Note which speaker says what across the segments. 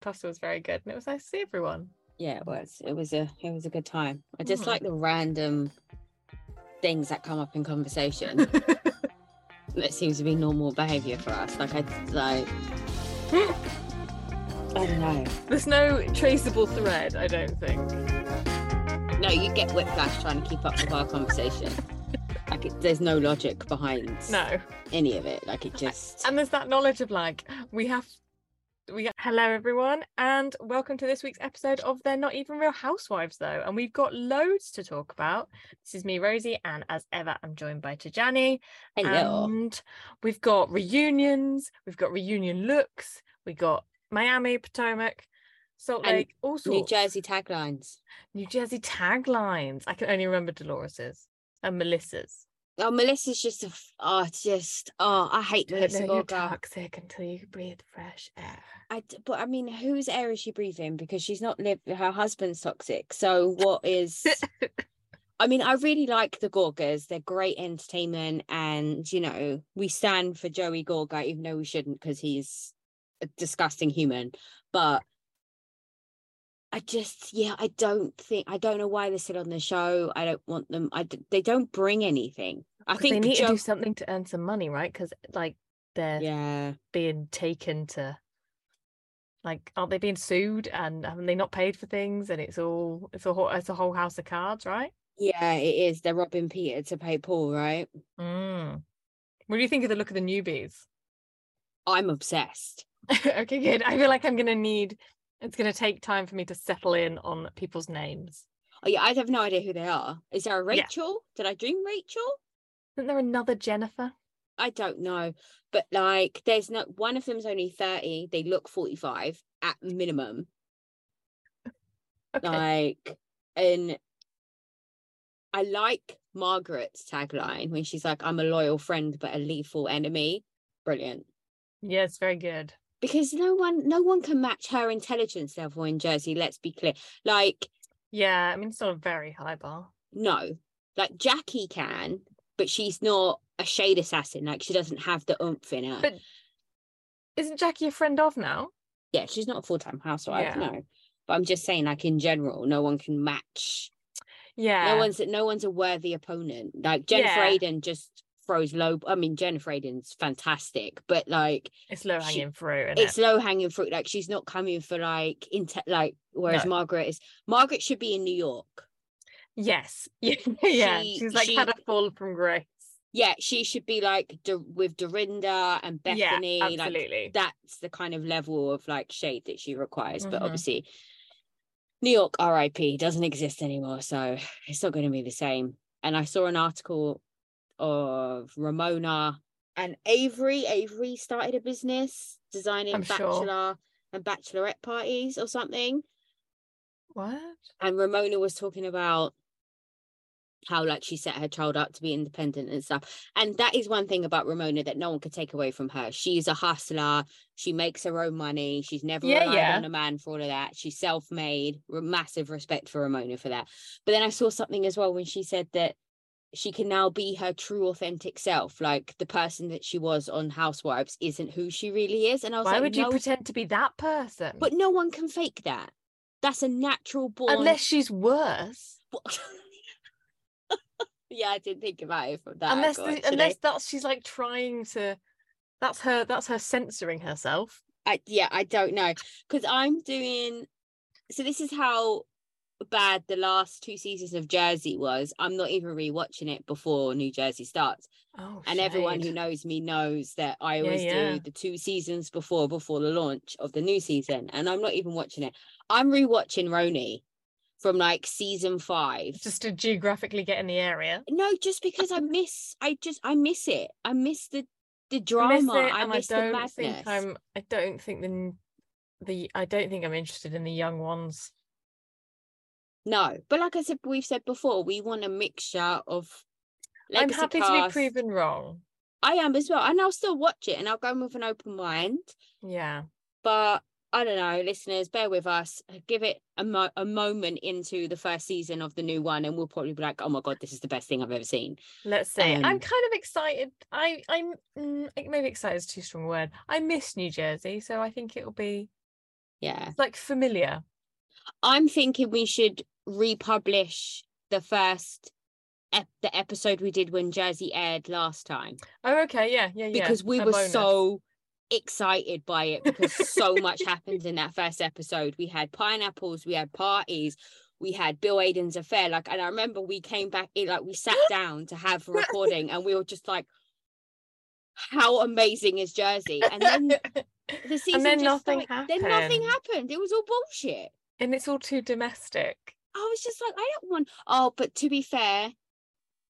Speaker 1: pasta was very good, and it was nice to see everyone.
Speaker 2: yeah it was it was a it was a good time i just
Speaker 1: Hmm.
Speaker 2: like the random things that come up in conversation that seems to be normal behavior for us like i like i don't know
Speaker 1: There's no traceable thread, I don't think.
Speaker 2: no you get whiplash trying to keep up with our conversation like it, there's no logic behind
Speaker 1: No. Um,
Speaker 2: any of it like it just
Speaker 1: And there's that knowledge of like, we have, we hello everyone, and welcome to this week's episode of They're Not Even Real Housewives though, and we've got loads to talk about. This is me, Rosie, and as ever, I'm joined by Tajani,
Speaker 2: hello
Speaker 1: and we've got reunions, we've got reunion looks, we got Miami, Potomac, Salt
Speaker 2: And
Speaker 1: Lake, all
Speaker 2: new
Speaker 1: sorts.
Speaker 2: jersey taglines
Speaker 1: New Jersey taglines. I can only remember Dolores's and Melissa's.
Speaker 2: oh melissa's just a f- oh it's just oh i hate
Speaker 1: Don't
Speaker 2: melissa
Speaker 1: know you're
Speaker 2: Gorga.
Speaker 1: toxic until you breathe fresh air.
Speaker 2: I, d- but I mean, whose air is she breathing? Because she's not live. Her husband's toxic. So what is? I mean, I really like the Gorgas. They're great entertainment, and you know, we stand for Joey Gorga, even though we shouldn't, because he's a disgusting human. But I just, yeah, I don't think I don't know why they're still on the show. I don't want them. I d- they don't bring anything. I
Speaker 1: But they
Speaker 2: think
Speaker 1: need to
Speaker 2: Joe.
Speaker 1: do something to earn some money, right? Because like they're
Speaker 2: Yeah.
Speaker 1: being taken to, like, aren't they being sued and haven't they not paid for things? And it's all it's a whole it's a whole house of cards, right?
Speaker 2: Yeah, it is. They're robbing Peter to pay Paul, right?
Speaker 1: Mm. What do you think of the look of the newbies?
Speaker 2: I'm obsessed.
Speaker 1: okay, good. I feel like I'm gonna need. It's gonna take time for me to settle in on people's names.
Speaker 2: Oh, yeah, I have no idea who they are. Is there a
Speaker 1: Yeah.
Speaker 2: Rachel? Did I dream Rachel?
Speaker 1: Isn't there another Jennifer?
Speaker 2: I don't know. But like, there's no one of them's only 30. They look 45 at minimum.
Speaker 1: Okay.
Speaker 2: Like, and I like Margaret's tagline when she's like, I'm a loyal friend, but a lethal enemy. Brilliant.
Speaker 1: yeah, it's very good.
Speaker 2: Because no one, no one can match her intelligence level in Jersey. Let's be clear. Like,
Speaker 1: Yeah, I mean, it's not a very high bar.
Speaker 2: no like jackie can but she's not a shade assassin like she doesn't have the oomph in her
Speaker 1: But- Isn't Jackie a friend of now?
Speaker 2: yeah she's not a full-time housewife
Speaker 1: Yeah.
Speaker 2: no but i'm just saying like in general no one can match
Speaker 1: Yeah.
Speaker 2: no one's no one's a worthy opponent like jennifer
Speaker 1: Yeah.
Speaker 2: aiden just throws low i mean jennifer aiden's fantastic but like
Speaker 1: it's low hanging fruit. Isn't
Speaker 2: it's low hanging fruit like she's not coming for like inte- like whereas
Speaker 1: No.
Speaker 2: margaret is margaret should be in new york
Speaker 1: it? Yes. Yeah. yeah.
Speaker 2: She-
Speaker 1: She's like
Speaker 2: she-
Speaker 1: had a fall from grace.
Speaker 2: yeah she should be like Dor- with dorinda and bethany
Speaker 1: yeah,
Speaker 2: like
Speaker 1: absolutely.
Speaker 2: that's the kind of level of like shade that she requires. But
Speaker 1: Mhm.
Speaker 2: obviously, New York RIP doesn't exist anymore, so it's not going to be the same. And I saw an article of Ramona and Avery. Avery started a business designing
Speaker 1: I'm sure.
Speaker 2: bachelor and bachelorette parties or something.
Speaker 1: what?
Speaker 2: And Ramona was talking about how like she set her child up to be independent and stuff. And that is one thing about Ramona that no one could take away from her. She's a hustler. She makes her own money. She's never
Speaker 1: Yeah,
Speaker 2: relied
Speaker 1: yeah.
Speaker 2: on a man for all of that. She's self-made. Re- Massive respect for Ramona for that. But then I saw something as well when she said that she can now be her true authentic self. Like the person that she was on Housewives isn't who she really is. And I was
Speaker 1: Why
Speaker 2: like,
Speaker 1: would you
Speaker 2: "No,
Speaker 1: pretend to be that person?
Speaker 2: but no one can fake that. That's a natural born
Speaker 1: unless she's worse.
Speaker 2: what- yeah, I didn't think about it from that
Speaker 1: unless
Speaker 2: angle,
Speaker 1: the-
Speaker 2: Oh, actually.
Speaker 1: unless that's she's like trying to that's her that's her censoring herself
Speaker 2: I, yeah, I don't know because I'm doing. So this is how bad the last two seasons of Jersey was. I'm not even rewatching it before New Jersey starts,
Speaker 1: oh
Speaker 2: and everyone who
Speaker 1: shade.
Speaker 2: knows me knows that I
Speaker 1: Yeah,
Speaker 2: always
Speaker 1: yeah.
Speaker 2: do the two seasons before before the launch of the new season, and I'm not even watching it. I'm rewatching Roni from like season five.
Speaker 1: just to geographically get in the area
Speaker 2: No, just because I miss, I just, I miss it. I miss the the
Speaker 1: I miss
Speaker 2: drama.
Speaker 1: it,
Speaker 2: I
Speaker 1: and I
Speaker 2: miss the
Speaker 1: don't
Speaker 2: madness.
Speaker 1: think i'm i don't think the n- the i don't think i'm interested in the young ones
Speaker 2: No, but like I said, we've said before, we want a mixture of.
Speaker 1: i'm
Speaker 2: legacy
Speaker 1: happy to be
Speaker 2: cast.
Speaker 1: proven wrong
Speaker 2: I am as well, and I'll still watch it, and I'll go in with an open mind.
Speaker 1: yeah
Speaker 2: But I don't know, listeners, bear with us. Give it a mo- a moment into the first season of the new one, and we'll probably be like, "Oh my god, this is the best thing I've ever seen."
Speaker 1: let's see i'm
Speaker 2: Um,
Speaker 1: kind of excited i i'm mm, maybe excited is too strong a word i miss new jersey so i think it'll be
Speaker 2: Yeah.
Speaker 1: It's like familiar.
Speaker 2: I'm thinking we should republish the first ep- the episode we did when Jersey aired last time
Speaker 1: Oh, okay. Yeah, yeah, yeah.
Speaker 2: because we
Speaker 1: a
Speaker 2: were
Speaker 1: bonus.
Speaker 2: so excited by it because so much happened in that first episode. We had pineapples, we had parties, we had Bill Aiden's affair. Like, and I remember we came back in, like we sat down to have a recording, and we were just like, "How amazing is Jersey?" And then the season
Speaker 1: then
Speaker 2: just,
Speaker 1: nothing
Speaker 2: like, Then nothing
Speaker 1: happened.
Speaker 2: happened. It was all bullshit.
Speaker 1: and it's all too domestic.
Speaker 2: I was just like, I don't want. Oh, but to be fair,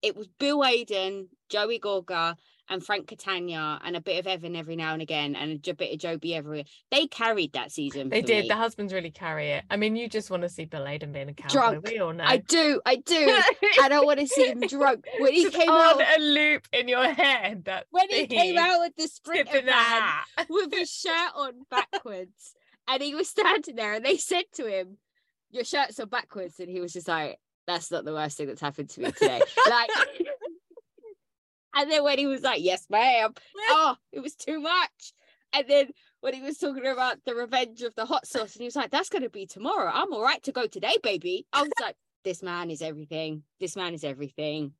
Speaker 2: it was Bill Aiden, Joey Gorga, and Frank Catania, and a bit of Evan every now and again, and a j- bit of Joby every. They carried that season.
Speaker 1: They
Speaker 2: for
Speaker 1: did.
Speaker 2: me.
Speaker 1: The husbands really carry it. I mean, you just want to see Bill Aden being a cowboy.
Speaker 2: Drunk.
Speaker 1: We all know.
Speaker 2: I do. I do. I don't want to see him drunk when he
Speaker 1: Just
Speaker 2: came out.
Speaker 1: on a loop in your head. That
Speaker 2: When he came
Speaker 1: thing.
Speaker 2: out with the sprinter
Speaker 1: Tipping
Speaker 2: van
Speaker 1: that.
Speaker 2: with his shirt on backwards, and he was standing there, and they said to him, "Your shirt's on backwards," and he was just like, "That's not the worst thing that's happened to me today." like. And then when he was like, "Yes, ma'am," oh, it was too much. And then when he was talking about the revenge of the hot sauce, and he was like, "That's gonna be tomorrow. I'm all right to go today, baby." I was like, "This man is everything. This man is everything."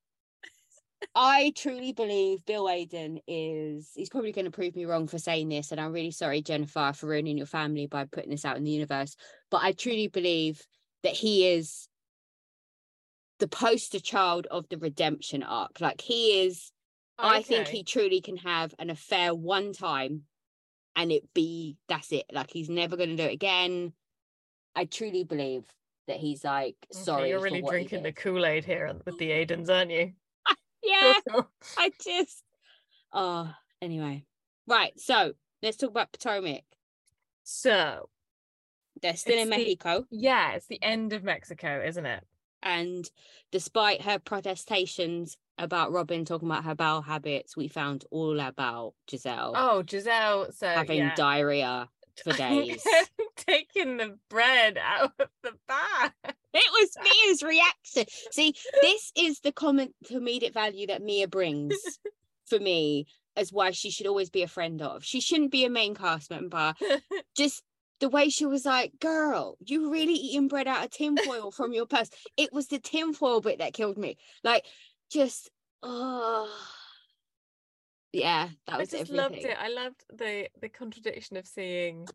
Speaker 2: I truly believe Bill Aiden is. He's probably going to prove me wrong for saying this, and I'm really sorry, Jennifer, for ruining your family by putting this out in the universe. But I truly believe that he is the poster child of the redemption arc. Like he is Oh, I think
Speaker 1: Okay.
Speaker 2: he truly can have an affair one time and it be that's it. Like he's never going to do it again. I truly believe that he's like
Speaker 1: Okay,
Speaker 2: sorry.
Speaker 1: You're
Speaker 2: for
Speaker 1: really
Speaker 2: what he
Speaker 1: drinking the
Speaker 2: did.
Speaker 1: Kool Aid here with the Aidens, aren't you?
Speaker 2: Yeah, I just oh anyway. Right, so let's talk about Potomac.
Speaker 1: so,
Speaker 2: They're still in
Speaker 1: It's the-
Speaker 2: Mexico,
Speaker 1: yeah, it's the end of Mexico, isn't it?
Speaker 2: and despite her protestations about Robin talking about her bowel habits, we found all about Giselle
Speaker 1: Oh, Giselle. So,
Speaker 2: having
Speaker 1: yeah.
Speaker 2: diarrhea for days.
Speaker 1: taking the bread out of the bag.
Speaker 2: It was Mia's reaction. See, this is the common comedic value that Mia brings for me as why she should always be a friend of. She shouldn't be a main cast member. Just the way she was like, girl, you really eating bread out of tinfoil from your purse. It was the tinfoil bit that killed me. Like, just, oh. Yeah, that
Speaker 1: I
Speaker 2: was
Speaker 1: just
Speaker 2: everything.
Speaker 1: loved it. I loved the the contradiction of seeing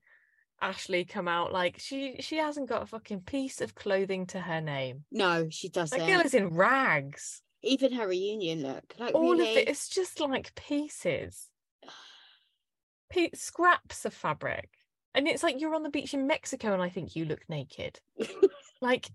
Speaker 1: Ashley come out like she she hasn't got a fucking piece of clothing to her name.
Speaker 2: No, she doesn't.
Speaker 1: That girl is in rags.
Speaker 2: Even her reunion look. Like,
Speaker 1: All
Speaker 2: really?
Speaker 1: of it, it's just like pieces, Pe- scraps of fabric, and it's like you're on the beach in Mexico, and I think you look naked. like,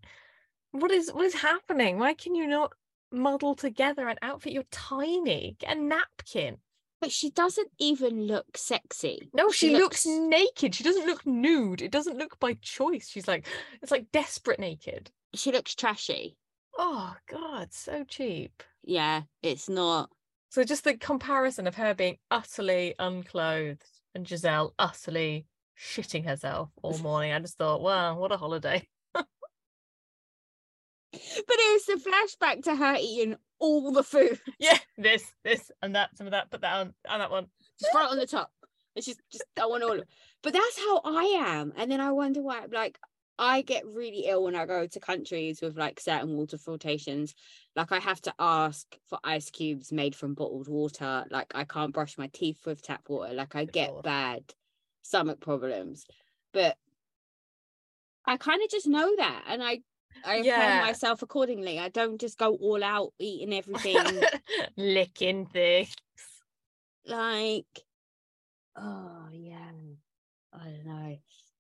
Speaker 1: what is what is happening? Why can you not muddle together an outfit? You're tiny. Get a napkin.
Speaker 2: But she doesn't even look sexy.
Speaker 1: No, she, looks...
Speaker 2: looks-
Speaker 1: naked. She doesn't look nude. It doesn't look by choice. She's like, it's like desperate naked.
Speaker 2: She looks trashy.
Speaker 1: Oh God, so cheap.
Speaker 2: Yeah, it's not.
Speaker 1: So just the comparison of her being utterly unclothed and Giselle utterly shitting herself all morning. I just thought, wow, what a holiday.
Speaker 2: But it was the flashback to her eating all the food.
Speaker 1: Yeah, this, this, and that, some of that, put that on, and that one.
Speaker 2: Just throw it on the top. It's just, just I want all of it. But that's how I am. And then I wonder why, like, I get really ill when I go to countries with like certain water filtrations. Like, I have to ask for ice cubes made from bottled water. Like, I can't brush my teeth with tap water. Like, I
Speaker 1: Good
Speaker 2: get
Speaker 1: lord.
Speaker 2: bad stomach problems. But I kind of just know that. And I, I
Speaker 1: Yeah.
Speaker 2: plan myself accordingly. I don't just go all out eating everything.
Speaker 1: Licking things.
Speaker 2: like oh yeah i don't know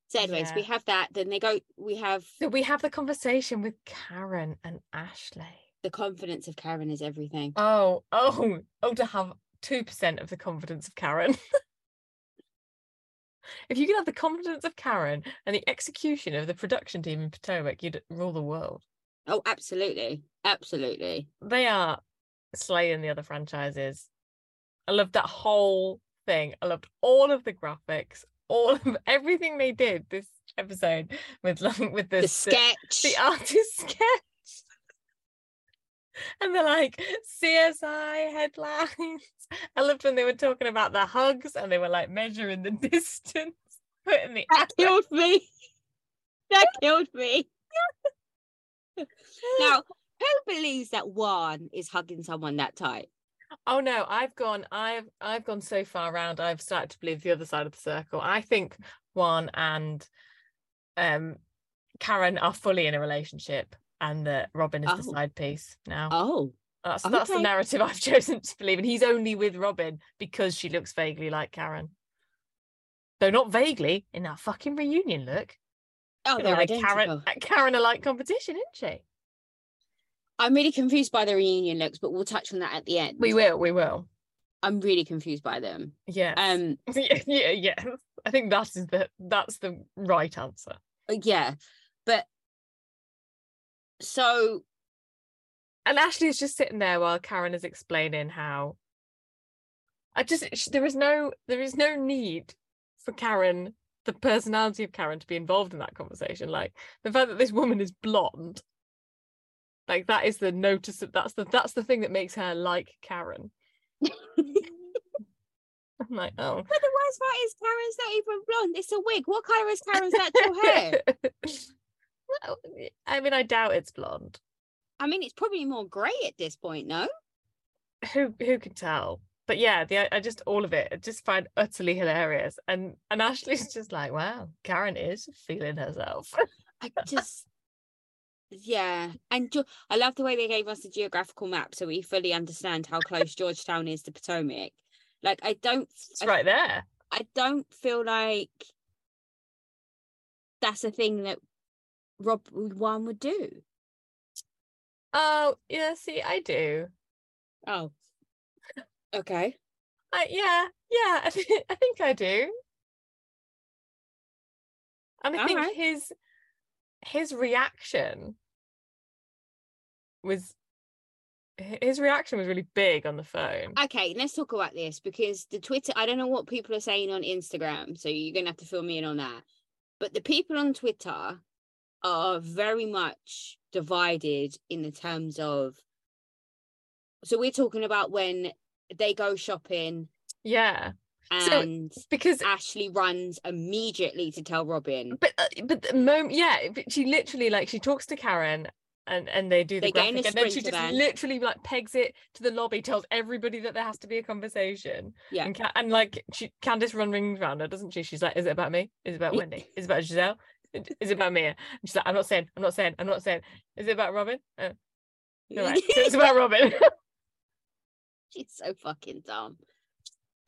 Speaker 2: so anyways
Speaker 1: Yeah.
Speaker 2: we have that then they go we have
Speaker 1: So we have the conversation with Karen and Ashley.
Speaker 2: the confidence of karen is everything
Speaker 1: Oh, oh, oh, to have 2% of the confidence of Karen. if you could have the confidence of Karen and the execution of the production team in Potomac, you'd rule the world.
Speaker 2: oh absolutely absolutely
Speaker 1: They are slaying the other franchises. I loved that whole thing. I loved all of the graphics, all of everything they did this episode with like, with the,
Speaker 2: the,
Speaker 1: the-
Speaker 2: sketch
Speaker 1: the artist sketch. And they're like CSI headlines. I loved when they were talking about the hugs and they were like measuring the distance. put in the
Speaker 2: That killed me. That killed me. Now, who believes that Juan is hugging someone that tight?
Speaker 1: Oh no, I've gone. I've I've gone so far around. I've started to believe the other side of the circle. I think Juan and um Karen are fully in a relationship, and that Robin is the
Speaker 2: Oh.
Speaker 1: side piece now.
Speaker 2: Oh,
Speaker 1: that's that's the
Speaker 2: okay.
Speaker 1: narrative I've chosen to believe, and he's only with Robin because she looks vaguely like Karen. Though not vaguely in that fucking reunion look.
Speaker 2: oh,
Speaker 1: Bit
Speaker 2: they're
Speaker 1: of a Karen,
Speaker 2: identical.
Speaker 1: a Karen alike competition, isn't she?
Speaker 2: I'm really confused by the reunion looks, but we'll touch on that at the end.
Speaker 1: We will, we will.
Speaker 2: I'm really confused by them.
Speaker 1: Yes.
Speaker 2: Um,
Speaker 1: yeah, yeah, yes. I think that is the that's the right answer.
Speaker 2: Uh, yeah, but so
Speaker 1: And Ashley is just sitting there while Karen is explaining how. I just sh- there is no there is no need for Karen, the personality of Karen, to be involved in that conversation. Like the fact that this woman is blonde, like that is the notice. That's the that's the thing that makes her like Karen. I'm like, oh,
Speaker 2: But the worst part is Karen's not even blonde. It's a wig. What colour is Karen's natural hair?
Speaker 1: well, I mean, I doubt it's blonde.
Speaker 2: I mean, it's probably more grey at this point, no?
Speaker 1: Who who can tell? But yeah, the I just all of it I just find utterly hilarious. And and Ashley's just like, wow, Karen is feeling herself.
Speaker 2: I just, yeah. And Ge- I love the way they gave us the geographical map so we fully understand how close Georgetown is to Potomac. Like, I don't,
Speaker 1: It's
Speaker 2: I,
Speaker 1: right there.
Speaker 2: I don't feel like that's a thing that Rob one would do.
Speaker 1: Oh yeah, see, I do.
Speaker 2: Oh, okay.
Speaker 1: I yeah yeah. I, thi- I think I do. And I think
Speaker 2: Alright.
Speaker 1: his his reaction was hi- his reaction was really big on the phone.
Speaker 2: Okay, let's talk about this because the Twitter, I don't know what people are saying on Instagram, so you're going to have to fill me in on that. But the people on Twitter are very much divided in the terms of. So we're talking about when they go shopping
Speaker 1: yeah, So-
Speaker 2: and
Speaker 1: because
Speaker 2: Ashley runs immediately to tell Robin.
Speaker 1: but uh, but the moment yeah but she literally like she talks to karen and and they do the
Speaker 2: They get in a
Speaker 1: graphic and then she
Speaker 2: sprinter
Speaker 1: just
Speaker 2: van.
Speaker 1: literally like pegs it to the lobby tells everybody that there has to be a conversation
Speaker 2: Yeah.
Speaker 1: and, Ca- and like she candace run rings around her doesn't she she's like is it about me is it about wendy is it about giselle is is it about Mia? And she's like, I'm not saying, I'm not saying, I'm not saying. Is it about Robin? Uh, all right. So it's about Robin.
Speaker 2: She's so fucking dumb.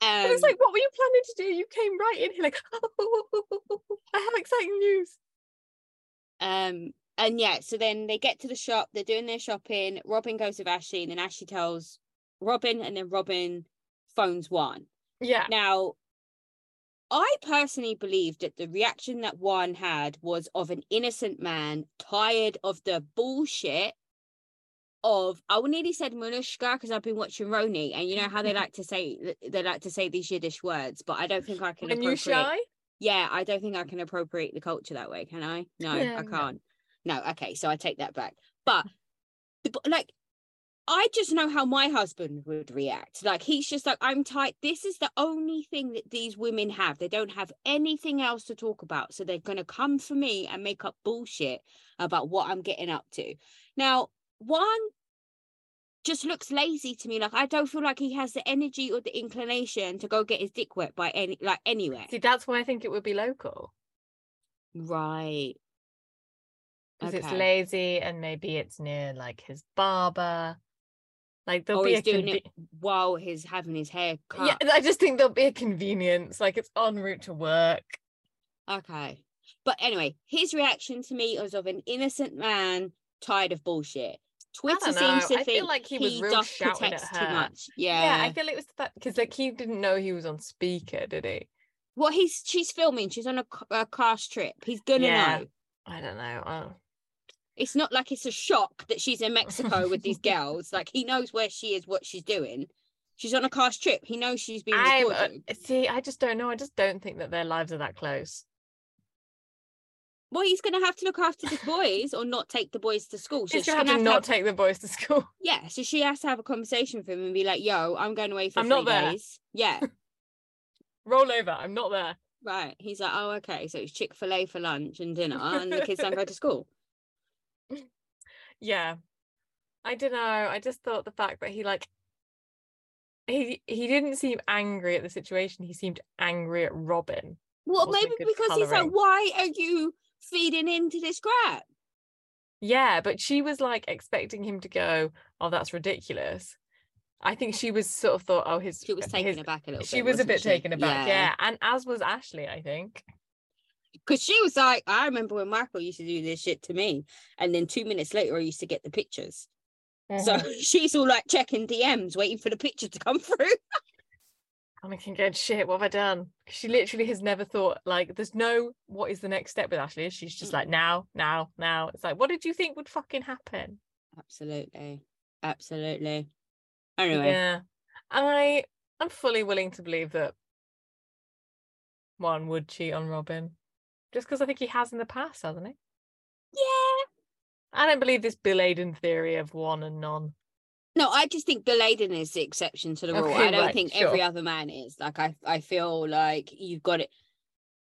Speaker 1: and it's
Speaker 2: Um,
Speaker 1: like, what were you planning to do? You came right in here, like, I have exciting news.
Speaker 2: Um, and yeah, so then they get to the shop, they're doing their shopping. Robin goes with Ashley, and then Ashley tells Robin, and then Robin phones Juan.
Speaker 1: Yeah.
Speaker 2: Now, I personally believe that the reaction that Juan had was of an innocent man tired of the bullshit of I would nearly said Manushka because I've been watching Roni, and you know how they like to say they like to say these Yiddish words, but I don't think I can
Speaker 1: And you
Speaker 2: appropriate
Speaker 1: shy?
Speaker 2: yeah, I don't think I can appropriate the culture that way, can I? No,
Speaker 1: Yeah,
Speaker 2: I
Speaker 1: no.
Speaker 2: can't. No, okay, so I take that back. But the b- like I just know how my husband would react. Like he's just like I'm tight. This is the only thing that these women have. They don't have anything else to talk about, so they're going to come for me and make up bullshit about what I'm getting up to. Now, one just looks lazy to me. Like I don't feel like he has the energy or the inclination to go get his dick wet by any like anywhere.
Speaker 1: See, that's why I think it would be local.
Speaker 2: Right.
Speaker 1: because it's
Speaker 2: Okay.
Speaker 1: lazy and maybe it's near like his barber. Like there'll
Speaker 2: Or
Speaker 1: be
Speaker 2: Oh, he's
Speaker 1: a
Speaker 2: doing
Speaker 1: conve-
Speaker 2: it while he's having his hair
Speaker 1: yeah.
Speaker 2: cut.
Speaker 1: I just think there'll be a convenience. Like it's en route to work.
Speaker 2: Okay. But anyway, his reaction to me was of an innocent man tired of bullshit. Twitter
Speaker 1: I don't know.
Speaker 2: seems to
Speaker 1: I
Speaker 2: think
Speaker 1: feel like he was real
Speaker 2: doth
Speaker 1: shouting at
Speaker 2: protect
Speaker 1: her.
Speaker 2: too much.
Speaker 1: Yeah,
Speaker 2: Yeah.
Speaker 1: I feel it was that because like he didn't know he was on speaker, did he?
Speaker 2: Well, he's she's filming. She's on a, c- a cast trip. He's gonna
Speaker 1: Yeah.
Speaker 2: know.
Speaker 1: I don't know. uh, I,
Speaker 2: It's not like it's a shock that she's in Mexico with these girls. Like he knows where she is, what she's doing. She's on a cast trip. He knows she's being
Speaker 1: I'm, uh,
Speaker 2: recorded.
Speaker 1: see, I just don't know. I just don't think that their lives are that close.
Speaker 2: well, he's going to have to look after the boys or not take the boys to school. So
Speaker 1: She's
Speaker 2: she's
Speaker 1: gonna
Speaker 2: going to
Speaker 1: have
Speaker 2: have
Speaker 1: to
Speaker 2: to
Speaker 1: not take the boys to school.
Speaker 2: yeah. So she has to have a conversation with him and be like, "Yo, I'm going away for
Speaker 1: I'm
Speaker 2: three
Speaker 1: not there."
Speaker 2: days." Yeah,
Speaker 1: Roll over. I'm not there.
Speaker 2: Right. He's like, oh, okay. So it's Chick fil A for lunch and dinner, and the kids don't go to school.
Speaker 1: yeah i don't know i just thought the fact that he like he he didn't seem angry at the situation he seemed angry at robin
Speaker 2: Well,
Speaker 1: Wasn't a
Speaker 2: maybe
Speaker 1: good
Speaker 2: because he's like,
Speaker 1: colouring.
Speaker 2: why are you feeding into this crap?
Speaker 1: yeah but she was like expecting him to go oh that's ridiculous i think she was sort of thought oh his
Speaker 2: She was taken
Speaker 1: his,
Speaker 2: aback a little bit.
Speaker 1: she was a
Speaker 2: wasn't
Speaker 1: bit taken aback
Speaker 2: Yeah.
Speaker 1: yeah and as was ashley i think
Speaker 2: Because she was like, I remember when Michael used to do this shit to me. And then two minutes later, I used to get the pictures. So
Speaker 1: Mhm.
Speaker 2: she's all like checking DMs, waiting for the picture to come through.
Speaker 1: I'm thinking, good shit, what have I done? 'Cause She literally has never thought, like, there's no what is the next step with Ashley. She's just like,
Speaker 2: Mm-mm.
Speaker 1: now, now, now. It's like, what did you think would fucking happen?
Speaker 2: Absolutely. Absolutely. Anyway,
Speaker 1: Yeah. I am fully willing to believe that one would cheat on Robin. Just because I think he has in the past, hasn't he?
Speaker 2: yeah.
Speaker 1: I don't believe this Bill Aiden theory of one and none.
Speaker 2: No, I just think Bill Aden is the exception to the rule.
Speaker 1: Okay,
Speaker 2: I don't
Speaker 1: right,
Speaker 2: think
Speaker 1: sure.
Speaker 2: every other man is. Like I, I feel like you've got it.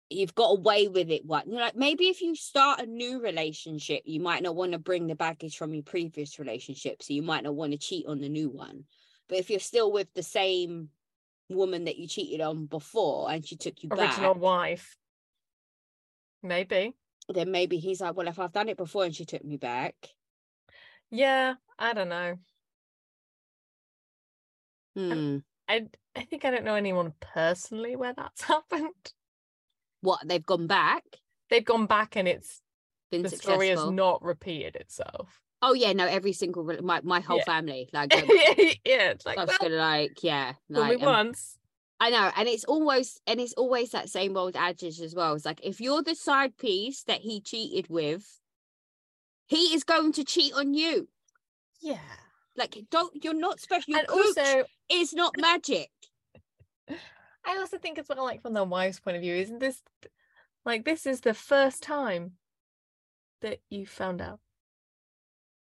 Speaker 2: You've got away with it. What? Like maybe if you start a new relationship, you might not want to bring the baggage from your previous relationship, so you might not want to cheat on the new one. But if you're still with the same woman that you cheated on before and she took you
Speaker 1: Original
Speaker 2: back,
Speaker 1: wife. Maybe.
Speaker 2: then maybe he's like, "Well, if I've done it before and she took me back,
Speaker 1: Yeah, I don't know.
Speaker 2: hmm,
Speaker 1: I d- I think I don't know anyone personally where that's happened.
Speaker 2: what? They've gone back,
Speaker 1: They've gone back and it's
Speaker 2: been
Speaker 1: the
Speaker 2: successful."
Speaker 1: story has not repeated itself.
Speaker 2: Oh yeah, no, every single rel- my my whole
Speaker 1: Yeah.
Speaker 2: family like
Speaker 1: yeah,
Speaker 2: um,
Speaker 1: it's like
Speaker 2: I've
Speaker 1: well,
Speaker 2: gonna like yeah,
Speaker 1: only
Speaker 2: like um,
Speaker 1: once.
Speaker 2: I know, and it's always and it's always that same old adage as well. It's like if you're the side piece that he cheated with, he is going to cheat on you.
Speaker 1: Yeah,
Speaker 2: Like don't you're not special. Your
Speaker 1: and
Speaker 2: cooch
Speaker 1: also
Speaker 2: is not magic.
Speaker 1: I also think as well, like from the wife's point of view, isn't this like this is the first time that you found out?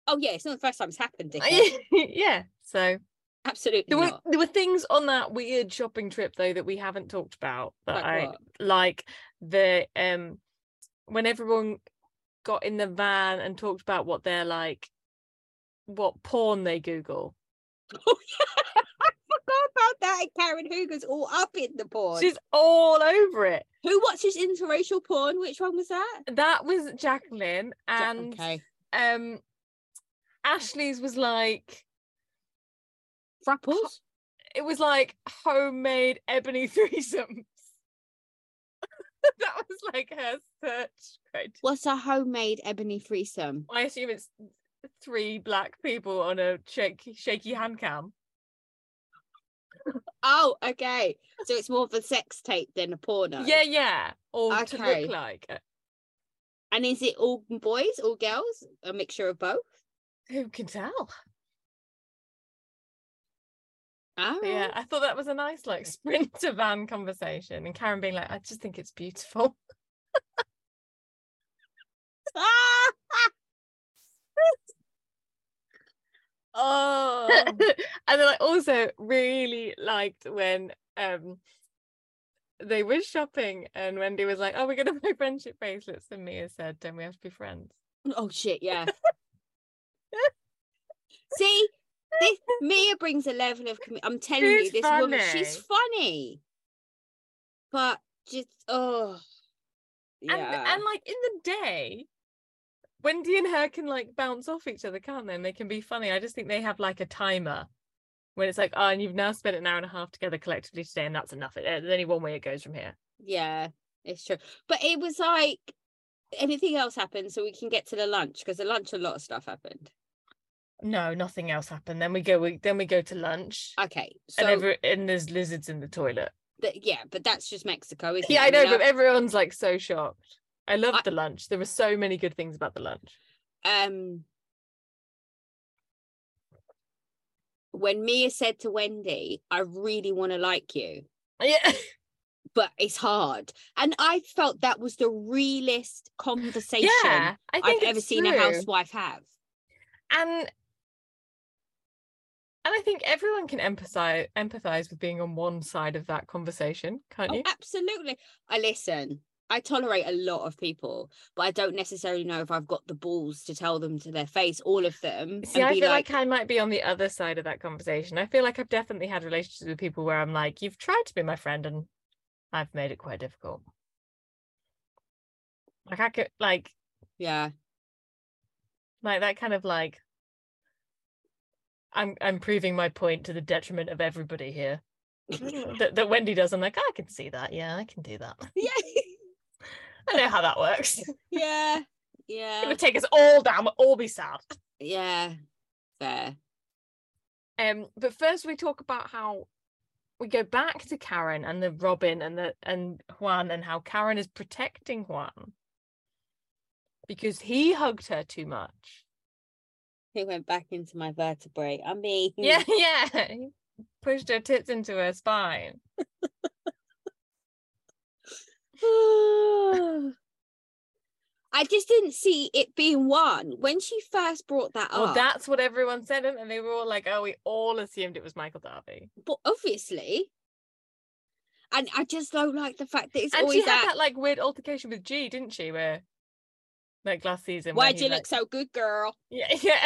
Speaker 2: Oh yeah, it's not the first time it's happened. dickhead.
Speaker 1: yeah. So
Speaker 2: Absolutely
Speaker 1: there were
Speaker 2: not.
Speaker 1: there were things on that weird shopping trip though that we haven't talked about that
Speaker 2: Like
Speaker 1: I
Speaker 2: what?
Speaker 1: like the um when everyone got in the van and talked about what they're like what porn they google
Speaker 2: Forgot about that. and Karen Hooger's all up in the porn.
Speaker 1: she's all over it
Speaker 2: Who watches interracial porn? Which one was that?
Speaker 1: that was jacqueline
Speaker 2: Ja-
Speaker 1: and
Speaker 2: okay,
Speaker 1: um ashley's was like
Speaker 2: frapples.
Speaker 1: it was like homemade ebony threesomes that was like her search criteria
Speaker 2: What's a homemade ebony threesome?
Speaker 1: I assume it's three black people on a shaky, shaky hand cam.
Speaker 2: Oh, okay. So it's more of a sex tape than a porno.
Speaker 1: Yeah, yeah. Or to
Speaker 2: Okay.
Speaker 1: look like. uh,
Speaker 2: And is it all boys, all girls, a mixture of both?
Speaker 1: Who can tell?
Speaker 2: Oh,
Speaker 1: But Yeah, I thought that was a nice like sprinter van conversation, and Karen being like, "I just think it's beautiful."
Speaker 2: oh.
Speaker 1: and then I also really liked when um they were shopping, and Wendy was like, "Oh, we're gonna buy friendship bracelets," and Mia said, "Don't we have to be friends?"
Speaker 2: oh, shit, yeah. See, this, Mia brings a level of. commu- I'm telling
Speaker 1: She's
Speaker 2: you, this woman, she's
Speaker 1: funny.
Speaker 2: funny. But just, oh. Yeah.
Speaker 1: and and like in the day wendy and her can like bounce off each other can't they and they can be funny i just think they have like a timer when it's like oh and you've now spent an hour and a half together collectively today and that's enough there's only one way it goes from here
Speaker 2: Yeah, it's true. But it was like anything else happened, so we can get to the lunch because the lunch a lot of stuff happened.
Speaker 1: no nothing else happened then we go we, then we go to lunch
Speaker 2: Okay, so
Speaker 1: and every and there's lizards in the toilet
Speaker 2: th- yeah, but that's just Mexico, isn't
Speaker 1: yeah
Speaker 2: it?
Speaker 1: i know
Speaker 2: mean,
Speaker 1: but everyone's like so shocked i loved
Speaker 2: I-
Speaker 1: the lunch there were so many good things about the lunch
Speaker 2: um, when Mia said to Wendy, "I really want to like you."
Speaker 1: yeah
Speaker 2: But it's hard. And I felt that was the realest conversation
Speaker 1: yeah i
Speaker 2: I've
Speaker 1: think
Speaker 2: ever
Speaker 1: it's
Speaker 2: seen a
Speaker 1: true.
Speaker 2: housewife have.
Speaker 1: and And I think everyone can empathize empathize with being on one side of that conversation, can't
Speaker 2: Oh,
Speaker 1: you?
Speaker 2: absolutely. I listen. I tolerate a lot of people, but I don't necessarily know if I've got the balls to tell them to their face, all of them,
Speaker 1: See,
Speaker 2: and
Speaker 1: I
Speaker 2: be
Speaker 1: feel
Speaker 2: like,
Speaker 1: like, I might be on the other side of that conversation. I feel like I've definitely had relationships with people where I'm like, you've tried to be my friend and I've made it quite difficult. Like I could like
Speaker 2: yeah,
Speaker 1: like that kind of like I'm I'm proving my point to the detriment of everybody here. that, that Wendy does. I'm like, "Oh, I can see that. Yeah, I can do that.
Speaker 2: yeah,
Speaker 1: I know how that works.
Speaker 2: yeah,
Speaker 1: It
Speaker 2: yeah,
Speaker 1: would take us all down. We'll all be sad.
Speaker 2: yeah. Fair.
Speaker 1: Um, but first we talk about how we go back to Karen and the Robin and the and Juan and how Karen is protecting Juan because he hugged her too much.
Speaker 2: It went back into my vertebrae. I mean,
Speaker 1: Yeah, yeah. He pushed her tits into her spine.
Speaker 2: I just didn't see it being one when she first brought that
Speaker 1: Well,
Speaker 2: up.
Speaker 1: that's what everyone said, and and they were all like, "Oh, we all assumed it was Michael Darby."
Speaker 2: but obviously, and I just don't like the fact that it's
Speaker 1: and she
Speaker 2: always
Speaker 1: had that...
Speaker 2: that.
Speaker 1: like weird altercation with G, didn't she? Where like last season, where
Speaker 2: Why'd
Speaker 1: he,
Speaker 2: you
Speaker 1: like-
Speaker 2: look so good, girl?
Speaker 1: Yeah, yeah.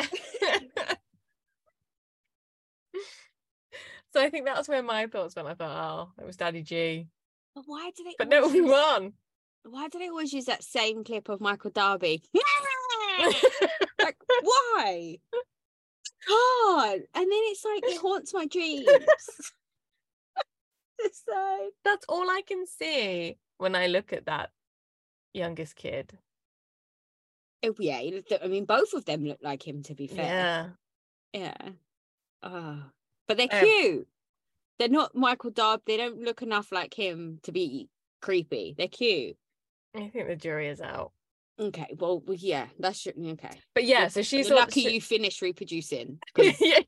Speaker 1: so I think that's where my thoughts went. I thought, oh, it was Daddy G.
Speaker 2: But why do they?
Speaker 1: But no,
Speaker 2: always
Speaker 1: we
Speaker 2: use-
Speaker 1: won.
Speaker 2: Why do they always use that same clip of Michael Darby? like why? God, and then it's like it haunts my dreams. it's like
Speaker 1: that's all I can see when I look at that youngest kid.
Speaker 2: oh yeah, he looked- I mean both of them look like him to be fair.
Speaker 1: Yeah.
Speaker 2: Yeah. Oh, but they're
Speaker 1: Um,
Speaker 2: cute. They're not Michael Darb. They don't look enough like him to be creepy. They're cute.
Speaker 1: I think the jury is out.
Speaker 2: Okay. Well, w- yeah, that's tr- okay.
Speaker 1: But yeah, so she's
Speaker 2: You're
Speaker 1: all-
Speaker 2: lucky
Speaker 1: she-
Speaker 2: you finish reproducing 'cause
Speaker 1: yeah.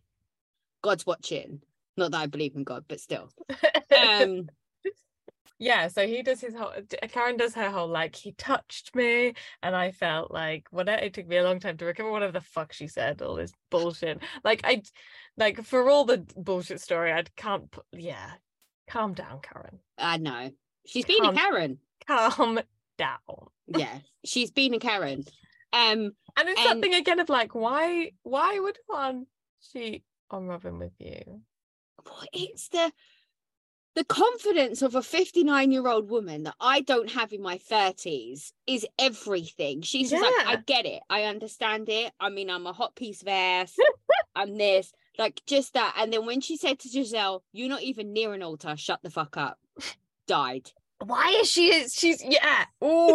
Speaker 2: God's watching. Not that I believe in God, but still. Um,
Speaker 1: yeah, so he does his whole uh, d- Karen does her whole like he touched me and I felt like whatever it took me a long time to recover whatever the fuck she said all this bullshit. Like I d- like for all the d- bullshit story I can't p- yeah. Calm down, Karen.
Speaker 2: I know she's been a
Speaker 1: Can't-
Speaker 2: Karen.
Speaker 1: Calm down.
Speaker 2: Yeah, she's been a Karen. Um,
Speaker 1: And it's
Speaker 2: And-
Speaker 1: that thing again of like why why would one cheat on Robin with you?
Speaker 2: what it's the the confidence of a 59 year old woman that I don't have in my 30s is everything. She's just like, I
Speaker 1: Yeah.
Speaker 2: get it. I understand it. I mean, I'm a hot piece of ass. I'm this, like just that. And then when she said to Giselle, You're not even near an altar, shut the fuck up, died.
Speaker 1: Why is she she's yeah.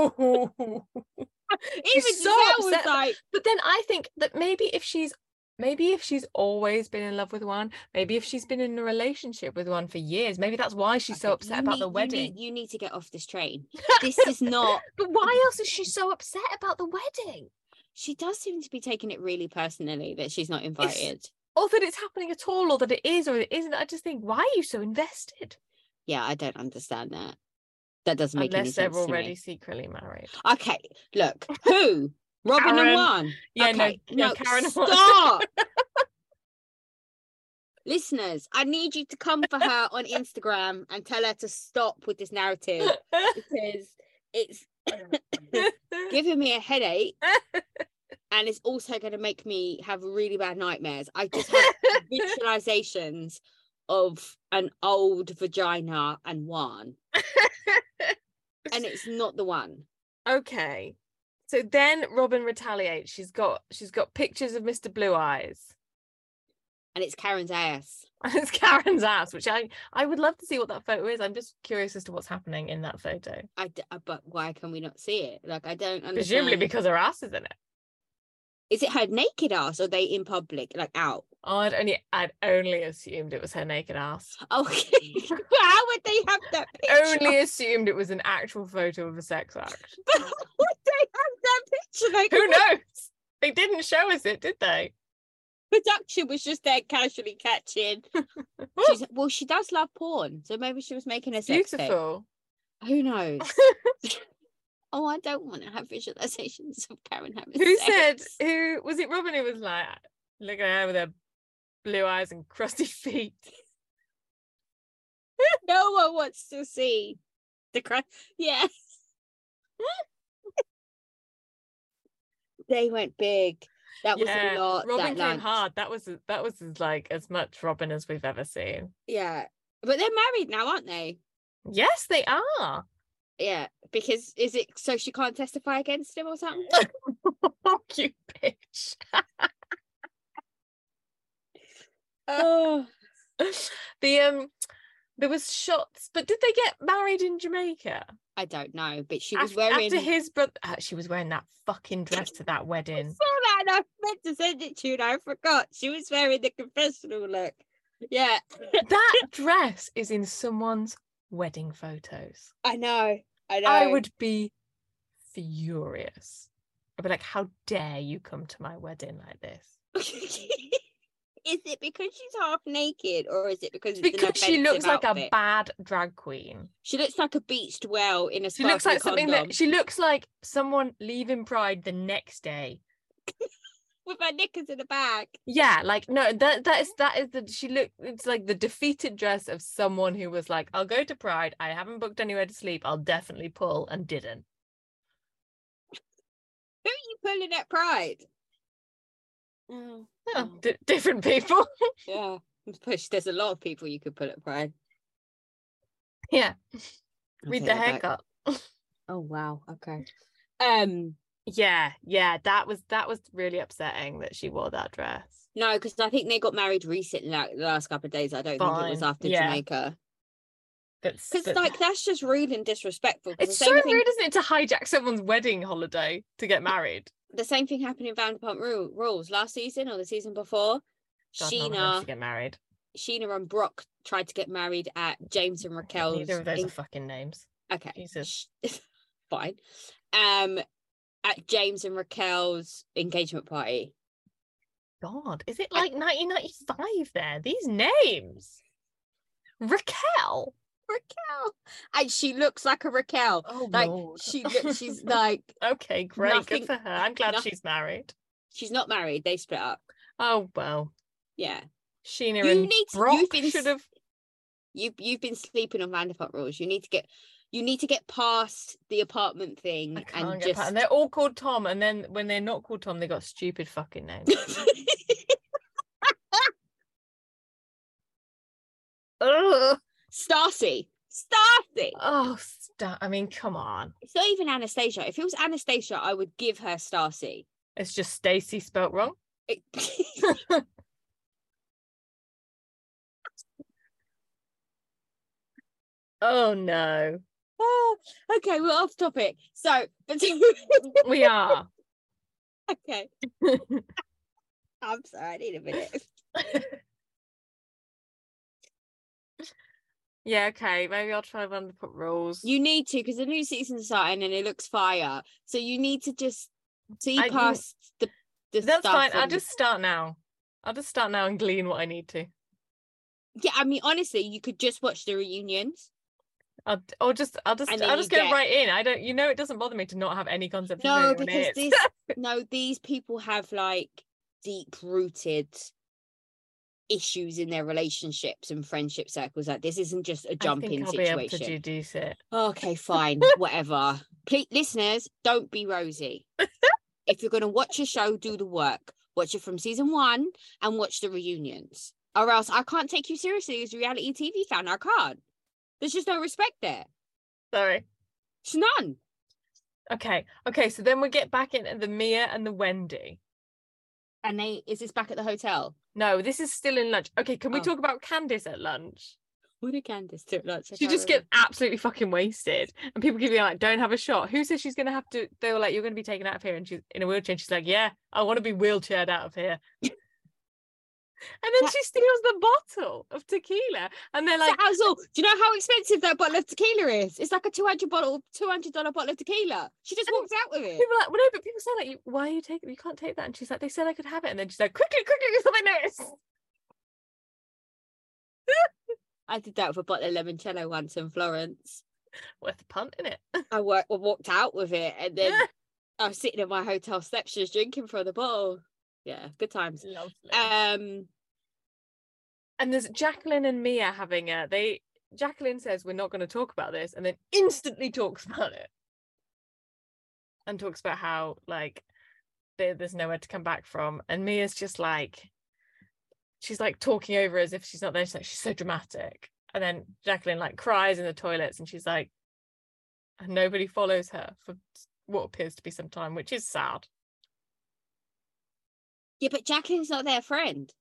Speaker 1: Ooh.
Speaker 2: Even
Speaker 1: so
Speaker 2: Giselle was
Speaker 1: upset that-
Speaker 2: like,
Speaker 1: But then I think that maybe if she's maybe if she's always been in love with one, maybe if she's been in a relationship with one for years, maybe that's why she's so
Speaker 2: "Okay,
Speaker 1: upset
Speaker 2: you
Speaker 1: about the
Speaker 2: need- you need-
Speaker 1: wedding.
Speaker 2: you need to get off this train. This is not,
Speaker 1: But why else is she so upset about the wedding?
Speaker 2: she does seem to be taking it really personally that she's not invited.
Speaker 1: Or that it's happening at all, or that it is, or it isn't. I just think, why are you so invested?
Speaker 2: Yeah, I don't understand that. That doesn't make any
Speaker 1: Unless they're
Speaker 2: sense. to me.
Speaker 1: already secretly married.
Speaker 2: Okay, look, who? Robin
Speaker 1: Karen.
Speaker 2: and Juan.
Speaker 1: Yeah, no,
Speaker 2: okay,
Speaker 1: no, Karen and Juan.
Speaker 2: Stop. Listeners, I need you to come for her on Instagram and tell her to stop with this narrative because it's giving me a headache and it's also going to make me have really bad nightmares. I just have visualizations of an old vagina and one, and it's not the one.
Speaker 1: okay. So then Robin retaliates. She's got she's got pictures of Mr. Blue Eyes.
Speaker 2: and it's Karen's ass.
Speaker 1: it's Karen's ass, which I I would love to see what that photo is. I'm just curious as to what's happening in that photo.
Speaker 2: I d- uh, but why can we not see it? Like I don't understand.
Speaker 1: Presumably because her ass is in it.
Speaker 2: is it her naked ass or they in public, like out?
Speaker 1: I'd only I'd only assumed it was her naked ass.
Speaker 2: Okay, Well, how would they have that picture?
Speaker 1: Only assumed it was an actual photo of a sex act.
Speaker 2: But how would they have that picture? Like
Speaker 1: Who
Speaker 2: what
Speaker 1: knows? They didn't show us it, did they?
Speaker 2: Production was just there casually catching. She's, well, she does love porn, so maybe she was making a sex tape.
Speaker 1: Beautiful.
Speaker 2: Who knows? oh, I don't want to have visualizations of Karen having
Speaker 1: Who
Speaker 2: sex.
Speaker 1: said who was it Robin who was like look at her with her blue eyes and crusty feet.
Speaker 2: no one wants to see the crust. Yeah. they went big. That was a lot.
Speaker 1: Robin
Speaker 2: that
Speaker 1: came
Speaker 2: lunch.
Speaker 1: hard. That was that was as, like as much Robin as we've ever seen.
Speaker 2: Yeah. But they're married now, aren't they?
Speaker 1: Yes, they are.
Speaker 2: Yeah. Because is it so she can't testify against him or something?
Speaker 1: you bitch.
Speaker 2: oh.
Speaker 1: the um there was shots, but did they get married in Jamaica?
Speaker 2: I don't know, but she
Speaker 1: Af-
Speaker 2: was wearing.
Speaker 1: after his brother uh, she was wearing that fucking dress to that wedding.
Speaker 2: saw that and I meant to send it to you and I forgot. She was wearing the confessional look. Yeah,
Speaker 1: that dress is in someone's wedding photos.
Speaker 2: I know. I know.
Speaker 1: I would be furious. I'd be like, how dare you come to my wedding like this?
Speaker 2: is it because she's half naked or is it because
Speaker 1: It's
Speaker 2: it's an
Speaker 1: because she looks
Speaker 2: offensive
Speaker 1: like a
Speaker 2: outfit?
Speaker 1: bad drag queen.
Speaker 2: she looks like a beached well in a
Speaker 1: She looks like
Speaker 2: sparkly
Speaker 1: something
Speaker 2: condom
Speaker 1: that she looks like someone leaving Pride the next day.
Speaker 2: with her knickers in a bag.
Speaker 1: Yeah, like no, that that is that is the she look it's like the defeated dress of someone who was like, I'll go to Pride, I haven't booked anywhere to sleep, I'll definitely pull and didn't.
Speaker 2: Who are you pulling at Pride? Oh,
Speaker 1: Oh,
Speaker 2: Oh.
Speaker 1: di- different people.
Speaker 2: yeah. Push. There's a lot of people you could pull at Pride.
Speaker 1: yeah.
Speaker 2: I'll
Speaker 1: Read
Speaker 2: take
Speaker 1: the
Speaker 2: that back.
Speaker 1: haircut.
Speaker 2: Oh wow. Okay. Um.
Speaker 1: Yeah, yeah, that was that was really upsetting that she wore that dress.
Speaker 2: No, because I think they got married recently, like the last couple of days. I don't think it was
Speaker 1: Fine,
Speaker 2: after
Speaker 1: yeah.
Speaker 2: Jamaica.
Speaker 1: That's
Speaker 2: Because
Speaker 1: that-
Speaker 2: like that's just rude and disrespectful. 'cause
Speaker 1: it's
Speaker 2: the
Speaker 1: so
Speaker 2: same
Speaker 1: rude,
Speaker 2: thing,
Speaker 1: isn't it, to hijack someone's wedding holiday to get married?
Speaker 2: The same thing happened in Vanderpump Ru- Rules last season or the season before.
Speaker 1: God, no one wants to
Speaker 2: Sheena,
Speaker 1: get married.
Speaker 2: Sheena, and Brock tried to get married at James and Raquel's.
Speaker 1: Neither of those are
Speaker 2: en-
Speaker 1: fucking names.
Speaker 2: okay,
Speaker 1: Jesus.
Speaker 2: sh- fine. Um, at James and Raquel's engagement party.
Speaker 1: God, is it
Speaker 2: I-
Speaker 1: like 1995 there? These names. Raquel.
Speaker 2: Raquel, and she looks like a Raquel.
Speaker 1: Oh,
Speaker 2: Like she, look, she's like
Speaker 1: okay, great.
Speaker 2: nothing-
Speaker 1: Good for her. I'm glad
Speaker 2: nothing-
Speaker 1: she's married.
Speaker 2: she's not married. They split up.
Speaker 1: Oh, well.
Speaker 2: Yeah.
Speaker 1: Sheena
Speaker 2: You
Speaker 1: and
Speaker 2: need to-
Speaker 1: Brock
Speaker 2: you've been
Speaker 1: should have.
Speaker 2: You've you've been sleeping on Vanderpump Rules. You need to get you need to get past the apartment
Speaker 1: I
Speaker 2: thing
Speaker 1: can't
Speaker 2: and
Speaker 1: get
Speaker 2: just
Speaker 1: past. And they're all called Tom. And then when they're not called Tom, they got stupid fucking names. Ugh.
Speaker 2: Starcy. Starcy.
Speaker 1: Oh, sta- I mean, come on.
Speaker 2: It's not even Anastasia. If it was Anastasia, I would give her Starcy.
Speaker 1: It's just Stacy spelt wrong.
Speaker 2: It-
Speaker 1: Oh, no.
Speaker 2: Oh, okay, we're off topic. So, but
Speaker 1: We are.
Speaker 2: okay, I'm sorry. I need a minute.
Speaker 1: yeah, okay. Maybe I'll try one put rules.
Speaker 2: You need to because the new season's starting and it looks fire. So you need to just see
Speaker 1: I- you-
Speaker 2: past the the
Speaker 1: That's
Speaker 2: stuff
Speaker 1: fine. I'll
Speaker 2: and the-
Speaker 1: just start now. I'll just start now and glean what I need to.
Speaker 2: Yeah, I mean, honestly, you could just watch the reunions.
Speaker 1: I'll, or just, I'll just,
Speaker 2: And then
Speaker 1: I'll
Speaker 2: you
Speaker 1: just go
Speaker 2: get-
Speaker 1: right in. I don't, you know, it doesn't bother me to not have any concept. of who
Speaker 2: No,
Speaker 1: anyone
Speaker 2: because
Speaker 1: is.
Speaker 2: this no, these people have like deep rooted issues in their relationships and friendship circles. Like this isn't just a jump
Speaker 1: I think
Speaker 2: in
Speaker 1: I'll be able to
Speaker 2: situation.
Speaker 1: deduce it.
Speaker 2: Okay, fine, whatever. Please, listeners, don't be rosy. if you're gonna watch a show, do the work. Watch it from season one and watch the reunions. Or else I can't take you seriously as a reality TV fan. I can't. There's just no respect there.
Speaker 1: Sorry.
Speaker 2: It's none.
Speaker 1: Okay. Okay. So then we get back into the Mia and the Wendy.
Speaker 2: And they is this back at the hotel?
Speaker 1: No, this is still in lunch. Okay. Can we
Speaker 2: Oh.
Speaker 1: talk about Candice at lunch?
Speaker 2: What did Candice do? Like,
Speaker 1: She just gets absolutely fucking wasted. And people keep being like, don't have a shot. Who says she's going to have to? They were like, you're going to be taken out of here. And she's in a wheelchair. And she's like, yeah, I want to be wheelchaired out of here. and then
Speaker 2: That-
Speaker 1: she steals the bottle of tequila. And they're
Speaker 2: like
Speaker 1: like,
Speaker 2: how's all? Do you know how expensive that bottle of tequila is? It's like a two hundred bottle, two hundred dollar bottle of tequila. She just
Speaker 1: And
Speaker 2: walks out with it.
Speaker 1: people are like, well, no, but people say, like, you, why are you taking You can't take that. And she's like, they said I could have it. And then she's like, quickly, quickly, do something else.
Speaker 2: I did that with a bottle of limoncello once in Florence.
Speaker 1: Worth a punt, in it?
Speaker 2: I work, walked out with it, and then I was sitting in my hotel steps, just drinking from the bottle. Yeah, good times.
Speaker 1: Lovely.
Speaker 2: Um,
Speaker 1: Uh, And there's Jacqueline and Mia having a they Jacqueline says we're not going to talk about this and then instantly talks about it. And talks about how like there- there's nowhere to come back from. And Mia's just like she's like talking over as if she's not there. She's like, she's so dramatic. And then Jacqueline like cries in the toilets and she's like and nobody follows her for what appears to be some time, which is sad.
Speaker 2: Yeah, but Jacqueline's not their friend.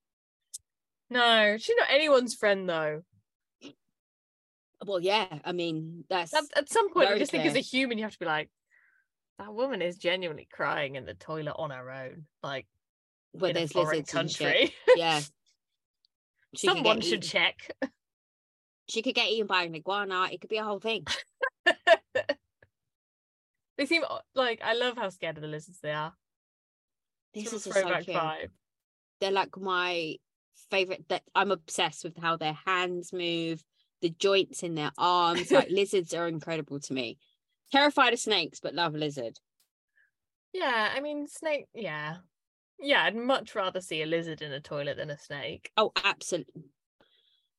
Speaker 1: No, she's not anyone's friend though.
Speaker 2: Well, yeah, I mean that's
Speaker 1: At, at some point, I
Speaker 2: Very
Speaker 1: just think as
Speaker 2: clear.
Speaker 1: a human, you have to be like, that woman is genuinely crying in the toilet on her own, like
Speaker 2: where
Speaker 1: in a
Speaker 2: there's
Speaker 1: foreign
Speaker 2: lizards and shit.
Speaker 1: country.
Speaker 2: Yeah, She could get
Speaker 1: Someone should
Speaker 2: eaten.
Speaker 1: check.
Speaker 2: She could get eaten by an iguana. It could be a whole thing.
Speaker 1: They seem o- like I love how scared of the lizards they are.
Speaker 2: This
Speaker 1: Sort of
Speaker 2: is just so
Speaker 1: throwback
Speaker 2: cute. They're like my favorite. That I'm obsessed with how their hands move, the joints in their arms. Like lizards are incredible to me. Terrified of snakes, but love lizard.
Speaker 1: Yeah, I mean snake. Yeah, yeah. I'd much rather see a lizard in a toilet than a snake.
Speaker 2: Oh, absolutely.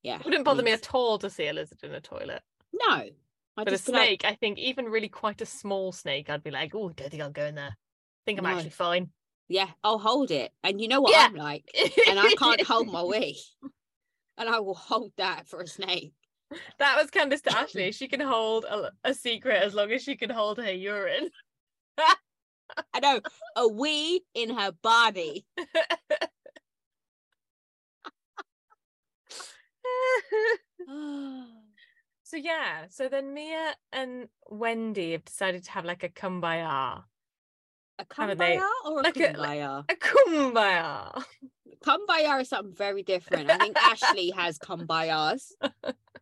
Speaker 2: Yeah,
Speaker 1: It wouldn't bother me
Speaker 2: means-
Speaker 1: at all to see a lizard in a toilet.
Speaker 2: No, I
Speaker 1: but a
Speaker 2: just feel like-
Speaker 1: snake, I think, even really quite a small snake, I'd be like, oh, don't think I'll go in there. think I'm
Speaker 2: No.
Speaker 1: actually fine.
Speaker 2: yeah, I'll hold it. And you know what
Speaker 1: Yeah.
Speaker 2: I'm like. and I can't hold my wee. And I will hold that for a snake.
Speaker 1: That was Candice to Ashley. She can hold a, a secret as long as she can hold her urine.
Speaker 2: I know a wee in her body. Oh,
Speaker 1: so yeah, so then Mia and Wendy have decided to have like a kumbaya.
Speaker 2: A
Speaker 1: Haven't they-
Speaker 2: kumbaya or a
Speaker 1: like a-
Speaker 2: kumbaya?
Speaker 1: A kumbaya.
Speaker 2: Kumbaya is something very different. I think Ashley has kumbayas.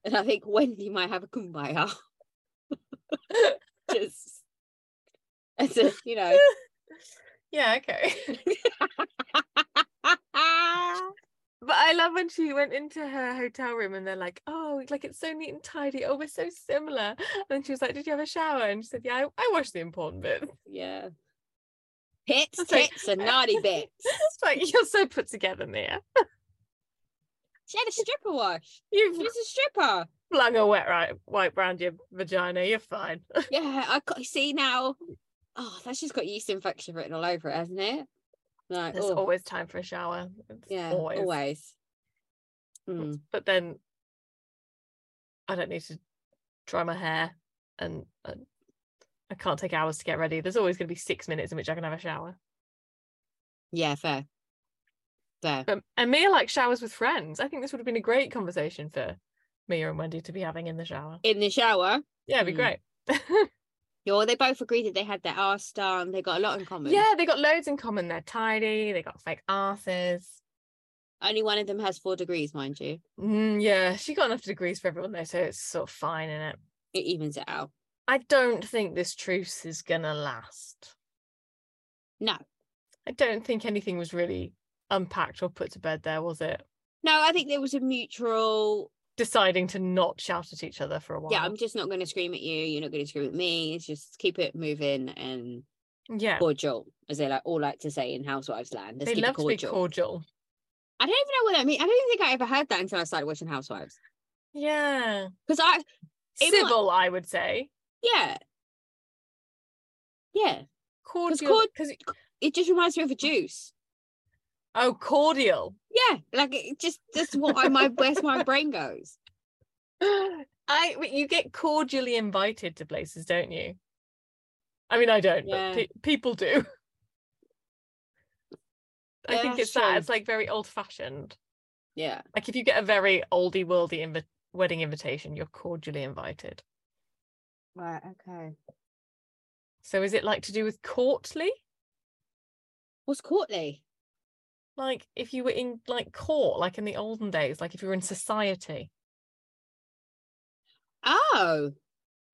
Speaker 2: And I think Wendy might have a kumbaya. Just as a, you know.
Speaker 1: Yeah, okay. But I love when she went into her hotel room and they're like, oh, like it's so neat and tidy. Oh, we're so similar. And then she was like, did you have a shower? And she said, yeah, I, I washed the important bits.
Speaker 2: yeah. Pits,
Speaker 1: That's like-
Speaker 2: tits, and naughty bits.
Speaker 1: It's like, you're so put together, Mia.
Speaker 2: She had a stripper wash. She
Speaker 1: You've
Speaker 2: was a stripper.
Speaker 1: flung a wet right, wipe round your vagina. You're fine.
Speaker 2: Yeah, I got, see now. Oh, that's just got yeast infection written all over it, hasn't it? Like,
Speaker 1: There's
Speaker 2: oh,
Speaker 1: always time for a shower. It's
Speaker 2: yeah, oh, always. Mm.
Speaker 1: But then I don't need to dry my hair and uh, I can't take hours to get ready. There's always going to be six minutes in which I can have a shower.
Speaker 2: Yeah, fair. Fair.
Speaker 1: But and Mia like showers with friends. I think this would have been a great conversation for Mia and Wendy to be having in the shower.
Speaker 2: In the shower,
Speaker 1: Yeah, it'd be
Speaker 2: Mm.
Speaker 1: great.
Speaker 2: yeah, well, they both agreed that they had their arse done. They got a lot in common.
Speaker 1: yeah, they got loads in common. They're tidy. They got fake asses.
Speaker 2: Only one of them has four degrees, mind you.
Speaker 1: Mm, yeah, she got enough degrees for everyone though, so it's sort of fine in it.
Speaker 2: It evens it out.
Speaker 1: I don't think this truce is gonna last.
Speaker 2: No.
Speaker 1: I don't think anything was really unpacked or put to bed there, was it?
Speaker 2: No, I think there was a mutual.
Speaker 1: Deciding to not shout at each other for a while.
Speaker 2: Yeah, I'm just not going to scream at you. You're not going to scream at me. It's just keep it moving and
Speaker 1: yeah.
Speaker 2: cordial, as they like all like to say in Housewives land. Let's
Speaker 1: They
Speaker 2: keep it
Speaker 1: love to be
Speaker 2: cordial.
Speaker 1: cordial.
Speaker 2: I don't even know what that means. I don't even think I ever heard that until I started watching Housewives.
Speaker 1: Yeah.
Speaker 2: Because I, It might-
Speaker 1: Civil, I would say.
Speaker 2: yeah, yeah,
Speaker 1: Cordial.
Speaker 2: cord-
Speaker 1: Cause,
Speaker 2: it just reminds me of a juice.
Speaker 1: oh, cordial.
Speaker 2: Yeah, like it just that's what I, my where's my brain goes.
Speaker 1: I but you get cordially invited to places, don't you? I mean, I don't,
Speaker 2: Yeah.
Speaker 1: but pe- people do. I
Speaker 2: Yeah,
Speaker 1: think
Speaker 2: that's
Speaker 1: it's that.
Speaker 2: true.
Speaker 1: It's like very old fashioned.
Speaker 2: Yeah,
Speaker 1: Like if you get a very oldie worldy invi- wedding invitation, you're cordially invited.
Speaker 2: right, okay.
Speaker 1: So is it like to do with courtly?
Speaker 2: What's courtly?
Speaker 1: Like if you were in like court, like in the olden days, like if you were in society.
Speaker 2: Oh,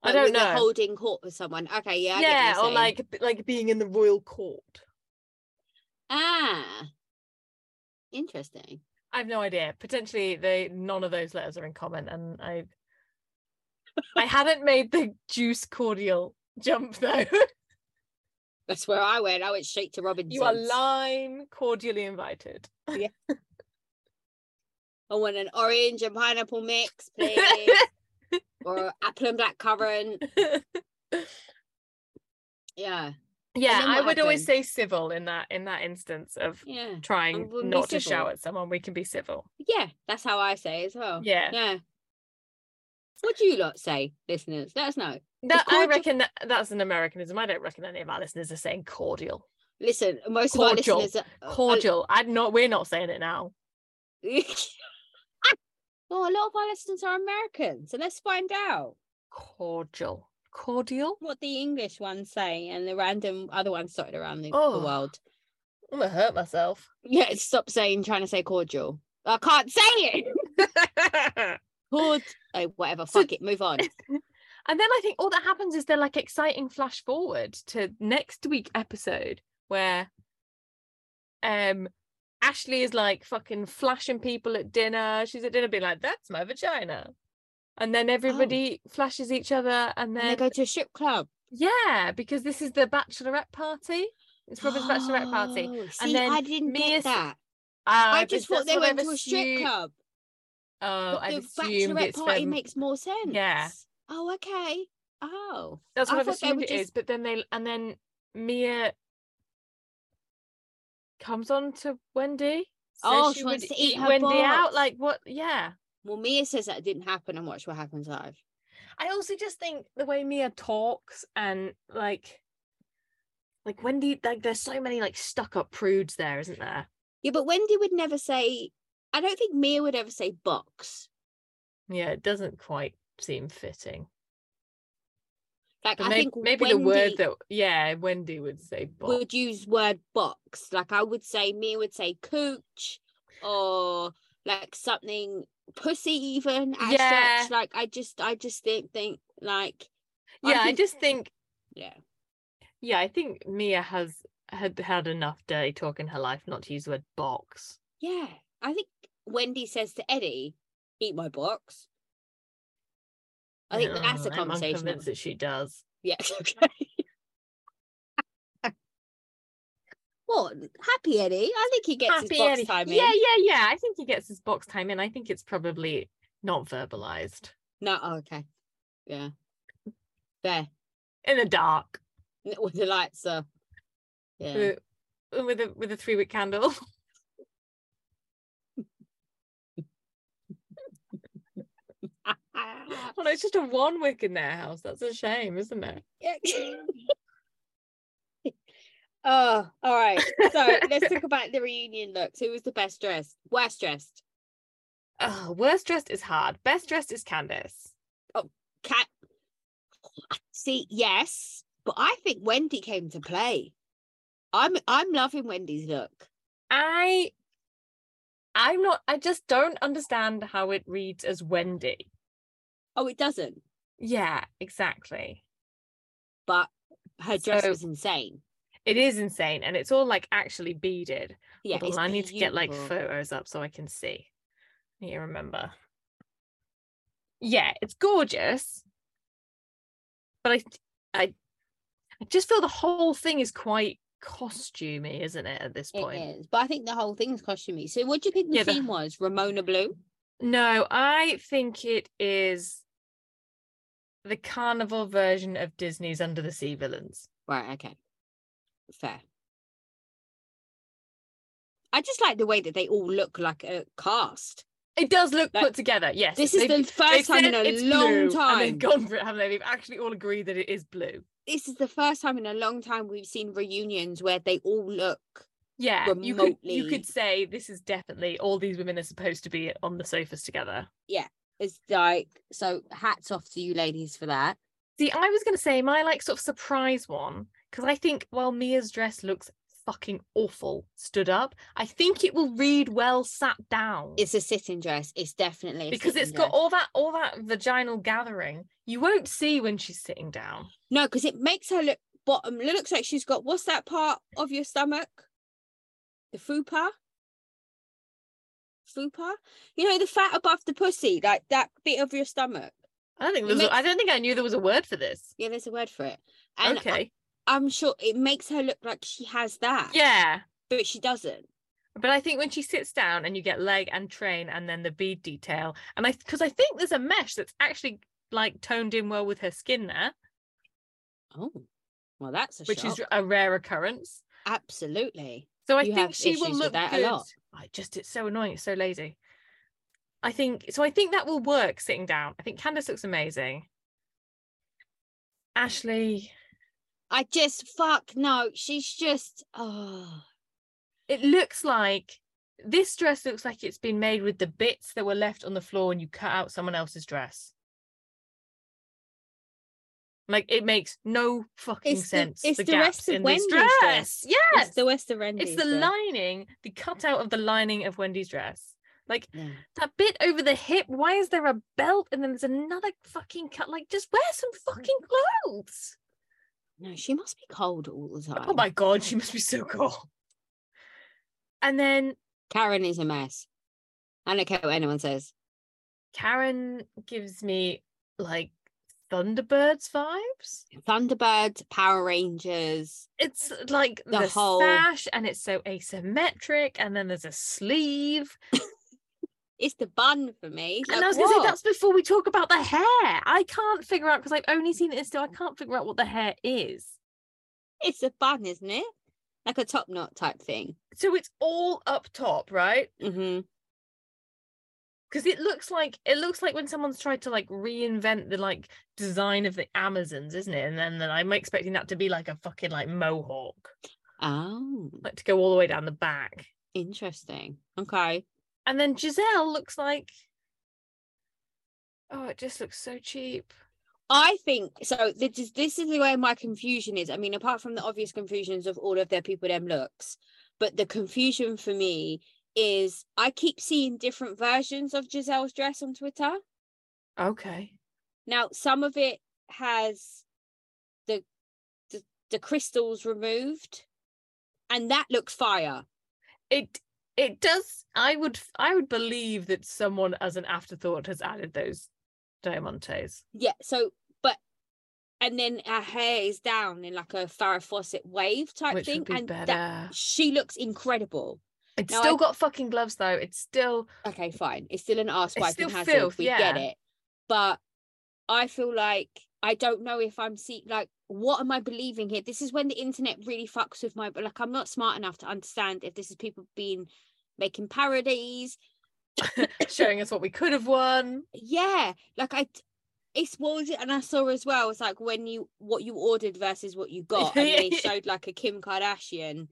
Speaker 1: I
Speaker 2: like
Speaker 1: don't
Speaker 2: when you're
Speaker 1: know.
Speaker 2: holding court with someone. Okay, yeah, I get what
Speaker 1: yeah,
Speaker 2: you're
Speaker 1: or
Speaker 2: saying.
Speaker 1: like b- like being in the royal court.
Speaker 2: ah, interesting.
Speaker 1: I have no idea. Potentially, they none of those letters are in common, and I I hadn't made the juice cordial jump though.
Speaker 2: That's where I went. I went straight to Robinson.
Speaker 1: you are lime cordially invited.
Speaker 2: I want an orange and pineapple mix, please. or apple and blackcurrant. Yeah.
Speaker 1: yeah,
Speaker 2: then
Speaker 1: I
Speaker 2: what
Speaker 1: would always say
Speaker 2: happened?
Speaker 1: civil in that in that instance of
Speaker 2: Yeah.
Speaker 1: trying
Speaker 2: we'll be
Speaker 1: not to
Speaker 2: civil.
Speaker 1: shout at someone. We can be civil.
Speaker 2: Yeah. That's how I say as well.
Speaker 1: Yeah.
Speaker 2: Yeah. What do you lot say, listeners? Let us know.
Speaker 1: That, I
Speaker 2: cordial-
Speaker 1: reckon that, that's an Americanism. I don't reckon any of our listeners are saying cordial.
Speaker 2: Listen, most
Speaker 1: Cordial.
Speaker 2: of our listeners
Speaker 1: Oh,
Speaker 2: are uh,
Speaker 1: Cordial. I'd not. We're not saying it now.
Speaker 2: well, a lot of our listeners are American, so let's find out
Speaker 1: Cordial. Cordial.
Speaker 2: what the English ones say and the random other ones dotted around the, the
Speaker 1: Oh.
Speaker 2: world.
Speaker 1: I'm gonna hurt myself.
Speaker 2: Yeah, stop saying trying to say cordial. I can't say it. Cord, oh, whatever.
Speaker 1: So-
Speaker 2: Fuck it. Move on.
Speaker 1: And then I think all that happens is they're like exciting flash forward to next week episode where um Ashley is like fucking flashing people at dinner. She's at dinner being like, that's my vagina. And then everybody flashes each other Oh. and
Speaker 2: And they
Speaker 1: then
Speaker 2: go to a strip club.
Speaker 1: Yeah, because this is the bachelorette party. It's Robin's bachelorette party.
Speaker 2: Oh, See,
Speaker 1: then
Speaker 2: I didn't
Speaker 1: Mia
Speaker 2: get
Speaker 1: s-
Speaker 2: that.
Speaker 1: Ah,
Speaker 2: I
Speaker 1: but
Speaker 2: just thought
Speaker 1: that's
Speaker 2: they
Speaker 1: what
Speaker 2: went
Speaker 1: I've
Speaker 2: to a strip
Speaker 1: assumed-
Speaker 2: club.
Speaker 1: Oh,
Speaker 2: but
Speaker 1: I've
Speaker 2: the
Speaker 1: assumed
Speaker 2: bachelorette
Speaker 1: it's
Speaker 2: party
Speaker 1: them-
Speaker 2: makes more sense.
Speaker 1: Yeah.
Speaker 2: Oh, okay. Oh.
Speaker 1: That's
Speaker 2: I
Speaker 1: what I have
Speaker 2: thought they
Speaker 1: assumed
Speaker 2: were
Speaker 1: it is.
Speaker 2: just-
Speaker 1: But then they and then Mia comes on to Wendy. says
Speaker 2: Oh, she wants
Speaker 1: would
Speaker 2: to eat her
Speaker 1: Wendy out.
Speaker 2: box.
Speaker 1: Like what? Yeah.
Speaker 2: Well, Mia says that didn't happen, and watch what happens live.
Speaker 1: I also just think the way Mia talks and like, like Wendy, like there's so many like stuck up prudes there, isn't there?
Speaker 2: Yeah, but Wendy would never say. I don't think Mia would ever say box.
Speaker 1: Yeah, it doesn't quite seem fitting.
Speaker 2: Like
Speaker 1: But
Speaker 2: I
Speaker 1: may-
Speaker 2: think
Speaker 1: maybe
Speaker 2: Wendy
Speaker 1: the word that yeah, Wendy would say box.
Speaker 2: would use word box. Like I would say, Mia would say cooch, or like something pussy even. As
Speaker 1: Yeah.
Speaker 2: such. Like I just, I just think, think like
Speaker 1: yeah, I
Speaker 2: think-
Speaker 1: just think
Speaker 2: yeah,
Speaker 1: yeah, I think Mia has had had enough dirty talk in her life not to use the word box.
Speaker 2: yeah. I think Wendy says to Eddie, "Eat my box." I think that's a
Speaker 1: Oh, I'm
Speaker 2: conversation. that-
Speaker 1: convinced that she does.
Speaker 2: Yeah. Okay. what? Happy Eddie? I think he gets his box time in.
Speaker 1: Yeah, yeah, yeah. I think he gets his box time in. I think it's probably not verbalized
Speaker 2: No. Oh, okay. Yeah. There.
Speaker 1: in the dark
Speaker 2: N- With the lights are. Yeah.
Speaker 1: with with a with a three wick candle.
Speaker 2: Ah.
Speaker 1: Well, Oh, it's just a one wick in their house. That's a shame, isn't it?
Speaker 2: oh, all right. So let's talk about the reunion looks. Who was the best dressed? Worst dressed?
Speaker 1: Oh, worst dressed is hard. Best dressed is Candace.
Speaker 2: Cat. See, yes, but I think Wendy came to play. I'm I'm loving Wendy's look.
Speaker 1: I I'm not I just don't understand how it reads as Wendy.
Speaker 2: Oh, it doesn't.
Speaker 1: Yeah, exactly.
Speaker 2: but her dress
Speaker 1: So-
Speaker 2: was insane.
Speaker 1: It is insane and it's all like actually beaded.
Speaker 2: Yeah,
Speaker 1: Hold
Speaker 2: it's
Speaker 1: on, I need to get like
Speaker 2: beautiful.
Speaker 1: photos up so I can see. I need to remember. Yeah, it's gorgeous. But I I I just feel the whole thing is quite costumey, isn't it, at this point?
Speaker 2: It is, but I think the whole thing's costumey. So, what do you think the
Speaker 1: Yeah, the-
Speaker 2: theme was? Ramona Blue.
Speaker 1: No, I think it is the carnival version of Disney's Under the Sea villains.
Speaker 2: Right. Okay. Fair. I just like the way that they all look like a cast.
Speaker 1: It does look
Speaker 2: Like,
Speaker 1: put together. Yes,
Speaker 2: This is
Speaker 1: they've-
Speaker 2: the
Speaker 1: they've
Speaker 2: first time in
Speaker 1: said
Speaker 2: a
Speaker 1: it's blue, Oh
Speaker 2: long
Speaker 1: and they've
Speaker 2: time.
Speaker 1: gone for it, haven't they? They've actually all agreed that it is blue.
Speaker 2: This is the first time in a long time we've seen reunions where they all look.
Speaker 1: Yeah, you could you
Speaker 2: Remotely.
Speaker 1: could say this is definitely all these women are supposed to be on the sofas together.
Speaker 2: It's like so. Hats off to you ladies for that.
Speaker 1: See, I was going to say my like sort of surprise one because I think while Mia's dress looks fucking awful stood up, I think it will read well sat down.
Speaker 2: It's a sitting dress. It's definitely a
Speaker 1: because it's
Speaker 2: sitting
Speaker 1: got
Speaker 2: dress.
Speaker 1: all that all that vaginal gathering you won't see when she's sitting down
Speaker 2: No, because it makes her look bottom. It looks like she's got what's that part of your stomach? The fupa? Fupa? You know, the fat above the pussy, like that bit of your stomach.
Speaker 1: i don't think
Speaker 2: It
Speaker 1: there's a,
Speaker 2: makes-
Speaker 1: i don't think i knew there was a word for this
Speaker 2: Yeah, there's a word for it. And
Speaker 1: okay
Speaker 2: I, am sure it makes her look like she has that.
Speaker 1: yeah
Speaker 2: But she doesn't.
Speaker 1: But I think when she sits down and you get leg and train and then the bead detail, and I because I think there's a mesh that's actually like toned in well with her skin there,
Speaker 2: Oh, well, that's a
Speaker 1: which
Speaker 2: shock.
Speaker 1: is a rare occurrence.
Speaker 2: Absolutely.
Speaker 1: So I
Speaker 2: You
Speaker 1: think
Speaker 2: have
Speaker 1: she will
Speaker 2: issues with
Speaker 1: look
Speaker 2: that a
Speaker 1: good.
Speaker 2: lot.
Speaker 1: I just it's so annoying, it's so lazy. I think so. I think that will work sitting down. I think Candace looks amazing. Ashley,
Speaker 2: I just fuck no. She's just oh
Speaker 1: it looks like this dress looks like it's been made with the bits that were left on the floor and you cut out someone else's dress. Like it makes no fucking
Speaker 2: It's the-
Speaker 1: sense.
Speaker 2: it's the
Speaker 1: gaps
Speaker 2: rest of
Speaker 1: in
Speaker 2: Wendy's
Speaker 1: this dress.
Speaker 2: dress.
Speaker 1: Yes.
Speaker 2: it's the West of
Speaker 1: It's the lining, the cutout of the lining of Wendy's dress. Like
Speaker 2: Yeah.
Speaker 1: that bit over the hip. Why is there a belt and then there's another fucking cut? Like just wear some fucking clothes.
Speaker 2: No, she must be cold all the time.
Speaker 1: Oh my god, she must be so cool. And then
Speaker 2: Karen is a mess. I don't care what anyone says.
Speaker 1: Karen gives me like Thunderbirds vibes.
Speaker 2: Thunderbirds, Power Rangers.
Speaker 1: It's like the,
Speaker 2: The whole-
Speaker 1: sash and it's so asymmetric, and then there's a sleeve.
Speaker 2: It's the bun for me.
Speaker 1: and
Speaker 2: Like,
Speaker 1: I was gonna say
Speaker 2: what?
Speaker 1: that's before we talk about the hair. I can't figure out because I've only seen it in still, I can't figure out what the hair is.
Speaker 2: it's a bun, isn't it? Like a top knot type thing.
Speaker 1: So it's all up top, right?
Speaker 2: hmm
Speaker 1: Because it looks like it looks like when someone's tried to like reinvent the like design of the Amazons, isn't it? And then, then I'm expecting that to be like a fucking like mohawk,
Speaker 2: Oh,
Speaker 1: like to go all the way down the back.
Speaker 2: interesting. Okay.
Speaker 1: And then Giselle looks like, oh, it just looks so cheap.
Speaker 2: I think so. This is this is the way my confusion is. I mean, apart from the obvious confusions of all of their people, them looks, but the confusion for me is I keep seeing different versions of Giselle's dress on Twitter.
Speaker 1: Okay.
Speaker 2: Now, some of it has the the, the crystals removed, and that looks fire.
Speaker 1: It it does. I would f- I would believe that someone as an afterthought has added those diamantes.
Speaker 2: Yeah. So, but and then her hair is down in like a Farrah Fawcett wave type
Speaker 1: Which
Speaker 2: thing,
Speaker 1: would be
Speaker 2: and
Speaker 1: better.
Speaker 2: that she looks incredible.
Speaker 1: it's
Speaker 2: now I-
Speaker 1: still got fucking gloves though. It's still
Speaker 2: okay, fine. It's still an ass wiping
Speaker 1: still
Speaker 2: hazard.
Speaker 1: filth,
Speaker 2: we
Speaker 1: yeah.
Speaker 2: get it. But I feel like I don't know if I'm see like what am I believing here? This is when the internet really fucks with my but like I'm not smart enough to understand if this is people being making parodies.
Speaker 1: showing us what we could have won.
Speaker 2: Yeah. Like I d- it's what was it? And I saw as well, it's like when you what you ordered versus what you got. And they
Speaker 1: Yeah.
Speaker 2: showed like a Kim Kardashian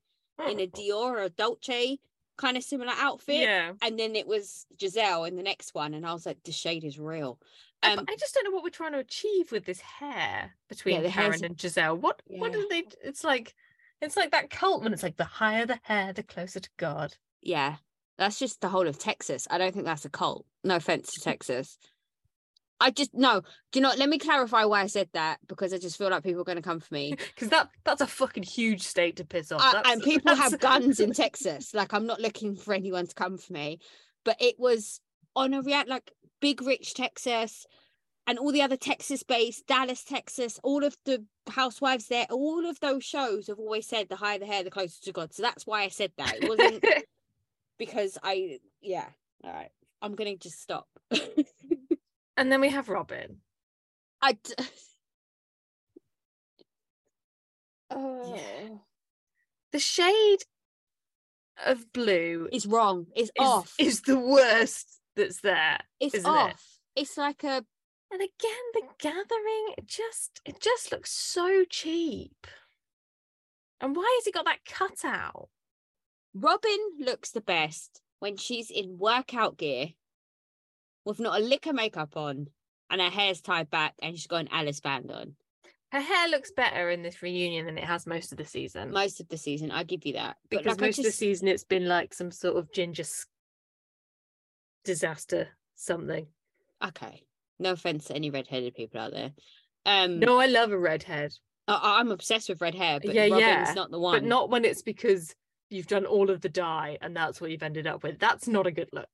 Speaker 2: in a Dior or a Dolce kind of similar outfit.
Speaker 1: Yeah.
Speaker 2: and then it was Giselle in the next one, and I was like, the shade is real.
Speaker 1: I-
Speaker 2: Um,
Speaker 1: I just don't know what we're trying to achieve with this hair between
Speaker 2: the hair's-
Speaker 1: Karen and Giselle. What what
Speaker 2: Yeah.
Speaker 1: do they it's like it's like that cult when it's like the higher the hair, the closer to God.
Speaker 2: yeah, that's just the whole of Texas. I don't think that's a cult. No offense to Texas. I just no. Do you know? what? Let me clarify why I said that because I just feel like people are going to come for me.
Speaker 1: because that that's a fucking huge state to piss off.
Speaker 2: I-
Speaker 1: Oh, That's-
Speaker 2: and people have
Speaker 1: that's-
Speaker 2: guns in Texas. Like I'm not looking for anyone to come for me, but it was on a react like big rich Texas and all the other Texas based Dallas, Texas, all of the housewives there, all of those shows have always said the higher the hair, the closer to God. So that's why I said that. It wasn't because I yeah. All right. I'm gonna just stop.
Speaker 1: and then we have Robin.
Speaker 2: I d- Oh.
Speaker 1: The shade of blue is
Speaker 2: It's wrong. It's off.
Speaker 1: is the worst that's there.
Speaker 2: it's
Speaker 1: isn't it?
Speaker 2: off. It's like a
Speaker 1: And again, the gathering it just it just looks so cheap. And why has he got that cutout?
Speaker 2: Robin looks the best when she's in workout gear with not a lick of makeup on and her hair's tied back and she's got an Alice band on.
Speaker 1: Her hair looks better in this reunion than it has most of the season.
Speaker 2: Most of the season, I give you that. But
Speaker 1: Hmm. because
Speaker 2: like,
Speaker 1: most
Speaker 2: I
Speaker 1: of the
Speaker 2: just,
Speaker 1: season it's been like some sort of ginger s- disaster something.
Speaker 2: okay, no offense to any redheaded people out there. Um,
Speaker 1: No, I love a redhead.
Speaker 2: I, I'm obsessed with red hair, but
Speaker 1: Yeah,
Speaker 2: Robin's
Speaker 1: yeah,
Speaker 2: not the one.
Speaker 1: but not when it's because you've done all of the dye and that's what you've ended up with. That's not a good look.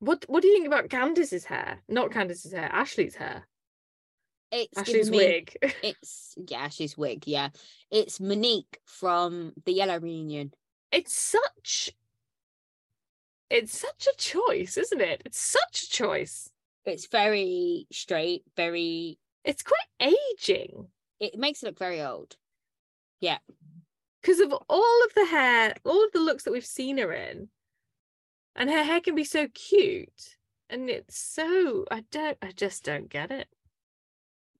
Speaker 1: What What do you think about Candace's hair? Not Candace's hair, Ashley's hair,
Speaker 2: it's giving
Speaker 1: Ashley's
Speaker 2: me-
Speaker 1: wig.
Speaker 2: It's yeah, she's wig. Yeah, it's Monique from the Yellow Reunion.
Speaker 1: it's such it's such a choice, isn't it? It's such a choice.
Speaker 2: It's very straight, very
Speaker 1: It's quite aging
Speaker 2: it makes it look very old. Yeah.
Speaker 1: because of all of the hair, all of the looks that we've seen her in. And her hair can be so cute. And it's so I don't I just don't get it.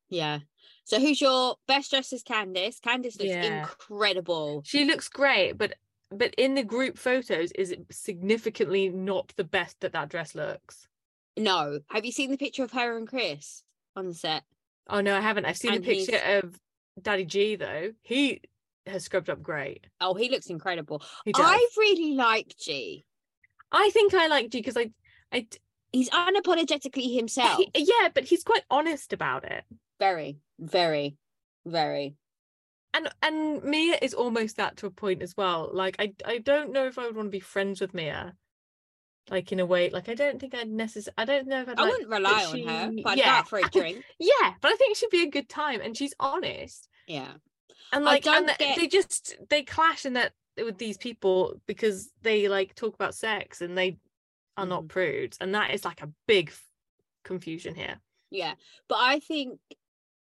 Speaker 2: Yeah. So who's your best dressed is Candice? Candice looks
Speaker 1: Yeah.
Speaker 2: incredible.
Speaker 1: She looks great, but but in the group photos is it significantly not the best that that dress looks.
Speaker 2: No. Have you seen the picture of her and Chris on the set?
Speaker 1: Oh no, I haven't. I've seen
Speaker 2: And
Speaker 1: the picture
Speaker 2: he's-
Speaker 1: of Daddy G though. He has scrubbed up great.
Speaker 2: Oh, he looks incredible.
Speaker 1: He does.
Speaker 2: I
Speaker 1: I,
Speaker 2: really like G.
Speaker 1: think I like G because I, I d-
Speaker 2: He's unapologetically himself.
Speaker 1: he- yeah, but he's quite honest about it.
Speaker 2: very, very, very.
Speaker 1: And and Mia is almost that to a point as well. Like I I don't know if I would want to be friends with Mia. Like in a way, like I don't think I'd necessarily. I don't know if I'd.
Speaker 2: I
Speaker 1: like-
Speaker 2: wouldn't rely on her,
Speaker 1: she-
Speaker 2: but I'd go
Speaker 1: yeah.
Speaker 2: out for a drink.
Speaker 1: yeah, but I think she'd be a good time, and she's honest.
Speaker 2: Yeah.
Speaker 1: and
Speaker 2: I
Speaker 1: like
Speaker 2: don't
Speaker 1: and th-
Speaker 2: get-
Speaker 1: they just they clash in that with these people because they like talk about sex and they are not
Speaker 2: Mhm.
Speaker 1: prudes and that is like a big f- confusion here
Speaker 2: Yeah. But I think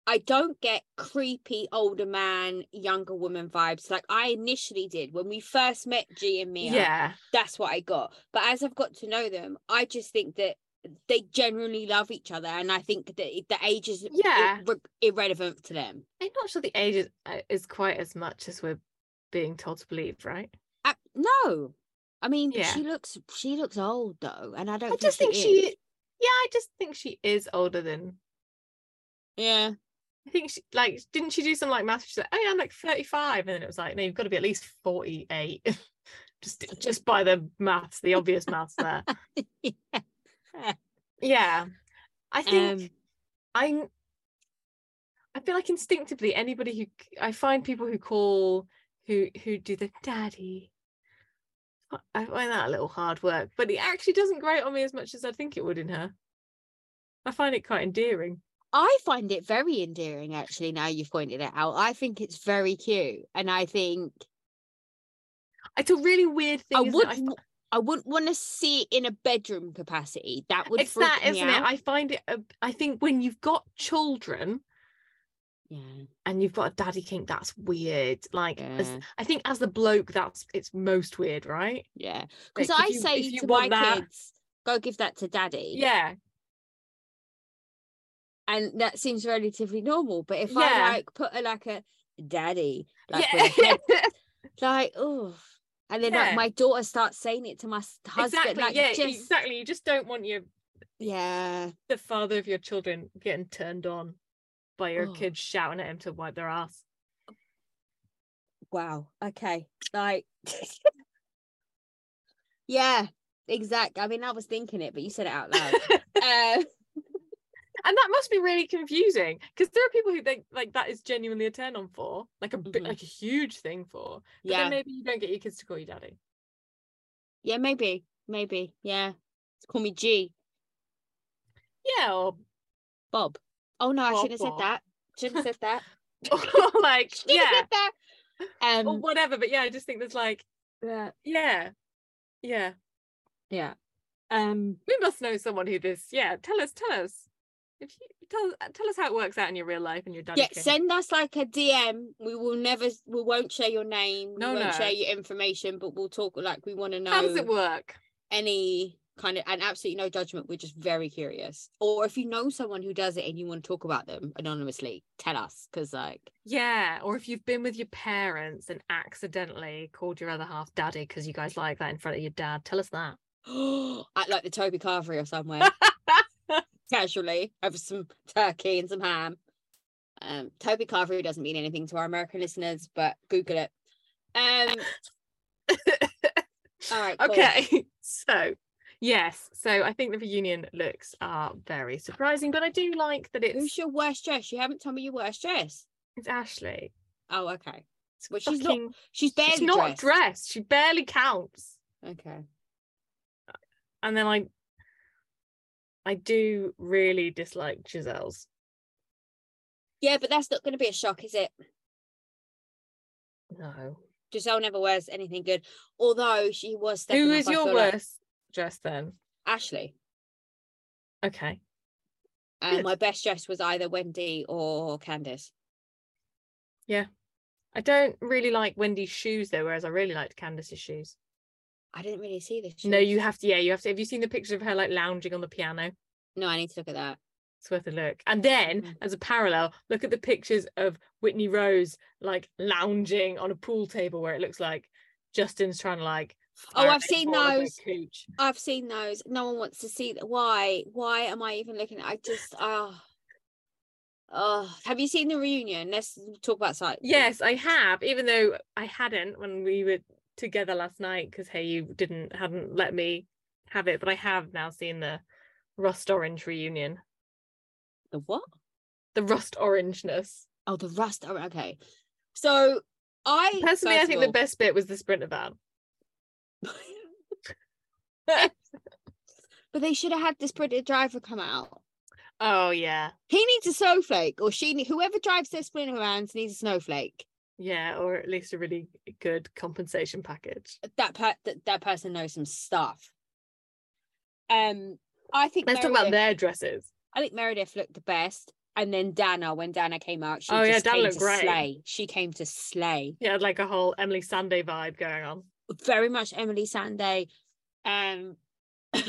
Speaker 2: I don't get creepy older man, younger woman vibes like I initially did when we first met G and Mia.
Speaker 1: yeah
Speaker 2: That's what I got. But as I've got to know them, I just think that they generally love each other. And I think that it- the age is ir-
Speaker 1: Yeah.
Speaker 2: re- irrelevant to them.
Speaker 1: i'm not sure the age is, uh, is quite as much as we're being told to believe right
Speaker 2: Uh, no. I mean,
Speaker 1: Yeah.
Speaker 2: she looks she looks old though, and I don't.
Speaker 1: i just think she
Speaker 2: is.
Speaker 1: yeah i just think she is older than
Speaker 2: Yeah,
Speaker 1: i think she like didn't she do some like math she's like oh yeah i'm like 35 and then it was like no you've got to be at least 48 just just by the maths the obvious maths there yeah i think
Speaker 2: Um,
Speaker 1: i'm i feel like instinctively anybody who c- i find people who call who who do the daddy I- i find that a little hard work but it actually doesn't grate on me as much as i think it would in her i find it quite endearing
Speaker 2: I find it very endearing, actually. Now you've pointed it out, I think it's very cute, and I think
Speaker 1: it's a really weird thing
Speaker 2: I
Speaker 1: isn't it? I
Speaker 2: wouldn't. I wouldn't want to see it in a bedroom capacity. That would
Speaker 1: it's
Speaker 2: freak
Speaker 1: that
Speaker 2: me
Speaker 1: isn't
Speaker 2: out.
Speaker 1: it i find it a- i think when you've got children
Speaker 2: yeah,
Speaker 1: and you've got a daddy kink that's weird like as-
Speaker 2: yeah,
Speaker 1: i think as the bloke that's it's most weird right
Speaker 2: yeah. Because
Speaker 1: Like, if
Speaker 2: I
Speaker 1: you-
Speaker 2: say
Speaker 1: if you
Speaker 2: to my
Speaker 1: want that-
Speaker 2: kids, "Go give that to daddy,"
Speaker 1: yeah
Speaker 2: and that seems relatively normal. But if
Speaker 1: Yeah.
Speaker 2: I like put a like a daddy, like, with a head, like oh, and then like
Speaker 1: Yeah.
Speaker 2: my daughter starts saying it to my s- husband,
Speaker 1: exactly
Speaker 2: like
Speaker 1: yeah
Speaker 2: just
Speaker 1: exactly you just don't want your
Speaker 2: yeah.
Speaker 1: the father of your children getting turned on by your
Speaker 2: Oh.
Speaker 1: kids shouting at him to wipe their ass
Speaker 2: Wow. Okay. Like, yeah, exact. I mean, I was thinking it, but you said it out loud. uh,
Speaker 1: and that must be really confusing because there are people who think like that is genuinely a turn on for like a bit
Speaker 2: Mhm.
Speaker 1: like a huge thing for but
Speaker 2: yeah.
Speaker 1: then maybe you don't get your kids to call you daddy
Speaker 2: yeah. Maybe. Maybe. Yeah. Call me G.
Speaker 1: yeah or,
Speaker 2: Bob. Oh no, I
Speaker 1: Bob,
Speaker 2: shouldn't have said
Speaker 1: Bob.
Speaker 2: that. Shouldn't have said that.
Speaker 1: or like
Speaker 2: Shouldn't have
Speaker 1: yeah
Speaker 2: said that. Um.
Speaker 1: or whatever but yeah i just think there's like
Speaker 2: yeah.
Speaker 1: yeah yeah
Speaker 2: Yeah. Um.
Speaker 1: we must know someone who this yeah tell us tell us if you tell tell us how it works out in your real life and your daddy
Speaker 2: Yeah,
Speaker 1: kink.
Speaker 2: send us like a DM. We will never, we won't share your name.
Speaker 1: No,
Speaker 2: we won't
Speaker 1: no.
Speaker 2: share your information, but we'll talk like we want to know.
Speaker 1: how does it work
Speaker 2: any kind of and absolutely no judgment we're just very curious or if you know someone who does it and you want to talk about them anonymously tell us because like
Speaker 1: Yeah, or if you've been with your parents and accidentally called your other half daddy because you guys like that in front of your dad, tell us that.
Speaker 2: at like the toby carvery or somewhere casually over some turkey and some ham um toby carvery doesn't mean anything to our american listeners but google it um all right cool.
Speaker 1: Okay, so yes, so I think the reunion looks are very surprising, but I do like that it's
Speaker 2: who's your worst dress you haven't told me your worst dress
Speaker 1: it's Ashley.
Speaker 2: oh okay
Speaker 1: It's
Speaker 2: Well, she's not
Speaker 1: fucking-
Speaker 2: she's barely
Speaker 1: she's not
Speaker 2: dressed.
Speaker 1: dressed. She barely counts.
Speaker 2: okay
Speaker 1: And then I, I do really dislike Giselle's.
Speaker 2: yeah but that's not going to be a shock is it
Speaker 1: No,
Speaker 2: Giselle never wears anything good. Although she was stepping
Speaker 1: Who
Speaker 2: up,
Speaker 1: is
Speaker 2: I
Speaker 1: your
Speaker 2: feel like-
Speaker 1: worst dress then?
Speaker 2: Ashley.
Speaker 1: Okay.
Speaker 2: And
Speaker 1: Good.
Speaker 2: my best dress was either Wendy or Candace.
Speaker 1: I don't really like Wendy's shoes though, whereas I really liked Candace's shoes.
Speaker 2: I didn't really see this.
Speaker 1: No, you have to. Yeah, you have to. Have you seen the picture of her like lounging on the piano?
Speaker 2: No, I need to look at that.
Speaker 1: It's worth a look. And then,
Speaker 2: Mm.
Speaker 1: as a parallel, look at the pictures of Whitney Rose like lounging on a pool table where it looks like Justin's trying to like.
Speaker 2: Oh,
Speaker 1: throw
Speaker 2: I've
Speaker 1: a
Speaker 2: seen
Speaker 1: ball at her
Speaker 2: those.
Speaker 1: Cooch.
Speaker 2: I've seen those. No one wants to see th- why. Why am I even looking? I just ah. oh, have you seen the reunion? Let's talk about site.
Speaker 1: Yes, I have. Even though I hadn't when we were together last night, because hey, you didn't hadn't let me have it, but I have now seen the rust orange reunion,
Speaker 2: The what?
Speaker 1: the rust orangeness.
Speaker 2: Oh, the rust. Oh, okay. So I
Speaker 1: Personally, I
Speaker 2: first of
Speaker 1: think the
Speaker 2: all-
Speaker 1: best bit was the sprinter van.
Speaker 2: but they should have had this British driver come out.
Speaker 1: Oh yeah,
Speaker 2: He needs a snowflake, or she, ne- whoever drives their splinter vans needs a snowflake.
Speaker 1: yeah, or at least a really good compensation package.
Speaker 2: That per- that, that person knows some stuff. Um, I think
Speaker 1: Let's talk
Speaker 2: Meredith-
Speaker 1: about their dresses.
Speaker 2: I think Meredith looked the best, and then Dana when Dana came out, she
Speaker 1: Oh, yeah,
Speaker 2: just
Speaker 1: Dana
Speaker 2: came
Speaker 1: looked
Speaker 2: to
Speaker 1: great.
Speaker 2: slay. She came to slay
Speaker 1: Yeah, like a whole Emily Sunday vibe going on.
Speaker 2: very much Emily Sanday. Um,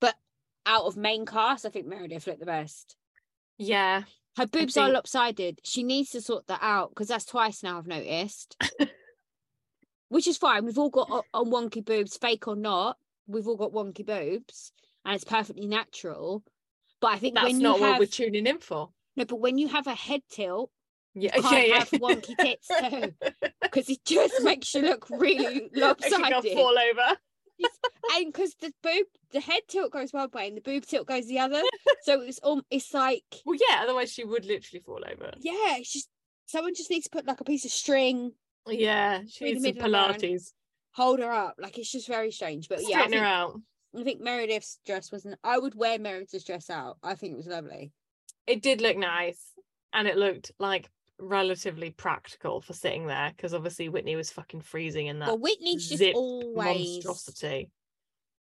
Speaker 2: but out of main cast, I think Meredith looked the best.
Speaker 1: Yeah,
Speaker 2: Her boobs are
Speaker 1: think-
Speaker 2: lopsided. She needs to sort that out because that's twice now I've noticed. Which is fine. We've all got o- on wonky boobs, fake or not. We've all got wonky boobs, and it's perfectly natural. But I think
Speaker 1: that's
Speaker 2: when
Speaker 1: not
Speaker 2: you
Speaker 1: what
Speaker 2: have
Speaker 1: we're tuning in for.
Speaker 2: no, but when you have a head tilt,
Speaker 1: Yeah,
Speaker 2: can't
Speaker 1: yeah, yeah.
Speaker 2: have wonky tits too because it just makes you look really
Speaker 1: I could go
Speaker 2: lopsided.
Speaker 1: fall over.
Speaker 2: and because the boob, the head tilt goes one way and the boob tilt goes the other, so it's um, it's like
Speaker 1: Well, yeah, otherwise she would literally fall over.
Speaker 2: yeah, it's just someone just needs to put like a piece of string
Speaker 1: Yeah, she
Speaker 2: Through the
Speaker 1: needs some
Speaker 2: middle of her
Speaker 1: Pilates.
Speaker 2: hold her up. Like it's just very strange. But yeah, I
Speaker 1: Straighten her
Speaker 2: think,
Speaker 1: out.
Speaker 2: I think Meredith's dress wasn't. I would wear Meredith's dress out. I think it was lovely.
Speaker 1: It did look nice, and it looked like relatively practical for sitting there because obviously Whitney was fucking freezing in that
Speaker 2: But Whitney's just
Speaker 1: zipped
Speaker 2: always
Speaker 1: Ah, monstrosity.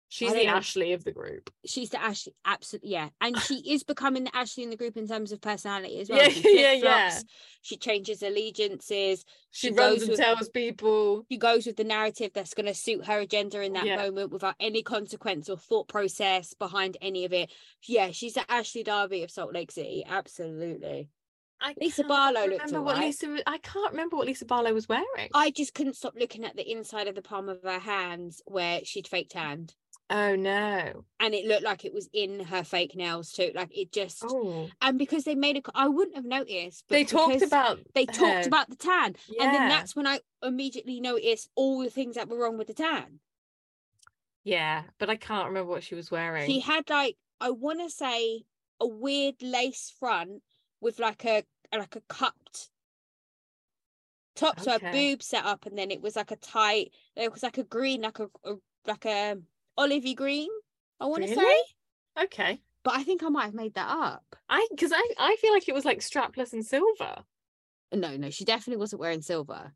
Speaker 1: She's
Speaker 2: don't
Speaker 1: the
Speaker 2: know.
Speaker 1: Ashley of the group.
Speaker 2: she's the Ashley, absolutely yeah, and she is becoming the Ashley in the group in terms of personality as well.
Speaker 1: Yeah,
Speaker 2: she
Speaker 1: yeah, yeah.
Speaker 2: flip-flops, She changes allegiances.
Speaker 1: She,
Speaker 2: She
Speaker 1: runs
Speaker 2: goes
Speaker 1: and
Speaker 2: with-
Speaker 1: tells people.
Speaker 2: She goes with the narrative that's going to suit her agenda in that
Speaker 1: Yeah.
Speaker 2: moment without any consequence or thought process behind any of it. Yeah, she's the Ashley Darby of Salt Lake City, absolutely.
Speaker 1: I
Speaker 2: Lisa
Speaker 1: can't
Speaker 2: Barlow looked
Speaker 1: remember what
Speaker 2: alright.
Speaker 1: Lisa. was- I can't remember what Lisa Barlow was wearing.
Speaker 2: I just couldn't stop looking at the inside of the palm of her hands where she'd fake tanned.
Speaker 1: Oh no!
Speaker 2: And it looked like it was in her fake nails too. Like it just,
Speaker 1: Oh,
Speaker 2: and because they made a, co- I wouldn't have noticed. but
Speaker 1: they talked
Speaker 2: because
Speaker 1: about.
Speaker 2: they
Speaker 1: her.
Speaker 2: talked about the tan,
Speaker 1: Yeah.
Speaker 2: and then that's when I immediately noticed all the things that were wrong with the tan.
Speaker 1: Yeah, but I can't remember what she was wearing.
Speaker 2: She had like I want to say a weird lace front with like a like a cupped top, so her
Speaker 1: Okay.
Speaker 2: boob set up, and then it was like a tight. It was like a green, like a, a like a olivey green. I want to say,
Speaker 1: Really? okay.
Speaker 2: but I think I might have made that up.
Speaker 1: I because I I feel like it was like strapless and silver.
Speaker 2: No, no, she definitely wasn't wearing silver.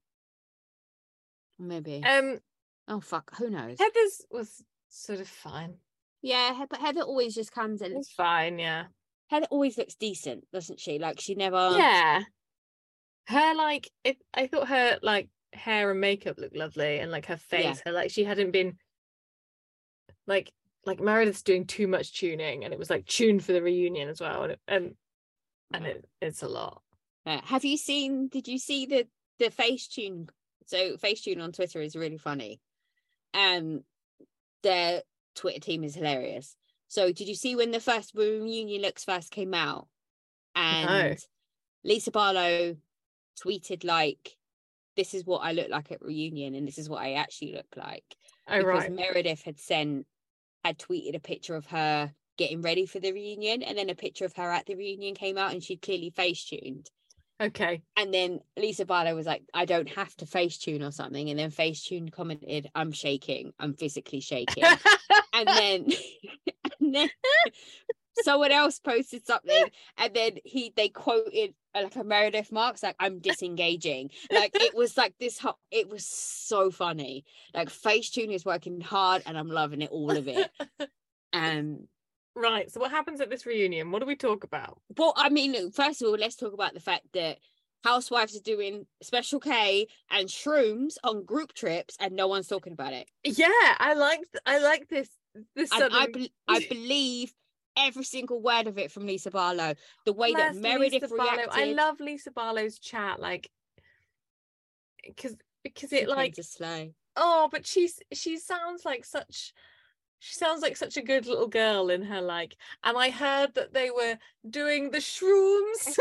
Speaker 2: Maybe.
Speaker 1: Um,
Speaker 2: oh fuck, who knows?
Speaker 1: Heather's was sort of fine.
Speaker 2: yeah, He- but Heather always just comes
Speaker 1: It
Speaker 2: in.
Speaker 1: was fine, yeah.
Speaker 2: Heather always looks decent, doesn't she? Like she never.
Speaker 1: Yeah. Um, Her like it, I thought her like hair and makeup looked lovely and like her face,
Speaker 2: Yeah.
Speaker 1: her like she hadn't been like like Meredith's doing too much tuning and it was like tuned for the reunion as well. And it, and, and
Speaker 2: Yeah.
Speaker 1: it, it's a lot.
Speaker 2: Uh, have you seen? Did you see the the Facetune? So Facetune on Twitter is really funny. Um, their Twitter team is hilarious. So did you see when the first when reunion looks first came out, and Lisa Barlow tweeted like, "This is what I look like at reunion, and this is what I actually look like."
Speaker 1: Oh
Speaker 2: because
Speaker 1: right.
Speaker 2: Meredith had sent had tweeted a picture of her getting ready for the reunion, and then a picture of her at the reunion came out, and she'd clearly face tuned.
Speaker 1: Okay.
Speaker 2: And then Lisa Barlow was like, "I don't have to face tune or something," and then face tune commented, "I'm shaking, I'm physically shaking," and then and then someone else posted something, and then he they quoted uh, like a Meredith Marks, like I'm disengaging. like it was like this whole, it was so funny. Like Facetune is working hard and I'm loving it, all of it. Um,
Speaker 1: Right. So what happens at this reunion? What do we talk about?
Speaker 2: well, I mean, first of all, let's talk about the fact that housewives are doing special K and shrooms on group trips and no one's talking about it.
Speaker 1: Yeah, I like I like this this
Speaker 2: and I,
Speaker 1: sudden-
Speaker 2: bel I believe every single word of it from Lisa Barlow. The way
Speaker 1: Bless
Speaker 2: that Meredith
Speaker 1: Lisa Barlow.
Speaker 2: reacted,
Speaker 1: I love Lisa Barlow's chat, like because because it like
Speaker 2: to slow.
Speaker 1: oh, but she's she sounds like such she sounds like such a good little girl in her like, and I heard that they were doing the shrooms.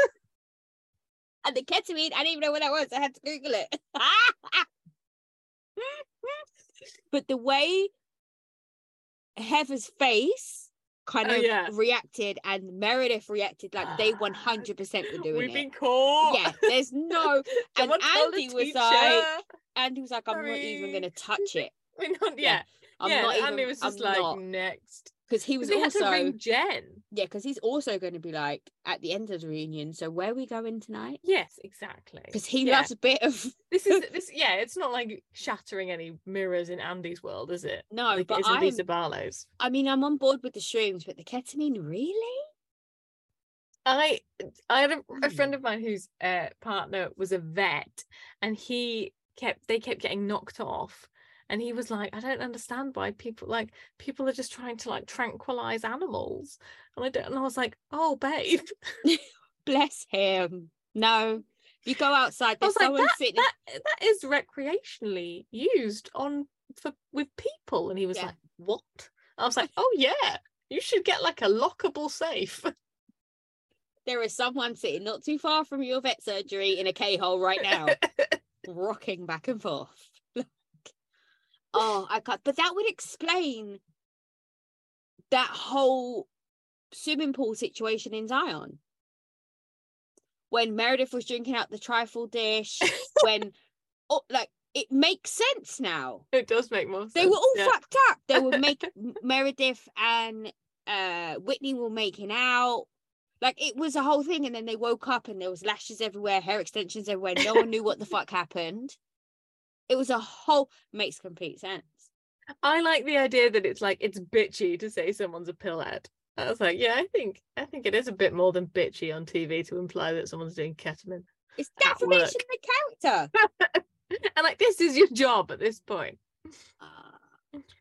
Speaker 2: And the ketamine, I didn't even know what that was. I had to Google it. but the way Heather's face kind
Speaker 1: Oh,
Speaker 2: of
Speaker 1: yeah.
Speaker 2: reacted and Meredith reacted like they 100% were doing
Speaker 1: We've
Speaker 2: it.
Speaker 1: been caught.
Speaker 2: yeah, there's no. and
Speaker 1: Someone tell the
Speaker 2: Andy was
Speaker 1: teacher.
Speaker 2: like, Andy was like, I'm not even
Speaker 1: Sorry.
Speaker 2: going to touch it.
Speaker 1: We're not, yeah,
Speaker 2: Yeah, I'm
Speaker 1: yeah.
Speaker 2: not even.
Speaker 1: Andy was just
Speaker 2: I'm
Speaker 1: like
Speaker 2: not.
Speaker 1: next.
Speaker 2: because he was
Speaker 1: Because they had
Speaker 2: also
Speaker 1: to ring Jen.
Speaker 2: yeah because he's also going to be like at the end of the reunion so where are we going tonight
Speaker 1: Yes, exactly.
Speaker 2: because he
Speaker 1: Yeah.
Speaker 2: loves a bit of
Speaker 1: this is this. Yeah, it's not like shattering any mirrors in Andy's world, is it?
Speaker 2: no
Speaker 1: Like it
Speaker 2: but
Speaker 1: is in
Speaker 2: I'm,
Speaker 1: Lisa Barlow's.
Speaker 2: i mean i'm on board with the shrooms but the ketamine really
Speaker 1: I I had a, a friend of mine whose uh, partner was a vet, and he kept they kept getting knocked off, and he was like, I don't understand why people like people are just trying to like tranquilize animals, and I don't. And I was like, oh babe,
Speaker 2: bless him no you go outside
Speaker 1: I
Speaker 2: there's
Speaker 1: was like
Speaker 2: someone
Speaker 1: that,
Speaker 2: sitting
Speaker 1: that that is recreationally used on for with people, and he was
Speaker 2: Yeah.
Speaker 1: like, what? I was like, oh yeah, you should get like a lockable safe.
Speaker 2: there is someone sitting not too far from your vet surgery in a k-hole right now rocking back and forth Like, oh i can't but that would explain that whole swimming pool situation in zion when meredith was drinking out the trifle dish when oh, like it makes sense now
Speaker 1: It does make more sense.
Speaker 2: they were all
Speaker 1: yeah.
Speaker 2: fucked up. They were make M- Meredith and uh Whitney were making out. Like it was a whole thing, and then they woke up and there was lashes everywhere, hair extensions everywhere. No one knew what the fuck happened. It was a whole makes complete sense.
Speaker 1: I like the idea that it's like it's bitchy to say someone's a pillhead. I was like, yeah, I think I think it is a bit more than bitchy on TV to imply that someone's doing ketamine.
Speaker 2: It's
Speaker 1: At
Speaker 2: defamation of character.
Speaker 1: And like this is your job at this point.
Speaker 2: Ah,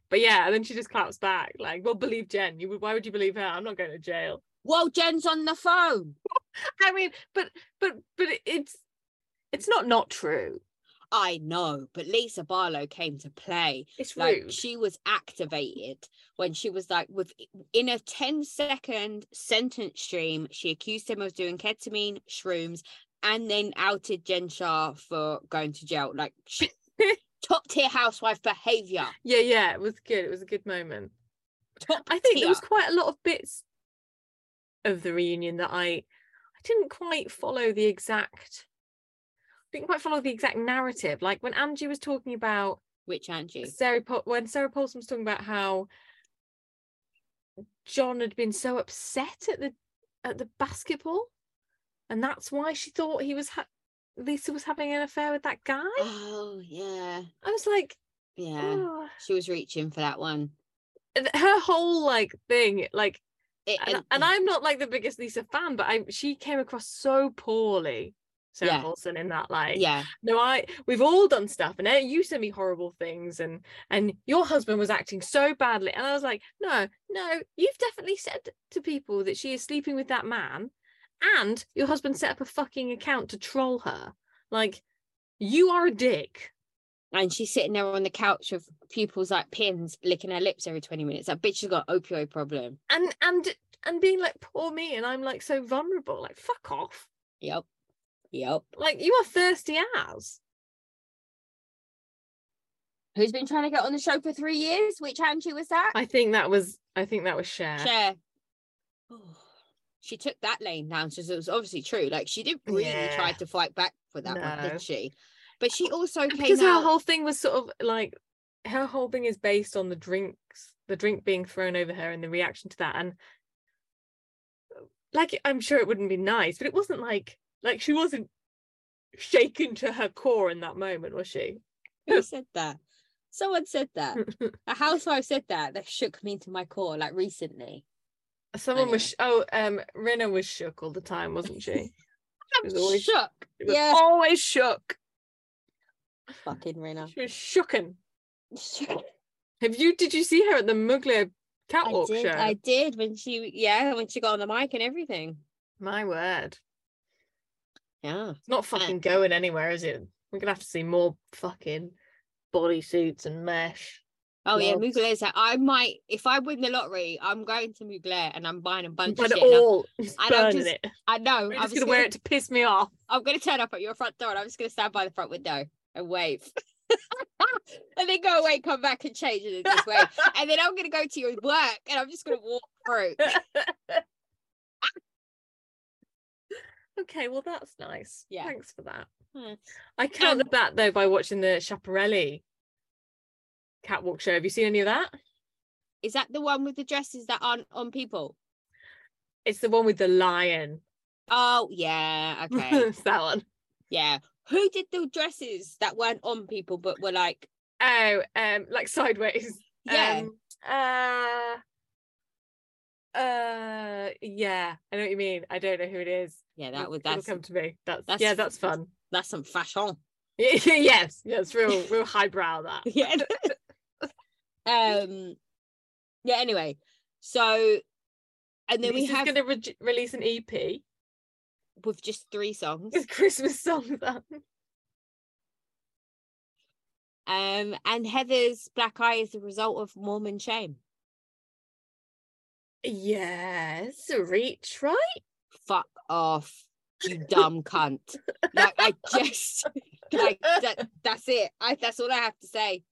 Speaker 1: But yeah, and then she just claps back, like, well, believe Jen. You would why would you believe her? I'm not going to jail.
Speaker 2: Well, Jen's on the phone.
Speaker 1: I mean, but but but it- it's it's not not true.
Speaker 2: I know, but Lisa Barlow came to play.
Speaker 1: It's
Speaker 2: like
Speaker 1: rude.
Speaker 2: she was activated when she was like with in a 10 second sentence stream she accused him of doing ketamine shrooms and then outed jen shah for going to jail like she, top tier housewife behavior
Speaker 1: yeah, yeah, it was good. It was a good moment.
Speaker 2: top
Speaker 1: I think there was
Speaker 2: tier.
Speaker 1: quite a lot of bits of the reunion that I I didn't quite follow the exact didn't quite follow the exact narrative. Like when Angie was talking about
Speaker 2: which angie
Speaker 1: Sarah Pol- when Sarah Paulson was talking about how John had been so upset at the at the basketball, and that's why she thought he was ha- Lisa was having an affair with that guy.
Speaker 2: oh yeah
Speaker 1: I was like,
Speaker 2: yeah
Speaker 1: oh.
Speaker 2: she was reaching for that one
Speaker 1: And her whole like thing, like
Speaker 2: It-
Speaker 1: and, and I'm not like the biggest Lisa fan, but I she came across so poorly, Sarah
Speaker 2: Yeah.
Speaker 1: Paulson, in that like,
Speaker 2: yeah
Speaker 1: no, I we've all done stuff, and eh, you send me horrible things, and and your husband was acting so badly, and I was like, no, no, you've definitely said to people that she is sleeping with that man, and your husband set up a fucking account to troll her, like, you are a dick.
Speaker 2: and she's sitting there on the couch with pupils like pins licking her lips every 20 minutes that bitch has got an opioid problem
Speaker 1: and and and being like poor me and i'm like so vulnerable like fuck off
Speaker 2: yep yep
Speaker 1: like you are thirsty as
Speaker 2: who's been trying to get on the show for three years. Which Angie was that?
Speaker 1: i think that was i think that was Cher.
Speaker 2: Cher. She took that lane down, so it was obviously true. Like she didn't really
Speaker 1: Yeah.
Speaker 2: try to fight back for that one,
Speaker 1: No.
Speaker 2: did she? But she also came
Speaker 1: because her
Speaker 2: out.
Speaker 1: whole thing was sort of like her whole thing is based on the drinks the drink being thrown over her and the reaction to that and like i'm sure it wouldn't be nice but it wasn't like Like she wasn't shaken to her core in that moment, was she?
Speaker 2: Who said that? Someone said
Speaker 1: Mm.
Speaker 2: that. A housewife said that. That shook me to my core, like recently.
Speaker 1: Someone was sh- oh um Rinna was shook all the time, wasn't she?
Speaker 2: I'm
Speaker 1: was always-
Speaker 2: shook.
Speaker 1: She was
Speaker 2: Yeah.
Speaker 1: always shook.
Speaker 2: Fucking Rena.
Speaker 1: She was shooken.
Speaker 2: Shook.
Speaker 1: Have you did you see her at the Mugler
Speaker 2: I
Speaker 1: catwalk
Speaker 2: did.
Speaker 1: show?
Speaker 2: I did when she, yeah, when she got on the mic and everything.
Speaker 1: My word.
Speaker 2: Yeah.
Speaker 1: It's not fucking going anywhere, is it? We're gonna have to see more fucking bodysuits and mesh.
Speaker 2: Oh yeah,
Speaker 1: Well-
Speaker 2: Mugler's. like, I might, if I win the lottery, I'm going to Mugler and I'm buying a bunch
Speaker 1: But
Speaker 2: of shit. and I'm-
Speaker 1: all just
Speaker 2: and I'm
Speaker 1: burning
Speaker 2: just-
Speaker 1: it.
Speaker 2: I know.
Speaker 1: We're
Speaker 2: I'm
Speaker 1: just gonna wear it to piss me off.
Speaker 2: I'm gonna turn up at your front door and I'm just gonna stand by the front window and wave. and then go away, come back and change it in this way. and then I'm gonna go to your work and I'm just gonna walk through.
Speaker 1: okay, well that's nice.
Speaker 2: Yeah.
Speaker 1: Thanks for that.
Speaker 2: Hmm.
Speaker 1: I counted that though by watching the Schiaparelli catwalk show. Have you seen any of that?
Speaker 2: Is that the one with the dresses that aren't on people?
Speaker 1: It's the one with the lion.
Speaker 2: Oh yeah, okay.
Speaker 1: it's that one.
Speaker 2: yeah. Who did the dresses that weren't on people but were like
Speaker 1: Oh, um, like sideways.
Speaker 2: yeah.
Speaker 1: Um, uh, uh, yeah. I know what you mean. I don't know who it is.
Speaker 2: yeah,
Speaker 1: It'll-
Speaker 2: that would
Speaker 1: it'll
Speaker 2: that's
Speaker 1: come to me. That's,
Speaker 2: that's
Speaker 1: yeah,
Speaker 2: f-
Speaker 1: that's fun.
Speaker 2: that's some fashion.
Speaker 1: yes, yeah, it's real, real highbrow. That
Speaker 2: yeah. um yeah, anyway. So and then we
Speaker 1: Lisa's
Speaker 2: have
Speaker 1: gonna re- release an E EP
Speaker 2: with just three songs.
Speaker 1: with Christmas songs. on.
Speaker 2: Um, and Heather's black eye is the result of Mormon shame.
Speaker 1: Yes, reach right.
Speaker 2: Fuck off, you dumb cunt. Like I just like that, that's it. I that's all I have to say.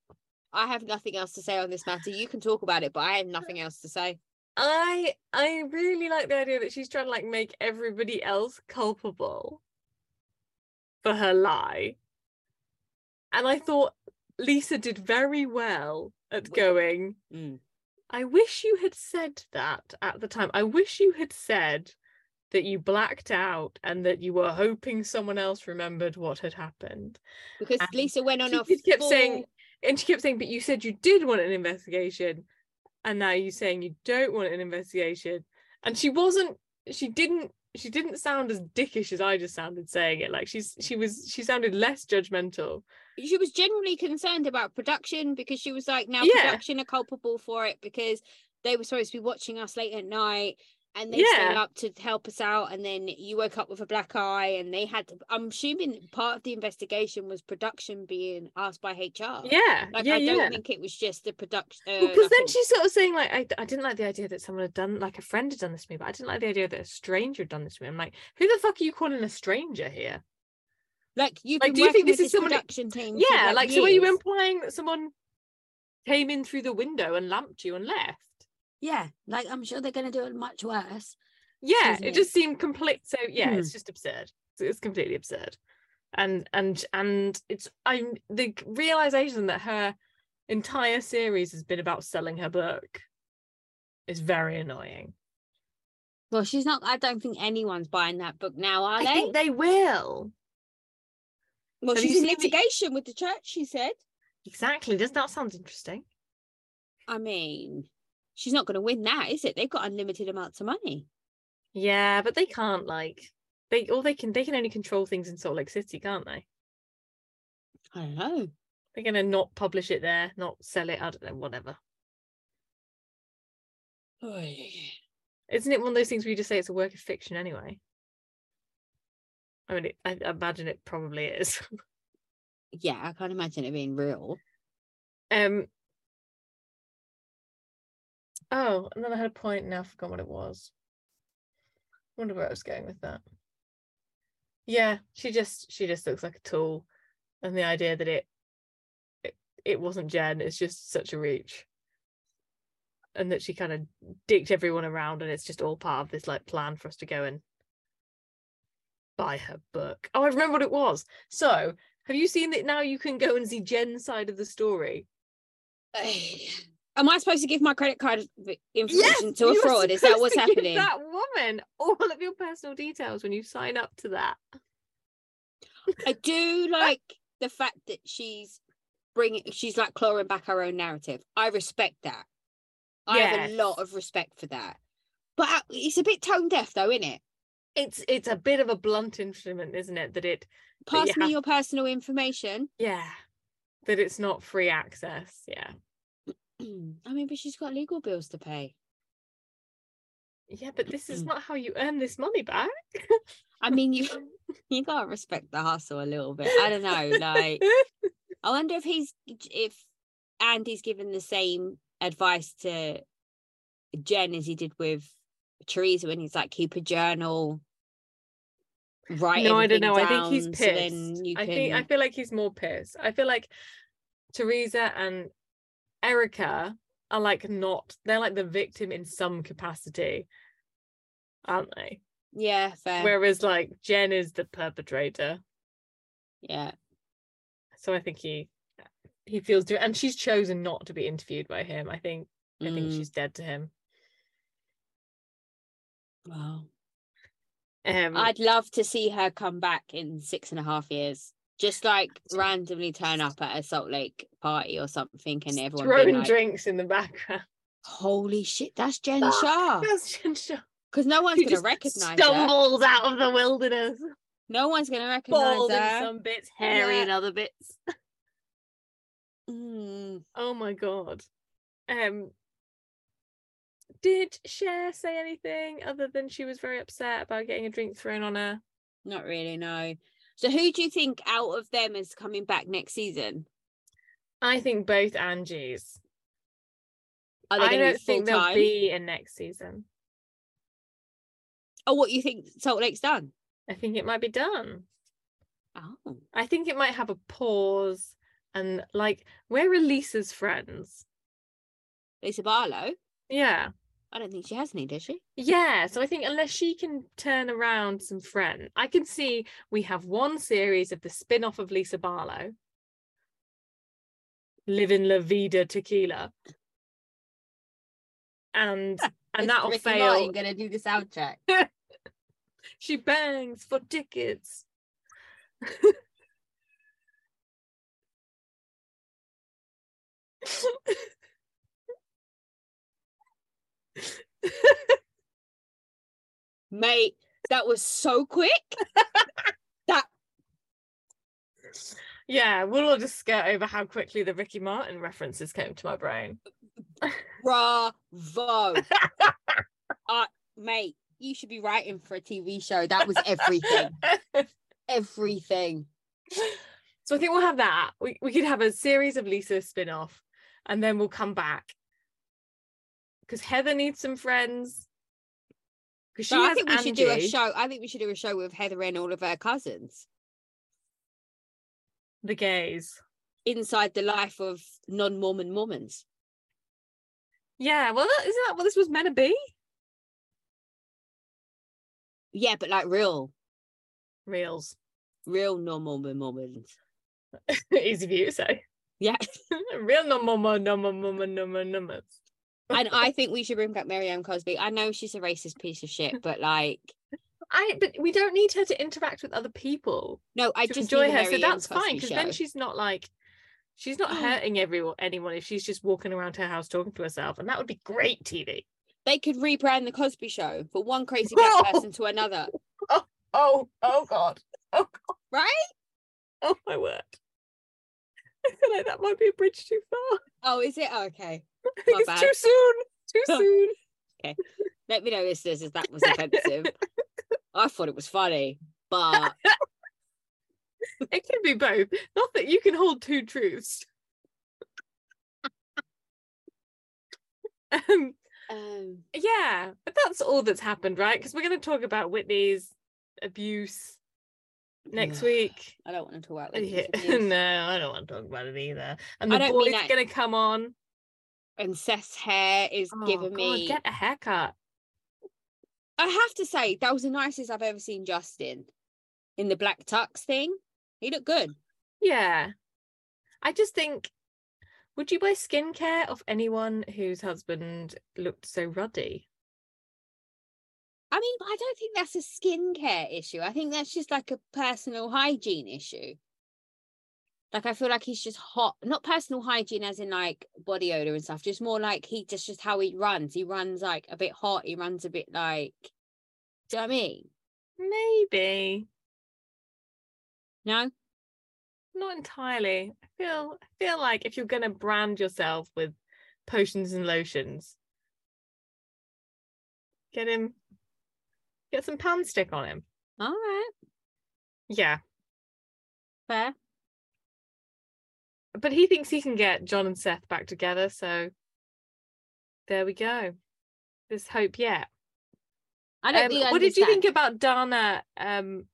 Speaker 2: I have nothing else to say on this matter. You can talk about it, but I have nothing else to say.
Speaker 1: I I really like the idea that she's trying to like make everybody else culpable for her lie. And I thought Lisa did very well at going,
Speaker 2: Mm.
Speaker 1: I wish you had said that at the time. I wish you had said that you blacked out and that you were hoping someone else remembered what had happened.
Speaker 2: Because
Speaker 1: And
Speaker 2: Lisa went on
Speaker 1: she
Speaker 2: a
Speaker 1: kept saying
Speaker 2: full-
Speaker 1: and she kept saying but you said you did want an investigation and now you're saying you don't want an investigation and she wasn't she didn't she didn't sound as dickish as i just sounded saying it like she's she was she sounded less judgmental
Speaker 2: she was generally concerned about production because she was like, now
Speaker 1: Yeah.
Speaker 2: production are culpable for it because they were supposed to be watching us late at night and they stayed
Speaker 1: Yeah.
Speaker 2: up to help us out. And then you woke up with a black eye and they had, I'm assuming part of the investigation was production being asked by HR.
Speaker 1: yeah
Speaker 2: Like,
Speaker 1: yeah
Speaker 2: Oh, I don't
Speaker 1: yeah
Speaker 2: think it was just the uh, production.
Speaker 1: because then she's sort of saying like I, I didn't like the idea that someone had done like a friend had done this to me but i didn't like the idea that a stranger had done this to me i'm like who the fuck are you calling a stranger here
Speaker 2: like, you've
Speaker 1: like,
Speaker 2: been
Speaker 1: do you
Speaker 2: working
Speaker 1: think this
Speaker 2: with
Speaker 1: is someone-
Speaker 2: production team? for,
Speaker 1: yeah like so were you
Speaker 2: years.
Speaker 1: implying that someone came in through the window and lamped you and left
Speaker 2: Yeah. Like, I'm sure they're going to do it much worse.
Speaker 1: yeah
Speaker 2: Excuse
Speaker 1: it Hmm.
Speaker 2: me.
Speaker 1: just seemed complete so yeah it's just absurd It's- it's completely absurd and and and it's i'm the realization that her entire series has been about selling her book is very annoying
Speaker 2: Well, she's not, I don't think anyone's buying that book now, are
Speaker 1: i
Speaker 2: they?
Speaker 1: think they will
Speaker 2: Well,
Speaker 1: Have you
Speaker 2: she's in
Speaker 1: seen the-
Speaker 2: litigation with the church, she said.
Speaker 1: exactly does that sound interesting
Speaker 2: I mean, she's not going to win that, is it? They've got unlimited amounts of money.
Speaker 1: yeah but they can't like they all they can they can only control things in salt lake city can't they
Speaker 2: I don't know.
Speaker 1: they're gonna not publish it there not sell it i don't know whatever Isn't it one of those things where you just say it's a work of fiction anyway? I mean, it, I I imagine it probably is.
Speaker 2: Yeah, I can't imagine it being real.
Speaker 1: Um. Oh, and then I had a point. Now I've forgotten what it was. Wonder where I was going with that. Yeah, she just she just looks like a tool, and the idea that it it, it wasn't Jen is just such a reach, and that she kind of dicked everyone around, and it's just all part of this like plan for us to go and buy her book. Oh, I remember what it was. So, have you seen that now? You can go and see Jen's side of the story
Speaker 2: Am I supposed to give my credit card v-
Speaker 1: Yes,
Speaker 2: information to a
Speaker 1: you are
Speaker 2: fraud? Is that
Speaker 1: supposed
Speaker 2: what's
Speaker 1: to give
Speaker 2: happening?
Speaker 1: That woman, all of your personal details when you sign up to that.
Speaker 2: I do like the fact that she's bringing, she's like clawing back her own narrative. I respect that. I have a lot
Speaker 1: Yes.
Speaker 2: of respect for that. But uh, it's a bit tone deaf, though, isn't it?
Speaker 1: It's it's a bit of a blunt instrument, isn't it? That it But you
Speaker 2: Pass me
Speaker 1: have-
Speaker 2: your personal information.
Speaker 1: yeah, that it's not free access. Yeah,
Speaker 2: I mean, but she's got legal bills to pay.
Speaker 1: yeah, but this
Speaker 2: Mm.
Speaker 1: is not how you earn this money back.
Speaker 2: I mean, you you gotta respect the hustle a little bit. I don't know. Like, I wonder if he's if Andy's given the same advice to Jen as he did with Teresa when he's like, keep a journal. Right.
Speaker 1: no, I don't know. I think he's pissed.
Speaker 2: So then you
Speaker 1: I think I
Speaker 2: can-
Speaker 1: feel like he's more pissed. I feel like Teresa and Erica are like not. They're like the victim in some capacity, aren't they?
Speaker 2: yeah, fair.
Speaker 1: Whereas like Jen is the perpetrator.
Speaker 2: yeah.
Speaker 1: So I think he he feels do and she's chosen not to be interviewed by him. I think I think
Speaker 2: Mm,
Speaker 1: she's dead to him.
Speaker 2: Mm, well,
Speaker 1: Um
Speaker 2: I'd love to see her come back in six and a half years. Just like randomly turn up at a Salt Lake party or something, and
Speaker 1: just
Speaker 2: everyone be
Speaker 1: throwing
Speaker 2: like,
Speaker 1: drinks in the background.
Speaker 2: "Holy shit, that's Jen
Speaker 1: Fuck,
Speaker 2: Shah!"
Speaker 1: That's Jen Shaw.
Speaker 2: Because no one's
Speaker 1: She
Speaker 2: Oh. gonna
Speaker 1: just
Speaker 2: recognize her.
Speaker 1: stumbles out of the wilderness,
Speaker 2: No one's gonna recognize
Speaker 1: bald
Speaker 2: her.
Speaker 1: in some bits, hairy
Speaker 2: Yeah.
Speaker 1: in other bits.
Speaker 2: Mm,
Speaker 1: Oh my god. Um did Cher say anything other than she was very upset about getting a drink thrown on her?
Speaker 2: not really. No. So who do you think out of them is coming back next season?
Speaker 1: I think both Angies.
Speaker 2: Are they
Speaker 1: I
Speaker 2: gonna
Speaker 1: don't
Speaker 2: be
Speaker 1: think
Speaker 2: full
Speaker 1: there'll
Speaker 2: time?
Speaker 1: be a next season.
Speaker 2: Oh, what you think Salt Lake's done?
Speaker 1: I think it might be done.
Speaker 2: Oh,
Speaker 1: I think it might have a pause and like where are Lisa's friends?
Speaker 2: Lisa Barlow.
Speaker 1: Yeah.
Speaker 2: I don't think she has any, does she?
Speaker 1: Yeah. So I think unless she can turn around some friend, I can see we have one series of the spin-off of Lisa Barlow. Living La Vida Tequila. And and that'll fail.
Speaker 2: gonna do the sound check.
Speaker 1: She bangs for tickets.
Speaker 2: Mate, that was so quick.
Speaker 1: Yeah, we'll all just skirt over how quickly the Ricky Martin references came to my brain.
Speaker 2: Bravo. uh, mate, you should be writing for a TV show. That was everything. everything.
Speaker 1: so I think we'll have that. We we could have a series of Lisa spin-off and then we'll come back. Because Heather needs some friends. Because she
Speaker 2: But I
Speaker 1: has
Speaker 2: think we should do a
Speaker 1: Angie.
Speaker 2: show. I think we should do a show with Heather and all of her cousins
Speaker 1: the gays.
Speaker 2: inside the life of non-Mormon Mormons.
Speaker 1: Yeah, well that isn't that what this was meant to be?
Speaker 2: Yeah, but like real,
Speaker 1: Reels.
Speaker 2: real non-Mormon Mormons.
Speaker 1: Easy for you to say.
Speaker 2: Yeah,
Speaker 1: Real number number number number numbers.
Speaker 2: and I think we should bring back Marianne Cosby. I know she's a racist piece of shit, but like,
Speaker 1: I but we don't need her to interact with other people.
Speaker 2: no, I
Speaker 1: to
Speaker 2: just
Speaker 1: enjoy
Speaker 2: need a
Speaker 1: her. So
Speaker 2: Marianne
Speaker 1: that's fine
Speaker 2: Cosby
Speaker 1: because then
Speaker 2: show.
Speaker 1: she's not like she's not hurting everyone anyone if she's just walking around her house talking to herself, and that would be great TV.
Speaker 2: they could rebrand the Cosby Show from one crazy black
Speaker 1: Whoa.
Speaker 2: person to another,
Speaker 1: Oh, oh God, oh God,
Speaker 2: right?
Speaker 1: oh my word! I feel like that might be a bridge too far.
Speaker 2: Oh, is it okay?
Speaker 1: I think
Speaker 2: My
Speaker 1: it's
Speaker 2: bad.
Speaker 1: too soon. Too
Speaker 2: Oh.
Speaker 1: soon.
Speaker 2: Let me know, listeners, if that was offensive. I thought it was funny, but
Speaker 1: It can be both. Not that you can hold two truths. um,
Speaker 2: um,
Speaker 1: yeah, but that's all that's happened, right? Because we're going to talk about Whitney's abuse next
Speaker 2: ugh,
Speaker 1: week.
Speaker 2: I don't want to talk about
Speaker 1: Yeah.
Speaker 2: Whitney's abuse.
Speaker 1: no, I don't want to talk about it either. And
Speaker 2: I
Speaker 1: the
Speaker 2: don't mean
Speaker 1: boy's
Speaker 2: that-
Speaker 1: going to come on.
Speaker 2: and Seth's hair is
Speaker 1: Oh,
Speaker 2: giving
Speaker 1: God,
Speaker 2: me.
Speaker 1: get a haircut.
Speaker 2: I have to say that was the nicest I've ever seen Justin in the black tux thing. He looked good.
Speaker 1: Yeah, I just think Would you buy skincare off anyone whose husband looked so ruddy?
Speaker 2: I mean, I don't think that's a skincare issue. I think that's just like a personal hygiene issue. Like I feel like he's just hot, not personal hygiene as in like body odor and stuff, just more like he just just how he runs. He runs like a bit hot. He runs a bit like, do you know what I mean?
Speaker 1: Maybe.
Speaker 2: No,
Speaker 1: Not entirely. I feel I feel like if you're gonna brand yourself with potions and lotions, get him get some pan stick on him.
Speaker 2: all right,
Speaker 1: Yeah.
Speaker 2: fair.
Speaker 1: But he thinks he can get John and Seth back together, so there we go. There's hope yet.
Speaker 2: I don't
Speaker 1: Um,
Speaker 2: think. I
Speaker 1: what did you
Speaker 2: understand.
Speaker 1: think about Dana? Um,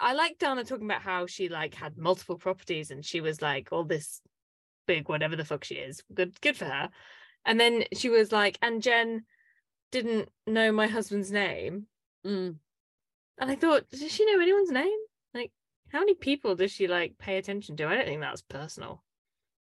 Speaker 1: I like Dana talking about how she like had multiple properties and she was like all this big whatever the fuck she is. Good, good for her. And then she was like, and Jen didn't know my husband's name.
Speaker 2: Mm.
Speaker 1: And I thought, does she know anyone's name? Like, how many people does she like pay attention to? I don't think that's personal.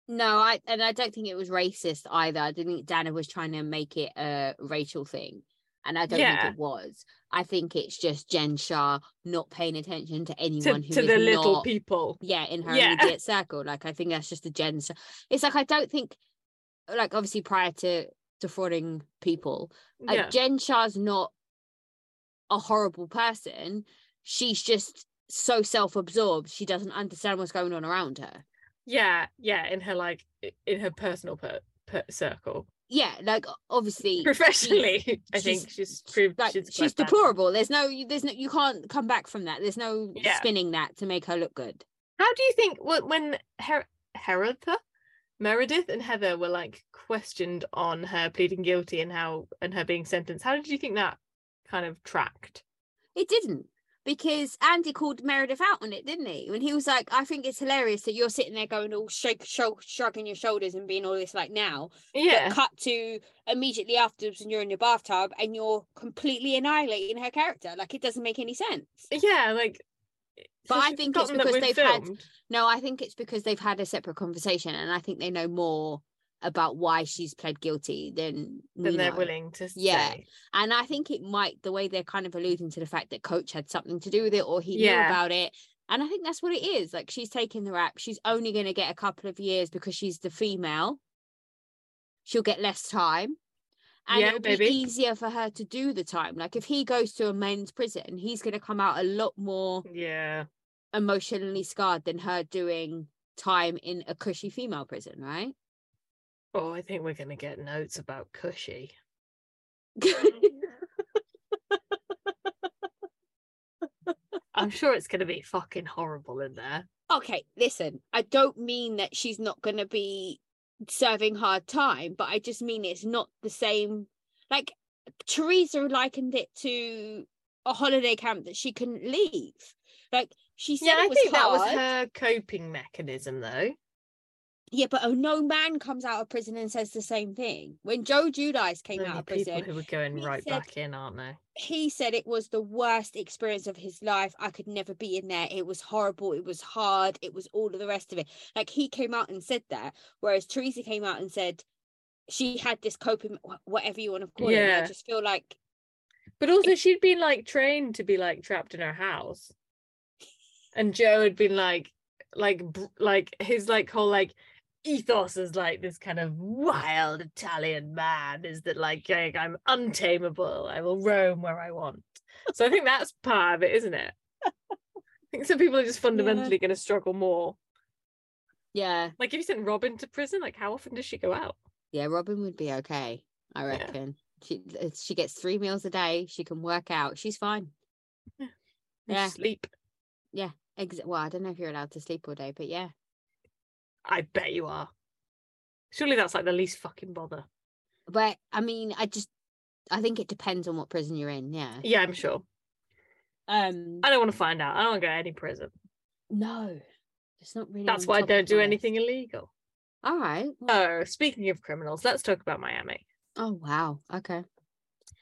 Speaker 2: No, I and I don't think it was racist either. I didn't think Dana was trying to make it a racial thing. And I don't
Speaker 1: Yeah.
Speaker 2: think it was. I think it's just Jen Shah not paying attention to anyone
Speaker 1: To,
Speaker 2: who
Speaker 1: to
Speaker 2: is
Speaker 1: the little
Speaker 2: not
Speaker 1: people.
Speaker 2: yeah in her
Speaker 1: Yeah.
Speaker 2: immediate circle like i think that's just the gen so it's like i don't think like obviously prior to defrauding people like
Speaker 1: Yeah.
Speaker 2: jen shah's not a horrible person she's just so self-absorbed she doesn't understand what's going on around her
Speaker 1: Yeah, yeah, in her like i- in her personal per, per circle.
Speaker 2: yeah like o- obviously
Speaker 1: Professionally, I
Speaker 2: she's-
Speaker 1: think she's proved
Speaker 2: like
Speaker 1: she's,
Speaker 2: she's,
Speaker 1: quite bad.
Speaker 2: deplorable there's no you- there's no you can't come back from that there's no
Speaker 1: Yeah.
Speaker 2: spinning that to make her look good
Speaker 1: How do you think wh- when Her- Heratha, Meredith, and Heather were like questioned on her pleading guilty and how and her being sentenced? How did you think that kind of tracked?
Speaker 2: It didn't because Andy called Meredith out on it, didn't he? When he was like, I think it's hilarious that you're sitting there going all shake, shrug, shrugging your shoulders and being all this like now. but
Speaker 1: Yeah,
Speaker 2: cut to immediately afterwards and you're in your bathtub and you're completely annihilating her character. Like it doesn't make any sense.
Speaker 1: yeah, like.
Speaker 2: But I
Speaker 1: she's
Speaker 2: think it's
Speaker 1: forgotten that
Speaker 2: because
Speaker 1: we've
Speaker 2: they've had-
Speaker 1: filmed.
Speaker 2: No, I think it's because they've had a separate conversation and I think they know more about why she's pled guilty than we
Speaker 1: then they're
Speaker 2: know.
Speaker 1: willing to
Speaker 2: Yeah.
Speaker 1: say.
Speaker 2: And I think it might the way they're kind of alluding to the fact that coach had something to do with it or he knew
Speaker 1: Yeah.
Speaker 2: about it. And I think that's what it is. Like she's taking the rap. She's only going to get a couple of years because she's the female. She'll get less time. And
Speaker 1: Yeah,
Speaker 2: it'll
Speaker 1: maybe.
Speaker 2: be easier for her to do the time. Like if he goes to a men's prison, he's going to come out a lot more
Speaker 1: Yeah,
Speaker 2: emotionally scarred than her doing time in a cushy female prison, right?
Speaker 1: oh, I think we're gonna get notes about Cushy. I'm sure it's gonna be fucking horrible in there.
Speaker 2: okay, listen, I don't mean that she's not going to be serving hard time, but I just mean it's not the same. Like Teresa likened it to a holiday camp that she couldn't leave. Like she said,
Speaker 1: Yeah,
Speaker 2: it
Speaker 1: I
Speaker 2: was
Speaker 1: think that
Speaker 2: hard.
Speaker 1: was her coping mechanism, though.
Speaker 2: Yeah, but oh, no man comes out of prison and says the same thing. When Joe Judice came
Speaker 1: Only
Speaker 2: out of
Speaker 1: people
Speaker 2: prison,
Speaker 1: who were going
Speaker 2: he
Speaker 1: right
Speaker 2: said-
Speaker 1: back in, aren't they?
Speaker 2: he said it was the worst experience of his life. I could never be in there. It was horrible. It was hard. It was all of the rest of it. Like he came out and said that, whereas Teresa came out and said she had this coping, wh- whatever you want to call it. And
Speaker 1: Yeah.
Speaker 2: I just feel like,
Speaker 1: But also, she'd been like trained to be like trapped in her house, and Joe had been like, like, br- like his like whole like ethos is like this kind of wild Italian man is that like, like I'm untamable. I will roam where I want. So I think that's part of it, isn't it? I think some people are just fundamentally going to struggle more.
Speaker 2: yeah,
Speaker 1: Like if you sent Robin to prison, like how often does she go out?
Speaker 2: yeah, Robin would be okay. I
Speaker 1: Yeah.
Speaker 2: reckon she uh, she gets three meals a day. She can work out. She's fine.
Speaker 1: And
Speaker 2: Yeah.
Speaker 1: Sleep.
Speaker 2: Ex- well, I don't know if you're allowed to sleep all day, but yeah,
Speaker 1: I bet you are. Surely that's like the least fucking bother.
Speaker 2: but I mean, I just I think it depends on what prison you're in. Yeah.
Speaker 1: Yeah, I'm sure.
Speaker 2: Um.
Speaker 1: I don't want to find out. I don't want to go to any prison.
Speaker 2: No, it's not really.
Speaker 1: That's
Speaker 2: on
Speaker 1: why I
Speaker 2: top of Hmm.
Speaker 1: don't do
Speaker 2: my-
Speaker 1: anything illegal.
Speaker 2: All right. well-
Speaker 1: Oh, speaking of criminals, let's talk about Miami.
Speaker 2: Oh wow. Okay.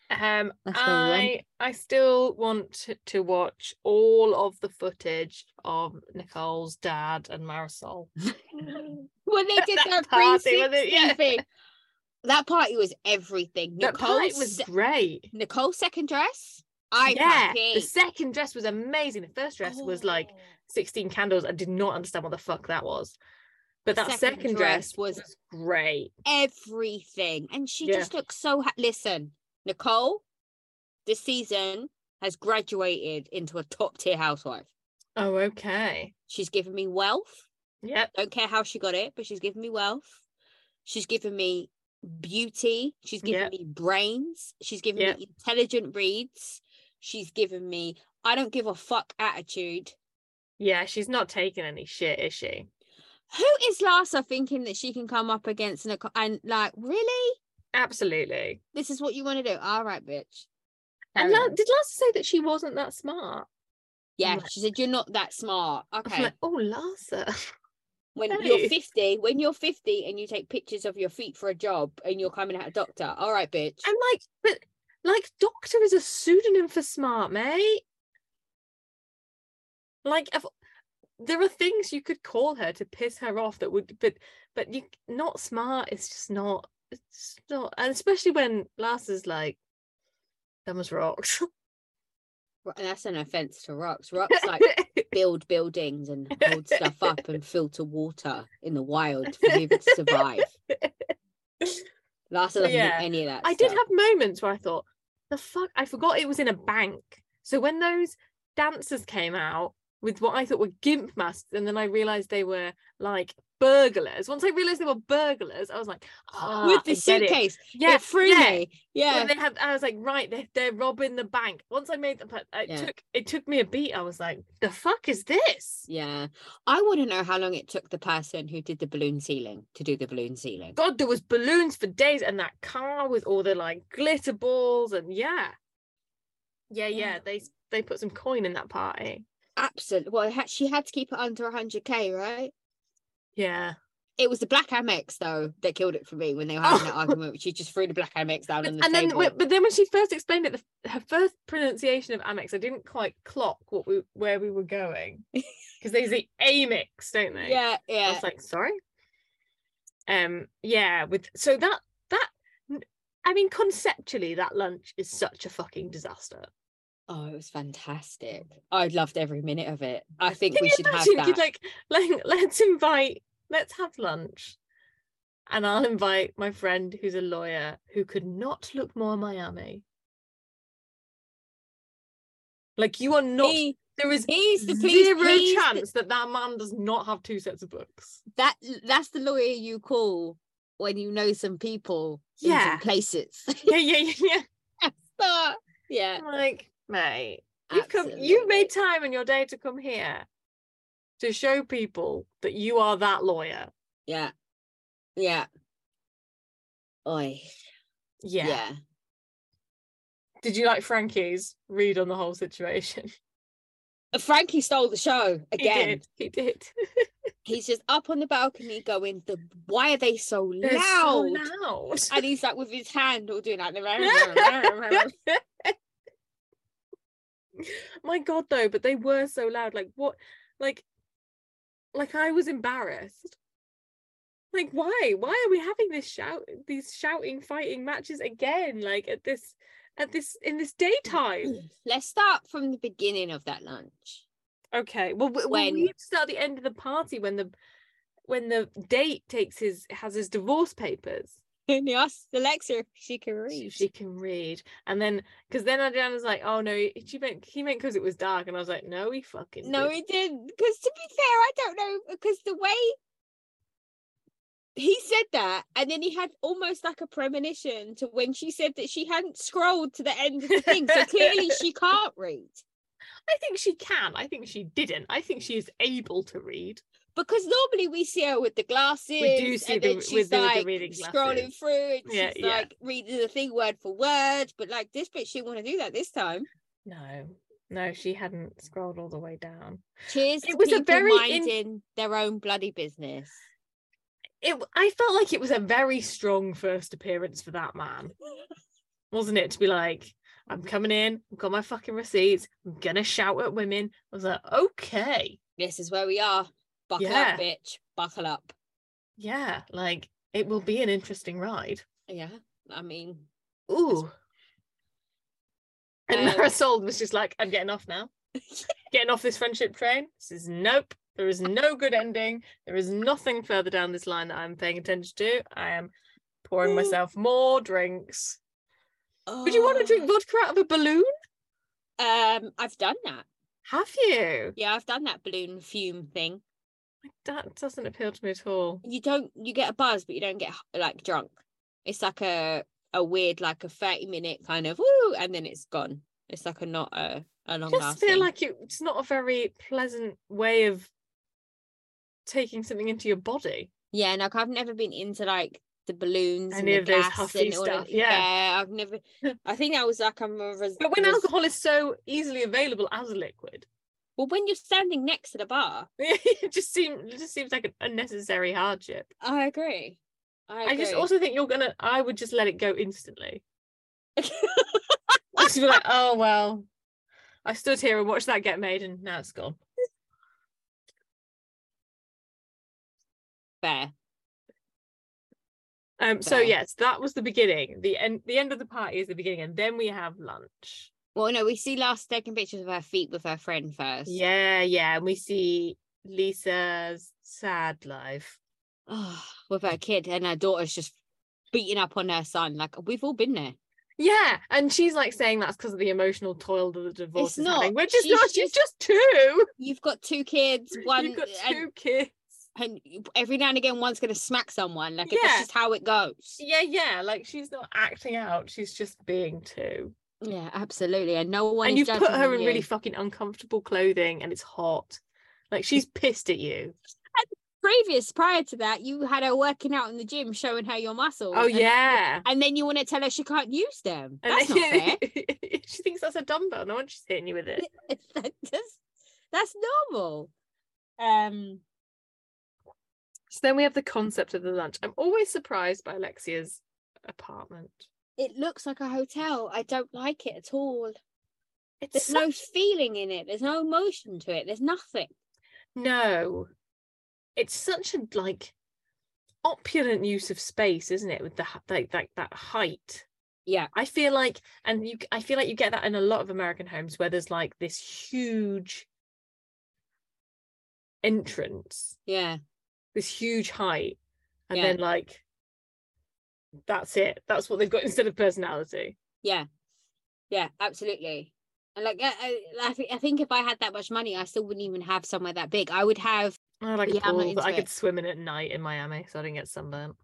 Speaker 1: Um,
Speaker 2: That's one of them.
Speaker 1: I I still want to- to watch all of the footage of Nicole's dad and Marisol.
Speaker 2: when they did
Speaker 1: That
Speaker 2: that,
Speaker 1: party,
Speaker 2: 360
Speaker 1: when they- yeah.
Speaker 2: thing. That party was everything.
Speaker 1: That
Speaker 2: Nicole
Speaker 1: part was
Speaker 2: se-
Speaker 1: great.
Speaker 2: Nicole second dress. I
Speaker 1: yeah,
Speaker 2: can't
Speaker 1: the
Speaker 2: see.
Speaker 1: second dress was amazing. The first dress was like
Speaker 2: Oh.
Speaker 1: 16 candles. I did not understand what the fuck that was. But
Speaker 2: The
Speaker 1: that second,
Speaker 2: second
Speaker 1: dress,
Speaker 2: dress
Speaker 1: was,
Speaker 2: was-
Speaker 1: great.
Speaker 2: everything, and she
Speaker 1: Yeah.
Speaker 2: just looks so. Ha- Listen, Nicole, this season has graduated into a top tier housewife.
Speaker 1: Oh, okay.
Speaker 2: She's given me wealth.
Speaker 1: Yep.
Speaker 2: Don't care how she got it, but she's given me wealth. She's given me beauty. She's given
Speaker 1: Yep.
Speaker 2: me brains. She's given
Speaker 1: Yep.
Speaker 2: me intelligent reads. She's given me I don't give a fuck attitude.
Speaker 1: Yeah, she's not taking any shit, is she?
Speaker 2: Who is Larsa thinking that she can come up against Nicole? And like, really?
Speaker 1: Absolutely.
Speaker 2: This is what you want to do? All right, bitch.
Speaker 1: And
Speaker 2: Carry
Speaker 1: La-
Speaker 2: on.
Speaker 1: did Lars say that she wasn't that smart?
Speaker 2: yeah,
Speaker 1: like-
Speaker 2: she said you're not that smart.
Speaker 1: I'm
Speaker 2: Okay,
Speaker 1: like, oh, Larsa.
Speaker 2: when you're
Speaker 1: hey.
Speaker 2: 50, when you're 50 and you take pictures of your feet for a job and you're coming out a doctor. All right, bitch.
Speaker 1: And like, but like, doctor is a pseudonym for smart, mate. Like, if, there are things you could call her to piss her off that would, but but you not smart. It's just not. It's not, and especially when Larsa's like, "Them was rocks."
Speaker 2: Ro- And that's an offense to rocks. Rocks like build buildings and hold stuff up and filter water in the wild for people to survive. Last
Speaker 1: So,
Speaker 2: doesn't
Speaker 1: yeah,
Speaker 2: do any of that.
Speaker 1: I did
Speaker 2: stuff.
Speaker 1: have moments where I thought, the fuck, I forgot it was in a bank. So when those dancers came out with what I thought were gimp masks, and then I realized they were like burglars. Once I realized they were burglars, I was like, ah,
Speaker 2: with
Speaker 1: I
Speaker 2: the
Speaker 1: get it."
Speaker 2: suitcase.
Speaker 1: Yeah,
Speaker 2: it threw
Speaker 1: yeah.
Speaker 2: me.
Speaker 1: When
Speaker 2: Yeah.
Speaker 1: they had, I was like, right, they're, they're robbing the bank. Once I made the, but it
Speaker 2: Yeah.
Speaker 1: took it took me a beat. I was like, the fuck is this?
Speaker 2: Yeah. I want to know how long it took the person who did the balloon ceiling to do the balloon ceiling.
Speaker 1: God, there was balloons for days, and that car with all the like glitter balls, and yeah, yeah, yeah.
Speaker 2: Yeah.
Speaker 1: They they put some coin in that party.
Speaker 2: Absolutely. Well, it had- she had to keep it under 100K, right?
Speaker 1: Yeah,
Speaker 2: It was the black Amex, though, that killed it for me when they were having
Speaker 1: Oh.
Speaker 2: that argument. She just threw the black Amex down
Speaker 1: But-
Speaker 2: on the
Speaker 1: and then
Speaker 2: table.
Speaker 1: when- but then when she first explained it, the, f- her first pronunciation of Amex, I didn't quite clock what we where we were going because they say Amex, don't they?
Speaker 2: yeah,
Speaker 1: I
Speaker 2: yeah.
Speaker 1: was like, sorry. Um, yeah, with so that that n- I mean conceptually that lunch is such a fucking disaster.
Speaker 2: Oh, it was fantastic. I loved every minute of it. I think
Speaker 1: Can
Speaker 2: we
Speaker 1: you
Speaker 2: should have
Speaker 1: imagine?
Speaker 2: that.
Speaker 1: You'd like, like, let's invite, let's have lunch, and I'll invite my friend who's a lawyer who could not look more Miami. Like you are not.
Speaker 2: He-
Speaker 1: there is
Speaker 2: he's the police.
Speaker 1: zero
Speaker 2: he's the-
Speaker 1: chance that that man does not have two sets of books.
Speaker 2: that that's the lawyer you call when you know some people in some
Speaker 1: Yeah.
Speaker 2: places.
Speaker 1: Yeah, yeah, yeah, yeah.
Speaker 2: But, yeah.
Speaker 1: I'm Like, mate, you've come, you've made time in your day to come here to show people that you are that lawyer.
Speaker 2: absolutely. Yeah. Yeah. Oi. Yeah.
Speaker 1: Yeah. Did you like Frankie's read on the whole situation?
Speaker 2: Uh, Frankie stole the show again.
Speaker 1: He did. He did.
Speaker 2: He's just up on the balcony going, the, why are they so loud?
Speaker 1: They're so loud.
Speaker 2: And he's like with his hand all doing like
Speaker 1: My God, though, but they were so loud. Like what? Like, like I was embarrassed. Like why? Why are we having this shout? These shouting, fighting matches again? Like at this, at this in this daytime.
Speaker 2: Let's start from the beginning of that lunch.
Speaker 1: Okay. Well, w- we
Speaker 2: When-
Speaker 1: need to start at the end of the party when the when the date takes his has his divorce papers.
Speaker 2: And he asked Alexa if she can
Speaker 1: See
Speaker 2: read.
Speaker 1: if she can read. And then because then Adriana's like, oh no, he- she meant he meant because it was dark. And I was like, no, he fucking
Speaker 2: No,
Speaker 1: didn't."
Speaker 2: he didn't. Because to be fair, I don't know. Because the way he said that, and then he had almost like a premonition to when she said that she hadn't scrolled to the end of the thing. So clearly she can't read.
Speaker 1: I think she can. I think she didn't. I think she is able to read.
Speaker 2: Because normally we see her with the glasses,
Speaker 1: see
Speaker 2: and
Speaker 1: the-
Speaker 2: then
Speaker 1: with
Speaker 2: she's
Speaker 1: the- with the
Speaker 2: like
Speaker 1: reading
Speaker 2: scrolling
Speaker 1: glasses.
Speaker 2: through, and
Speaker 1: Yeah,
Speaker 2: she's
Speaker 1: yeah.
Speaker 2: like reading the thing word for word. But like this bit, she didn't want to do that this time.
Speaker 1: No, no, she hadn't scrolled all the way down.
Speaker 2: Cheers!
Speaker 1: It
Speaker 2: to
Speaker 1: was a
Speaker 2: people
Speaker 1: very in-
Speaker 2: minding their own bloody business.
Speaker 1: It. w- I felt like it was a very strong first appearance for that man. wasn't it? To be like, I'm coming in, I've got my fucking receipts, I'm gonna shout at women. I was like, okay.
Speaker 2: This is where we are. Buckle
Speaker 1: Yeah.
Speaker 2: up, bitch. Buckle up.
Speaker 1: Yeah, like it will be an interesting ride.
Speaker 2: Yeah. I mean,
Speaker 1: Ooh. And
Speaker 2: Um,
Speaker 1: Marisol was just like, I'm getting off now. getting off this friendship train. This is nope. There is no good ending. There is nothing further down this line that I'm paying attention to. I am pouring
Speaker 2: Ooh.
Speaker 1: myself more drinks. Would you want to
Speaker 2: oh,
Speaker 1: drink vodka out of a balloon?
Speaker 2: Um, I've done that.
Speaker 1: Have you?
Speaker 2: Yeah, I've done that balloon fume thing.
Speaker 1: That doesn't appeal to me at all.
Speaker 2: You don't. You get a buzz, but you don't get h- like drunk. It's like a a weird, like a thirty minute kind of woo, and then it's gone. It's like a not a a long
Speaker 1: I just feel
Speaker 2: lasting.
Speaker 1: like it, it's not a very pleasant way of taking something into your body.
Speaker 2: Yeah, no, I've never been into like the balloons
Speaker 1: Any
Speaker 2: and
Speaker 1: of
Speaker 2: the
Speaker 1: those
Speaker 2: gas
Speaker 1: huffy
Speaker 2: and all
Speaker 1: stuff,
Speaker 2: Of,
Speaker 1: yeah.
Speaker 2: I've never. I think I was like I'm a. Res-
Speaker 1: But when
Speaker 2: res-
Speaker 1: alcohol is so easily available as a liquid,
Speaker 2: well, when you're standing next to the bar,
Speaker 1: it just seems it just seems like an unnecessary hardship.
Speaker 2: I agree. I,
Speaker 1: I
Speaker 2: agree.
Speaker 1: just also think you're gonna. I would just let it go instantly. I'd just be like, oh well, I stood here and watched that get made, and now it's gone.
Speaker 2: fair.
Speaker 1: Um. So
Speaker 2: Fair.
Speaker 1: yes, that was the beginning. The end. The end of the party is the beginning, and then we have lunch.
Speaker 2: Well, no, we see Lars taking pictures of her feet with her friend first.
Speaker 1: Yeah, yeah, and we see Lisa's sad life.
Speaker 2: with her kid, and her daughter's just beating up on her son. Like we've all been there.
Speaker 1: Yeah, and she's like saying that's because of the emotional toil that the divorce is having,
Speaker 2: not.
Speaker 1: which is
Speaker 2: She's
Speaker 1: not. She's
Speaker 2: just-
Speaker 1: just two.
Speaker 2: You've got two kids, one,
Speaker 1: You've got
Speaker 2: and,
Speaker 1: two kids.
Speaker 2: and every now and again, one's gonna smack someone. Like it's
Speaker 1: Yeah.
Speaker 2: just how it goes.
Speaker 1: Yeah, yeah. Like she's not acting out. She's just being two.
Speaker 2: Yeah, absolutely. And no one.
Speaker 1: and
Speaker 2: is
Speaker 1: you've put
Speaker 2: judging
Speaker 1: her in
Speaker 2: you.
Speaker 1: really fucking uncomfortable clothing, and it's hot. Like she's pissed at you.
Speaker 2: previous prior to that, you had her working out in the gym, showing her your muscles.
Speaker 1: Oh
Speaker 2: and-
Speaker 1: yeah.
Speaker 2: And then you want to tell her she can't use them.
Speaker 1: And
Speaker 2: That's not fair.
Speaker 1: then- she thinks that's a dumbbell. No wonder she's hitting you with it.
Speaker 2: that just, that's normal. Um,
Speaker 1: So then we have the concept of the lunch. I'm always surprised by Alexia's apartment.
Speaker 2: it looks like a hotel. I don't like it at all. There's
Speaker 1: It's
Speaker 2: no feeling in it. There's no emotion to it. There's nothing.
Speaker 1: No. It's such a like opulent use of space, isn't it? With the h- like that that height.
Speaker 2: Yeah.
Speaker 1: I feel like and you I feel like you get that in a lot of American homes where there's like this huge entrance,
Speaker 2: Yeah.
Speaker 1: this huge height, and
Speaker 2: Yeah.
Speaker 1: then like that's it. That's what they've got instead of personality.
Speaker 2: Yeah. Absolutely. And like, I, I, I thi- I think if I had that much money, I still wouldn't even have somewhere that big. I would have.
Speaker 1: I Oh, like
Speaker 2: Yeah,
Speaker 1: a
Speaker 2: I'm not
Speaker 1: pool that I
Speaker 2: into it.
Speaker 1: could swim in at night in Miami so I didn't get sunburnt.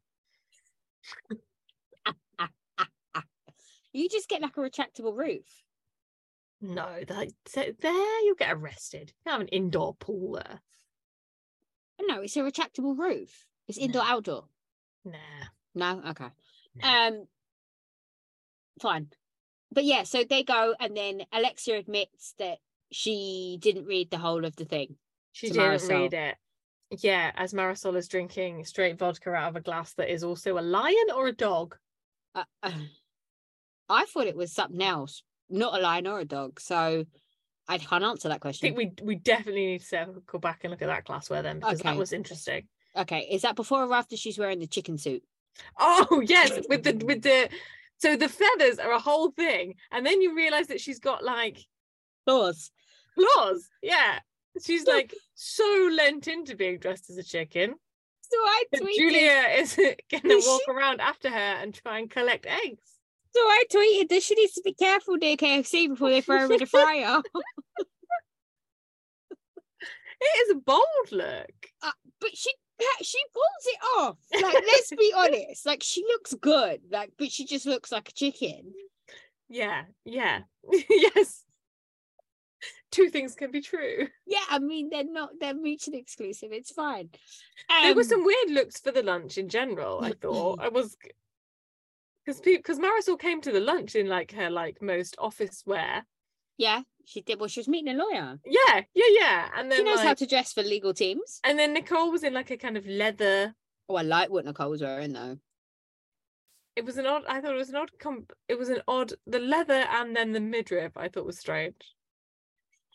Speaker 2: You just get like a retractable roof.
Speaker 1: No, that so there you'll get arrested. You can't have an indoor pool there.
Speaker 2: No, it's a retractable roof. It's
Speaker 1: No.
Speaker 2: indoor outdoor.
Speaker 1: Nah.
Speaker 2: No, okay.
Speaker 1: No.
Speaker 2: Um, fine. But yeah, so they go, and then Alexia admits that she didn't read the whole of the thing.
Speaker 1: She
Speaker 2: to
Speaker 1: didn't
Speaker 2: Marisol.
Speaker 1: read it. Yeah, as Marisol is drinking straight vodka out of a glass that is also a lion or a dog.
Speaker 2: Uh, uh, I thought it was something else, not a lion or a dog. So I can't answer that
Speaker 1: I think
Speaker 2: question.
Speaker 1: we we definitely need to circle back and look at that glassware then because that
Speaker 2: Okay.
Speaker 1: was interesting.
Speaker 2: Okay, is that before or after she's wearing the chicken suit?
Speaker 1: Oh yes, with the with the so the feathers are a whole thing, and then you realise that she's got like
Speaker 2: Claws.
Speaker 1: claws. Yeah, she's like so lent into being dressed as a chicken.
Speaker 2: So I
Speaker 1: that
Speaker 2: tweeted.
Speaker 1: Julia is gonna
Speaker 2: Is she-
Speaker 1: walk around after her and try and collect eggs.
Speaker 2: So I tweeted that she needs to be careful, dear KFC, before they throw her in the fryer.
Speaker 1: It is a bold look.
Speaker 2: but she ha- she pulls it off. Like, let's be honest. Like, she looks good. Like, but she just looks like a chicken.
Speaker 1: Yeah, yeah, yes. Two things can be true.
Speaker 2: Yeah, I mean, they're not. They're mutually exclusive. It's fine.
Speaker 1: there were
Speaker 2: Um,
Speaker 1: some weird looks for the lunch in general. I thought I was because because Marisol came to the lunch in like her like most office wear.
Speaker 2: Yeah, she did. Well, she was meeting a lawyer.
Speaker 1: Yeah, yeah, yeah. And
Speaker 2: She
Speaker 1: then
Speaker 2: knows how
Speaker 1: like-
Speaker 2: to dress for legal teams.
Speaker 1: and then Nicole was in like a kind of leather.
Speaker 2: Oh, I like what Nicole was wearing though.
Speaker 1: It was an odd. I thought it was an odd. Com- it was an odd. The leather and then the midriff. I thought was strange.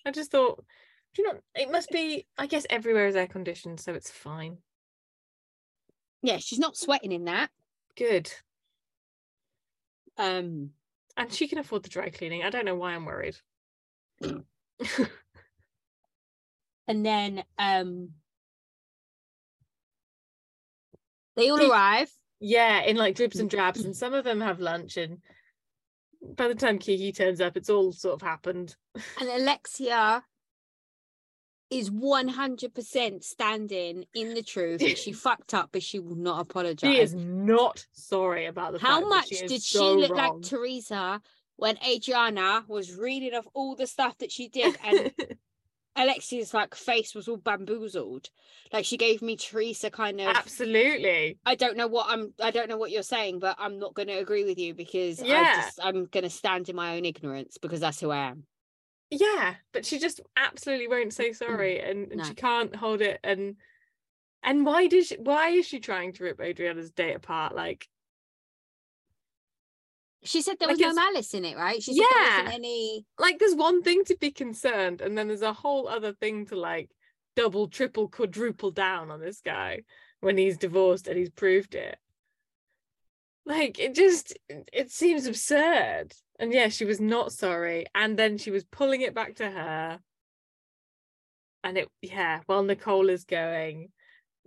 Speaker 1: I just thought, do you know? It must be. I guess everywhere is air conditioned, so it's fine.
Speaker 2: Yeah, she's not sweating in that.
Speaker 1: Good.
Speaker 2: Um,
Speaker 1: And she can afford the dry cleaning. I don't know why I'm worried.
Speaker 2: and then um, they all
Speaker 1: Did-
Speaker 2: arrive.
Speaker 1: Yeah, in like dribs and drabs, and some of them have lunch. And by the time Kiki turns up, it's all sort of happened.
Speaker 2: and Alexia is 100% standing in the truth that she fucked up, but she will not
Speaker 1: She is
Speaker 2: apologize.
Speaker 1: not sorry about the
Speaker 2: How
Speaker 1: fact
Speaker 2: much
Speaker 1: that she is
Speaker 2: did she
Speaker 1: so
Speaker 2: look
Speaker 1: wrong.
Speaker 2: like Teresa when Adriana was reading off all the stuff that she did and Alexia's like face was all bamboozled? Like she gave me Teresa kind of
Speaker 1: Absolutely.
Speaker 2: I don't know what I'm I don't know what you're saying, but I'm not gonna agree with you because I
Speaker 1: Yeah.
Speaker 2: just I'm gonna stand in my own ignorance because that's who I am.
Speaker 1: Yeah, but she just absolutely won't say sorry and, and
Speaker 2: No.
Speaker 1: she can't hold it and and why did she why is she trying to rip Adriana's day apart? Like
Speaker 2: She said there
Speaker 1: Like
Speaker 2: was no
Speaker 1: it's-
Speaker 2: malice in it, right? She said there
Speaker 1: Yeah.
Speaker 2: wasn't any
Speaker 1: like there's one thing to be concerned and then there's a whole other thing to like double triple quadruple down on this guy when he's divorced and he's proved it like it just it seems absurd and yeah she was not sorry and then she was pulling it back to her and it yeah while nicole is going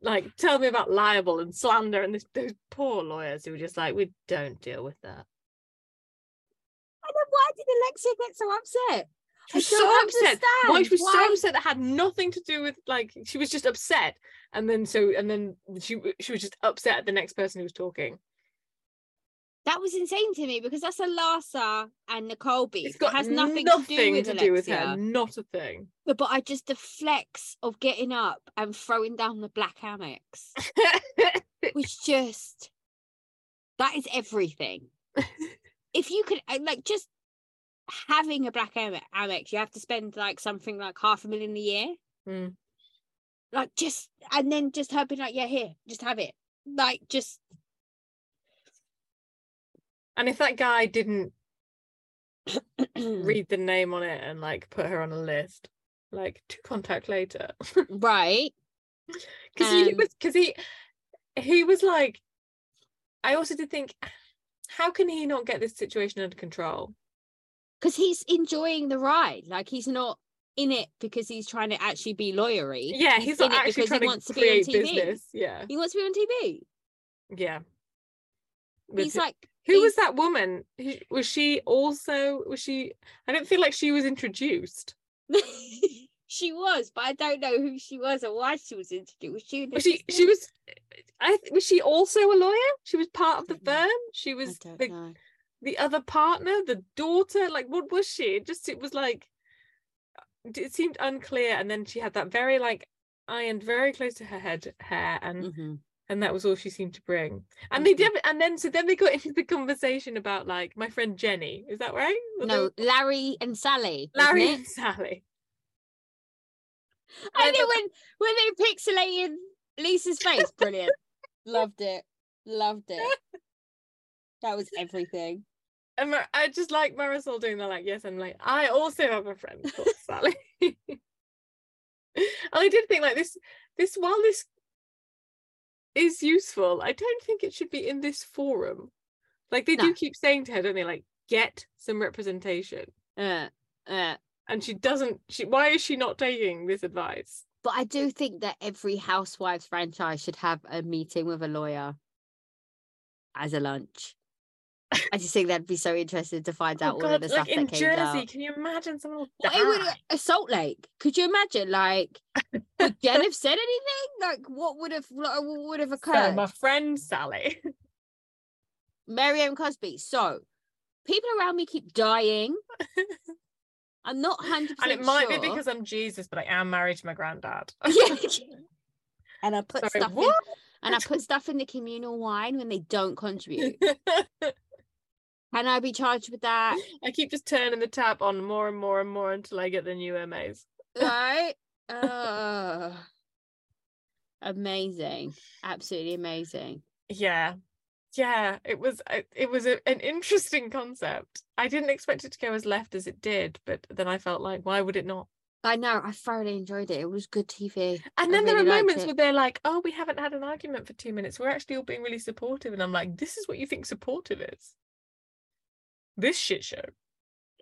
Speaker 1: like tell me about libel and slander and this, those poor lawyers who were just like we don't deal with that
Speaker 2: And then why did Alexia get so upset?
Speaker 1: She was
Speaker 2: I
Speaker 1: so
Speaker 2: don't
Speaker 1: upset. Why she was
Speaker 2: understand
Speaker 1: so upset that had nothing to do with like she was just upset, and then so and then she w- she was just upset at the next person who was talking.
Speaker 2: That was insane to me because that's a Larsa and Nicole beef.
Speaker 1: It's
Speaker 2: It
Speaker 1: got
Speaker 2: has nothing, to do with Alexia.
Speaker 1: her. Not a thing.
Speaker 2: But, but I just the flex of getting up and throwing down the black hammocks was just that is everything. if you could uh, like just having a black hammock, hammock, you have to spend like something like half a million a year.
Speaker 1: Mm.
Speaker 2: like just and then just her being like yeah here just have it like just
Speaker 1: And if that guy didn't
Speaker 2: Hmm.
Speaker 1: read the name on it and like put her on a list, like to contact later,
Speaker 2: right
Speaker 1: because he
Speaker 2: Um,
Speaker 1: was because he he was like, I also did think, how can he not get this situation under control?
Speaker 2: because he's enjoying the ride like he's not in it because he's trying to actually be lawyery
Speaker 1: Yeah, he's
Speaker 2: in
Speaker 1: not
Speaker 2: it
Speaker 1: actually
Speaker 2: because he
Speaker 1: trying
Speaker 2: wants to
Speaker 1: to
Speaker 2: be on
Speaker 1: create
Speaker 2: TV.
Speaker 1: business. Yeah.
Speaker 2: he wants to be on tv
Speaker 1: Yeah. With
Speaker 2: he's
Speaker 1: who-
Speaker 2: like
Speaker 1: who was that woman? Who, was she also? Was she? I don't feel like she was introduced.
Speaker 2: she was but i don't know who she was or why she was introduced was she, an
Speaker 1: Was she? She
Speaker 2: assistant?
Speaker 1: was. I th- was she also a lawyer? She was part of the
Speaker 2: don't know.
Speaker 1: firm. She
Speaker 2: Mm-hmm. I
Speaker 1: was
Speaker 2: don't
Speaker 1: the,
Speaker 2: know.
Speaker 1: the other partner, the daughter. Like, what was she? It just it was like. It seemed unclear, and then she had that very like ironed very close to her head hair, and
Speaker 2: Mhm.
Speaker 1: and that was all she seemed to bring. And they
Speaker 2: Mhm.
Speaker 1: did, and then so then they got into the conversation about like my friend Jenny, is that right? Or
Speaker 2: no
Speaker 1: the-
Speaker 2: larry and sally wasn't
Speaker 1: Larry
Speaker 2: it?
Speaker 1: and Sally.
Speaker 2: I
Speaker 1: And
Speaker 2: knew when when they pixelated Lisa's face, brilliant. Loved it. Loved it. That was everything.
Speaker 1: and Mar- I just like Marisol doing that, like yes, I'm like I also have a friend called Sally. and I did think like this, this while this is useful, I don't think it should be in this forum. Like they
Speaker 2: No.
Speaker 1: do keep saying to her, don't they? Like get some representation,
Speaker 2: Uh, uh,
Speaker 1: and she doesn't. She why is she not taking this advice?
Speaker 2: but I do think that every Housewives franchise should have a meeting with a lawyer as a lunch. I just think that'd be so interesting to find out all of the stuff
Speaker 1: like Oh in
Speaker 2: that came
Speaker 1: Jersey,
Speaker 2: down.
Speaker 1: can you imagine someone? Ah, will
Speaker 2: What, it would,
Speaker 1: die?
Speaker 2: uh, Salt Lake. Could you imagine? Like, would Jen have said anything? Like, what would have like, what would have
Speaker 1: So
Speaker 2: occurred?
Speaker 1: my friend Sally.
Speaker 2: Mary Ann Cosby. So people around me keep dying. I'm not 100%
Speaker 1: and it might
Speaker 2: sure.
Speaker 1: be because I'm Jesus, but I am married to my granddad.
Speaker 2: Yeah. and I put
Speaker 1: Sorry,
Speaker 2: stuff in,
Speaker 1: what?
Speaker 2: and I put stuff in the communal wine when they don't contribute. Can I be charged with that?
Speaker 1: I keep just turning the tap on more and more and more until I get the new MAs.
Speaker 2: Right? Uh, amazing. Absolutely amazing.
Speaker 1: Yeah. yeah it was it- it was a, an interesting concept i didn't expect it to go as left as it did but then i felt like why would it not
Speaker 2: I know. I thoroughly enjoyed it. It was good TV.
Speaker 1: and
Speaker 2: I
Speaker 1: then there
Speaker 2: really
Speaker 1: are
Speaker 2: liked
Speaker 1: moments
Speaker 2: it.
Speaker 1: where they're like oh we haven't had an argument for two minutes we're actually all being really supportive and i'm like this is what you think supportive is this shit show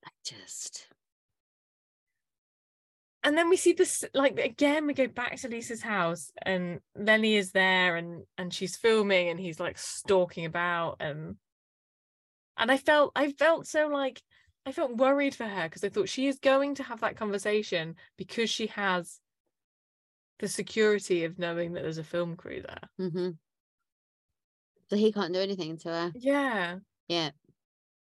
Speaker 2: I just
Speaker 1: and then we see this like again we go back to lisa's house and lenny is there and and she's filming and he's like stalking about and and i felt i felt so like i felt worried for her because i thought she is going to have that conversation because she has the security of knowing that there's a film crew there
Speaker 2: hmm So he can't do anything to her.
Speaker 1: yeah
Speaker 2: Yeah.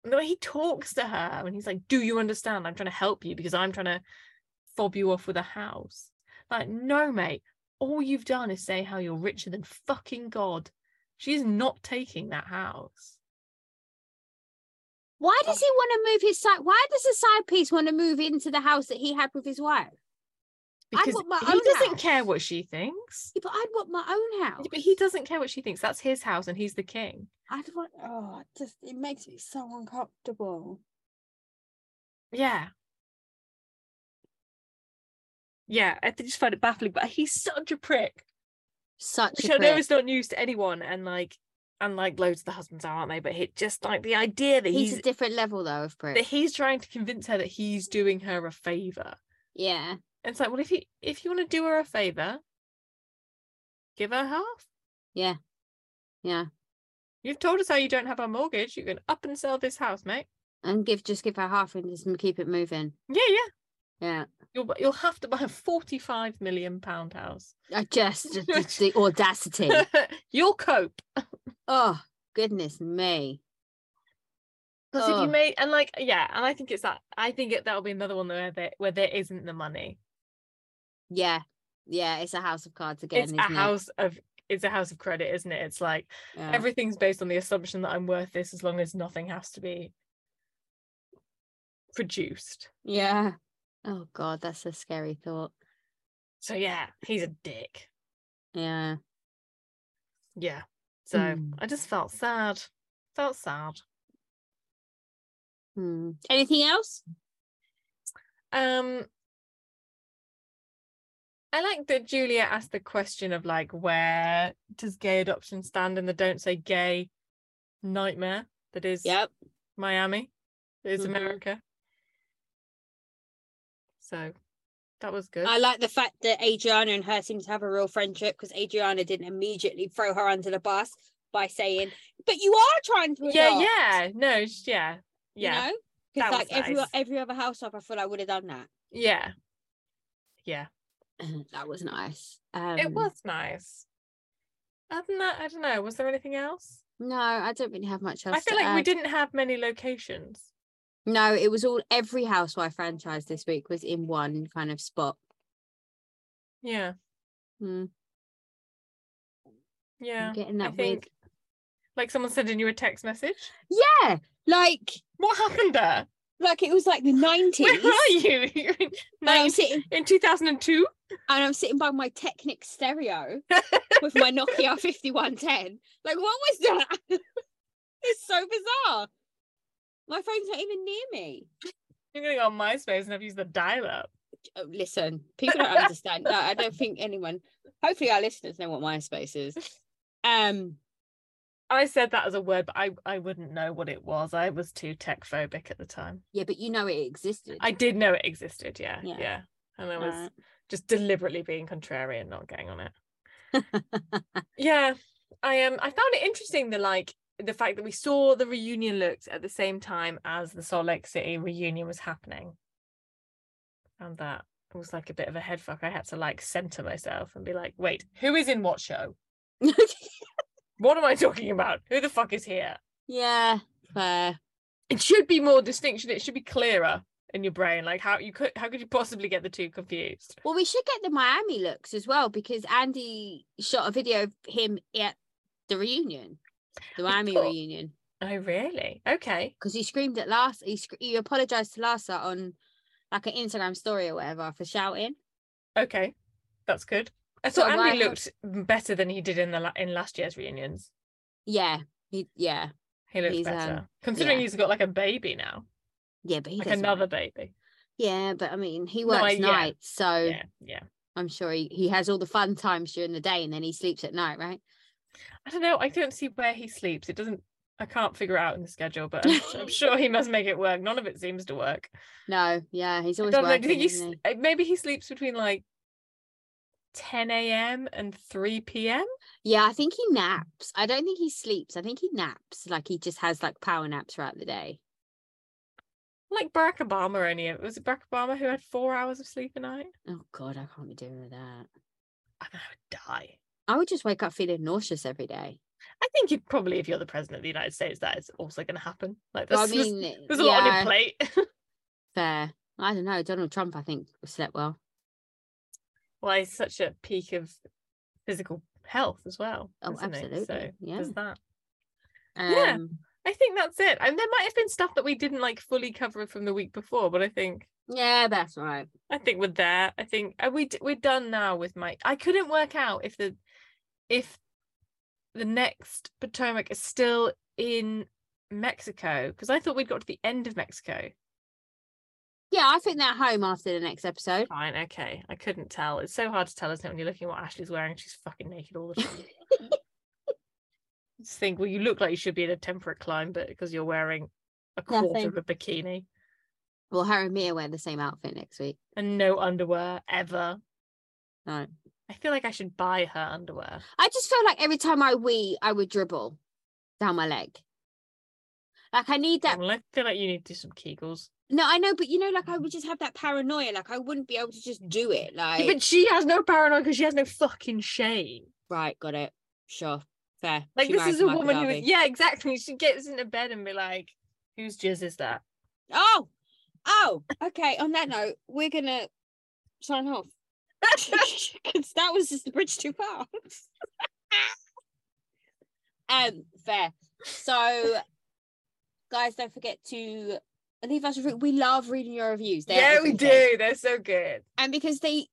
Speaker 1: no he talks to her and he's like do you understand i'm trying to help you because i'm trying to fob you off with a house like no mate all you've done is say how you're richer than fucking god she's not taking that house
Speaker 2: Why does he want to move his side? Why does the side piece want to move into the house that he had with his wife? I
Speaker 1: because
Speaker 2: want my
Speaker 1: he
Speaker 2: own
Speaker 1: doesn't
Speaker 2: house.
Speaker 1: care what she thinks
Speaker 2: Yeah, but I'd want my own house.
Speaker 1: Yeah, but he doesn't care what she thinks that's his house and he's the king
Speaker 2: I'd want. Oh, it just it makes me so uncomfortable.
Speaker 1: yeah yeah i just find it baffling but he's such a prick
Speaker 2: Such
Speaker 1: which
Speaker 2: a
Speaker 1: I know
Speaker 2: prick.
Speaker 1: is not news to anyone, and like, and like loads of the husbands are, aren't they? But it just like the idea that
Speaker 2: He's,
Speaker 1: he's,
Speaker 2: a different level though of prick.
Speaker 1: that he's trying to convince her that he's doing her a favor.
Speaker 2: yeah,
Speaker 1: And it's like, well, if you if you want to do her a favor, give her half.
Speaker 2: yeah,
Speaker 1: You've told us how you don't have a mortgage. You can up and sell this house, mate.
Speaker 2: and give just give her half and just m- keep it moving.
Speaker 1: Yeah, yeah.
Speaker 2: Yeah,
Speaker 1: You'll bu- you'll have to buy a forty five million pound house.
Speaker 2: I just the, the audacity.
Speaker 1: you'll cope.
Speaker 2: oh goodness me.
Speaker 1: Because if
Speaker 2: Oh.
Speaker 1: you made and like yeah, and I think it's that I think it, that'll be another one where there where there isn't the money.
Speaker 2: Yeah, yeah, it's a house of cards again.
Speaker 1: it's
Speaker 2: isn't
Speaker 1: a
Speaker 2: it?
Speaker 1: house of it's a house of credit, isn't it? It's like
Speaker 2: Yeah.
Speaker 1: everything's based on the assumption that I'm worth this as long as nothing has to be produced.
Speaker 2: yeah. Oh god, that's a scary thought.
Speaker 1: So yeah, he's a dick.
Speaker 2: Yeah.
Speaker 1: Yeah. So
Speaker 2: Mm.
Speaker 1: I just felt sad. Felt sad.
Speaker 2: Hmm. Anything else?
Speaker 1: Um I like that Julia asked the question of like where does gay adoption stand in the don't say gay nightmare that is
Speaker 2: Yep.
Speaker 1: Miami is
Speaker 2: Mhm.
Speaker 1: America. So that was good.
Speaker 2: I like the fact that Adriana and her seem to have a real friendship because Adriana didn't immediately throw her under the bus by saying, "But you are trying to."
Speaker 1: yeah,
Speaker 2: adopt,"
Speaker 1: yeah. No, sh- yeah.
Speaker 2: you
Speaker 1: Yeah.
Speaker 2: know? 'Cause,
Speaker 1: That was
Speaker 2: like every
Speaker 1: nice.
Speaker 2: every other housewife, I thought I would have done that.
Speaker 1: Yeah. Yeah.
Speaker 2: that was nice. Um,
Speaker 1: it was nice. Other than that, I don't know. Was there anything else?
Speaker 2: No, I don't really have much else.
Speaker 1: I feel
Speaker 2: to
Speaker 1: like we
Speaker 2: add.
Speaker 1: didn't have many locations.
Speaker 2: No, it was all every housewife franchise this week was in one kind of spot.
Speaker 1: Yeah.
Speaker 2: Mm, I'm
Speaker 1: Yeah.
Speaker 2: getting
Speaker 1: I
Speaker 2: that weird.
Speaker 1: think like someone sending you a text message.
Speaker 2: Yeah, like
Speaker 1: What happened there?
Speaker 2: like it was like the nineties.
Speaker 1: Where are you? You're in,
Speaker 2: And I'm
Speaker 1: nine-
Speaker 2: sitting
Speaker 1: in 2002?
Speaker 2: and I'm sitting by my Technic stereo with my Nokia 5110. Like, what was that? it's so bizarre. My phone's not even near me.
Speaker 1: You're going to go on MySpace and have used the dial up.
Speaker 2: Oh, listen, people don't understand. No, I don't think anyone. Hopefully, our listeners know what MySpace is. Um,
Speaker 1: I said that as a word, but I, I wouldn't know what it was. I was too tech phobic at the time.
Speaker 2: yeah, but you know it existed.
Speaker 1: I did know it existed, yeah. Yeah.
Speaker 2: Yeah.
Speaker 1: And I was
Speaker 2: Right.
Speaker 1: just deliberately being contrarian, not getting on it. yeah. I um I found it interesting the like the fact that we saw the reunion looks at the same time as the Salt Lake City reunion was happening. And that was like a bit of a headfuck. I had to like center myself and be like, wait, who is in what show? What am I talking about? Who the fuck is here?
Speaker 2: yeah, fair.
Speaker 1: it should be more distinction it should be clearer in your brain like how you could how could you possibly get the two confused
Speaker 2: Well, we should get the Miami looks as well because Andy shot a video of him at the reunion, the
Speaker 1: I
Speaker 2: Miami
Speaker 1: thought-
Speaker 2: reunion.
Speaker 1: oh really okay
Speaker 2: because he screamed at last he, sc- he apologized to Lassa on like an Instagram story or whatever for shouting.
Speaker 1: okay that's good i
Speaker 2: So
Speaker 1: thought
Speaker 2: why
Speaker 1: andy
Speaker 2: not-
Speaker 1: looked better than he did in the la- in last year's reunions
Speaker 2: Yeah, He, yeah,
Speaker 1: He looks
Speaker 2: He's,
Speaker 1: better.
Speaker 2: um,
Speaker 1: Considering
Speaker 2: yeah.
Speaker 1: he's got like a baby now,
Speaker 2: yeah, but he
Speaker 1: like
Speaker 2: does
Speaker 1: another
Speaker 2: alright.
Speaker 1: baby.
Speaker 2: Yeah, but I mean, he
Speaker 1: No,
Speaker 2: works
Speaker 1: I- yeah.
Speaker 2: nights, so
Speaker 1: Yeah, yeah.
Speaker 2: I'm sure he, he has all the fun times during the day, and then he sleeps at night, right?
Speaker 1: I don't know. I don't see where he sleeps. It doesn't. I can't figure out in the schedule, but I'm, su- I'm sure he must make it work. None of it seems to work.
Speaker 2: No, yeah, he's
Speaker 1: I
Speaker 2: always
Speaker 1: don't
Speaker 2: working.
Speaker 1: know. Do you think he's,
Speaker 2: isn't he?
Speaker 1: uh, maybe he sleeps between like 10 a.m. and 3 p.m.
Speaker 2: Yeah, I think he naps. I don't think he sleeps. I think he naps. Like he just has like power naps throughout the day.
Speaker 1: Like Barack Obama, only was it Barack Obama who had four hours of sleep a night?
Speaker 2: Oh God, I can't be doing with that.
Speaker 1: I mean, I would die.
Speaker 2: I would just wake up feeling nauseous every day.
Speaker 1: I think you probably, if you're the president of the United States, that is also going to happen. Like,
Speaker 2: But I
Speaker 1: there's, there's-
Speaker 2: mean,
Speaker 1: there's a lot on
Speaker 2: yeah,
Speaker 1: your plate.
Speaker 2: fair. I don't know. Donald Trump, I think, slept well.
Speaker 1: well, he's such a peak of physical health as well.
Speaker 2: Oh,
Speaker 1: isn't he?
Speaker 2: absolutely.
Speaker 1: So
Speaker 2: yeah.
Speaker 1: there's that.
Speaker 2: Um,
Speaker 1: yeah. I think that's it. And there might have been stuff that we didn't like fully cover from the week before, but I think
Speaker 2: yeah, that's all right.
Speaker 1: I think we're there. I think uh, we d- we're done now with Mike. I couldn't work out if the if the next Potomac is still in Mexico because I thought we'd got to the end of Mexico.
Speaker 2: Yeah, I think they're home after the next episode.
Speaker 1: Fine, okay. I couldn't tell. It's so hard to tell, isn't it, when you're looking at what Ashley's wearing? She's fucking naked all the time. Just think, well, you look like you should be in a temperate climate because you're wearing a quarter
Speaker 2: Nothing.
Speaker 1: of a bikini
Speaker 2: Well, her and Mia wear the same outfit next week.
Speaker 1: and no underwear ever.
Speaker 2: No.
Speaker 1: I feel like I should buy her underwear.
Speaker 2: I just feel like every time I wee, I would dribble down my leg. Like I need that
Speaker 1: Well, I feel like you need to do some Kegels.
Speaker 2: No, I know, but you know, like I would just have that paranoia. Like I wouldn't be able to just do it. Like,
Speaker 1: Mm. but she has no paranoia because she has no fucking shame.
Speaker 2: right, got it. Sure, fair.
Speaker 1: Like
Speaker 2: She
Speaker 1: this
Speaker 2: married
Speaker 1: is a
Speaker 2: Michael
Speaker 1: woman who is
Speaker 2: Darby.
Speaker 1: yeah, exactly. She gets into bed and be like, whose jizz is that?
Speaker 2: Oh, oh, okay. On that note, we're gonna sign off because that was just the bridge too far. um, fair. So, guys, don't forget to leave us a review. We love reading your reviews. They're
Speaker 1: yeah, we
Speaker 2: everything.
Speaker 1: do. They're so good.
Speaker 2: and because they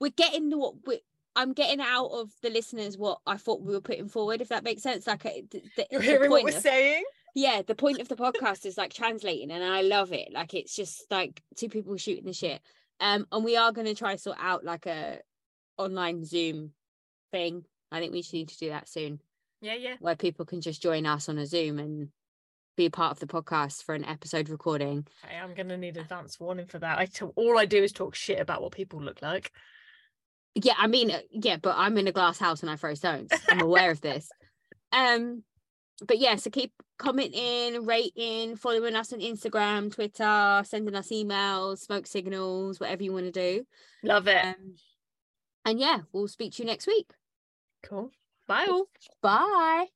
Speaker 2: we're getting the what we I'm getting out of the listeners what I thought we were putting forward, if that makes sense. Like, uh, th- th-
Speaker 1: You're
Speaker 2: the
Speaker 1: hearing what
Speaker 2: point
Speaker 1: we're
Speaker 2: of-
Speaker 1: saying.
Speaker 2: yeah, the point of the podcast is like translating, and I love it. Like, it's just like two people shooting the shit. Um, and we are going to try sort out like a online Zoom thing. I think we should need to do that soon,
Speaker 1: Yeah, yeah.
Speaker 2: where people can just join us on a Zoom and be a part of the podcast for an episode recording.
Speaker 1: I am gonna need advance warning for that. I t- all I do is talk shit about what people look like.
Speaker 2: yeah i mean uh, yeah but i'm in a glass house and i throw stones i'm aware of this um but yeah so keep commenting rating following us on instagram twitter sending us emails smoke signals whatever you want to do
Speaker 1: Love it.
Speaker 2: um, and yeah we'll speak to you next week
Speaker 1: cool. Bye all.
Speaker 2: bye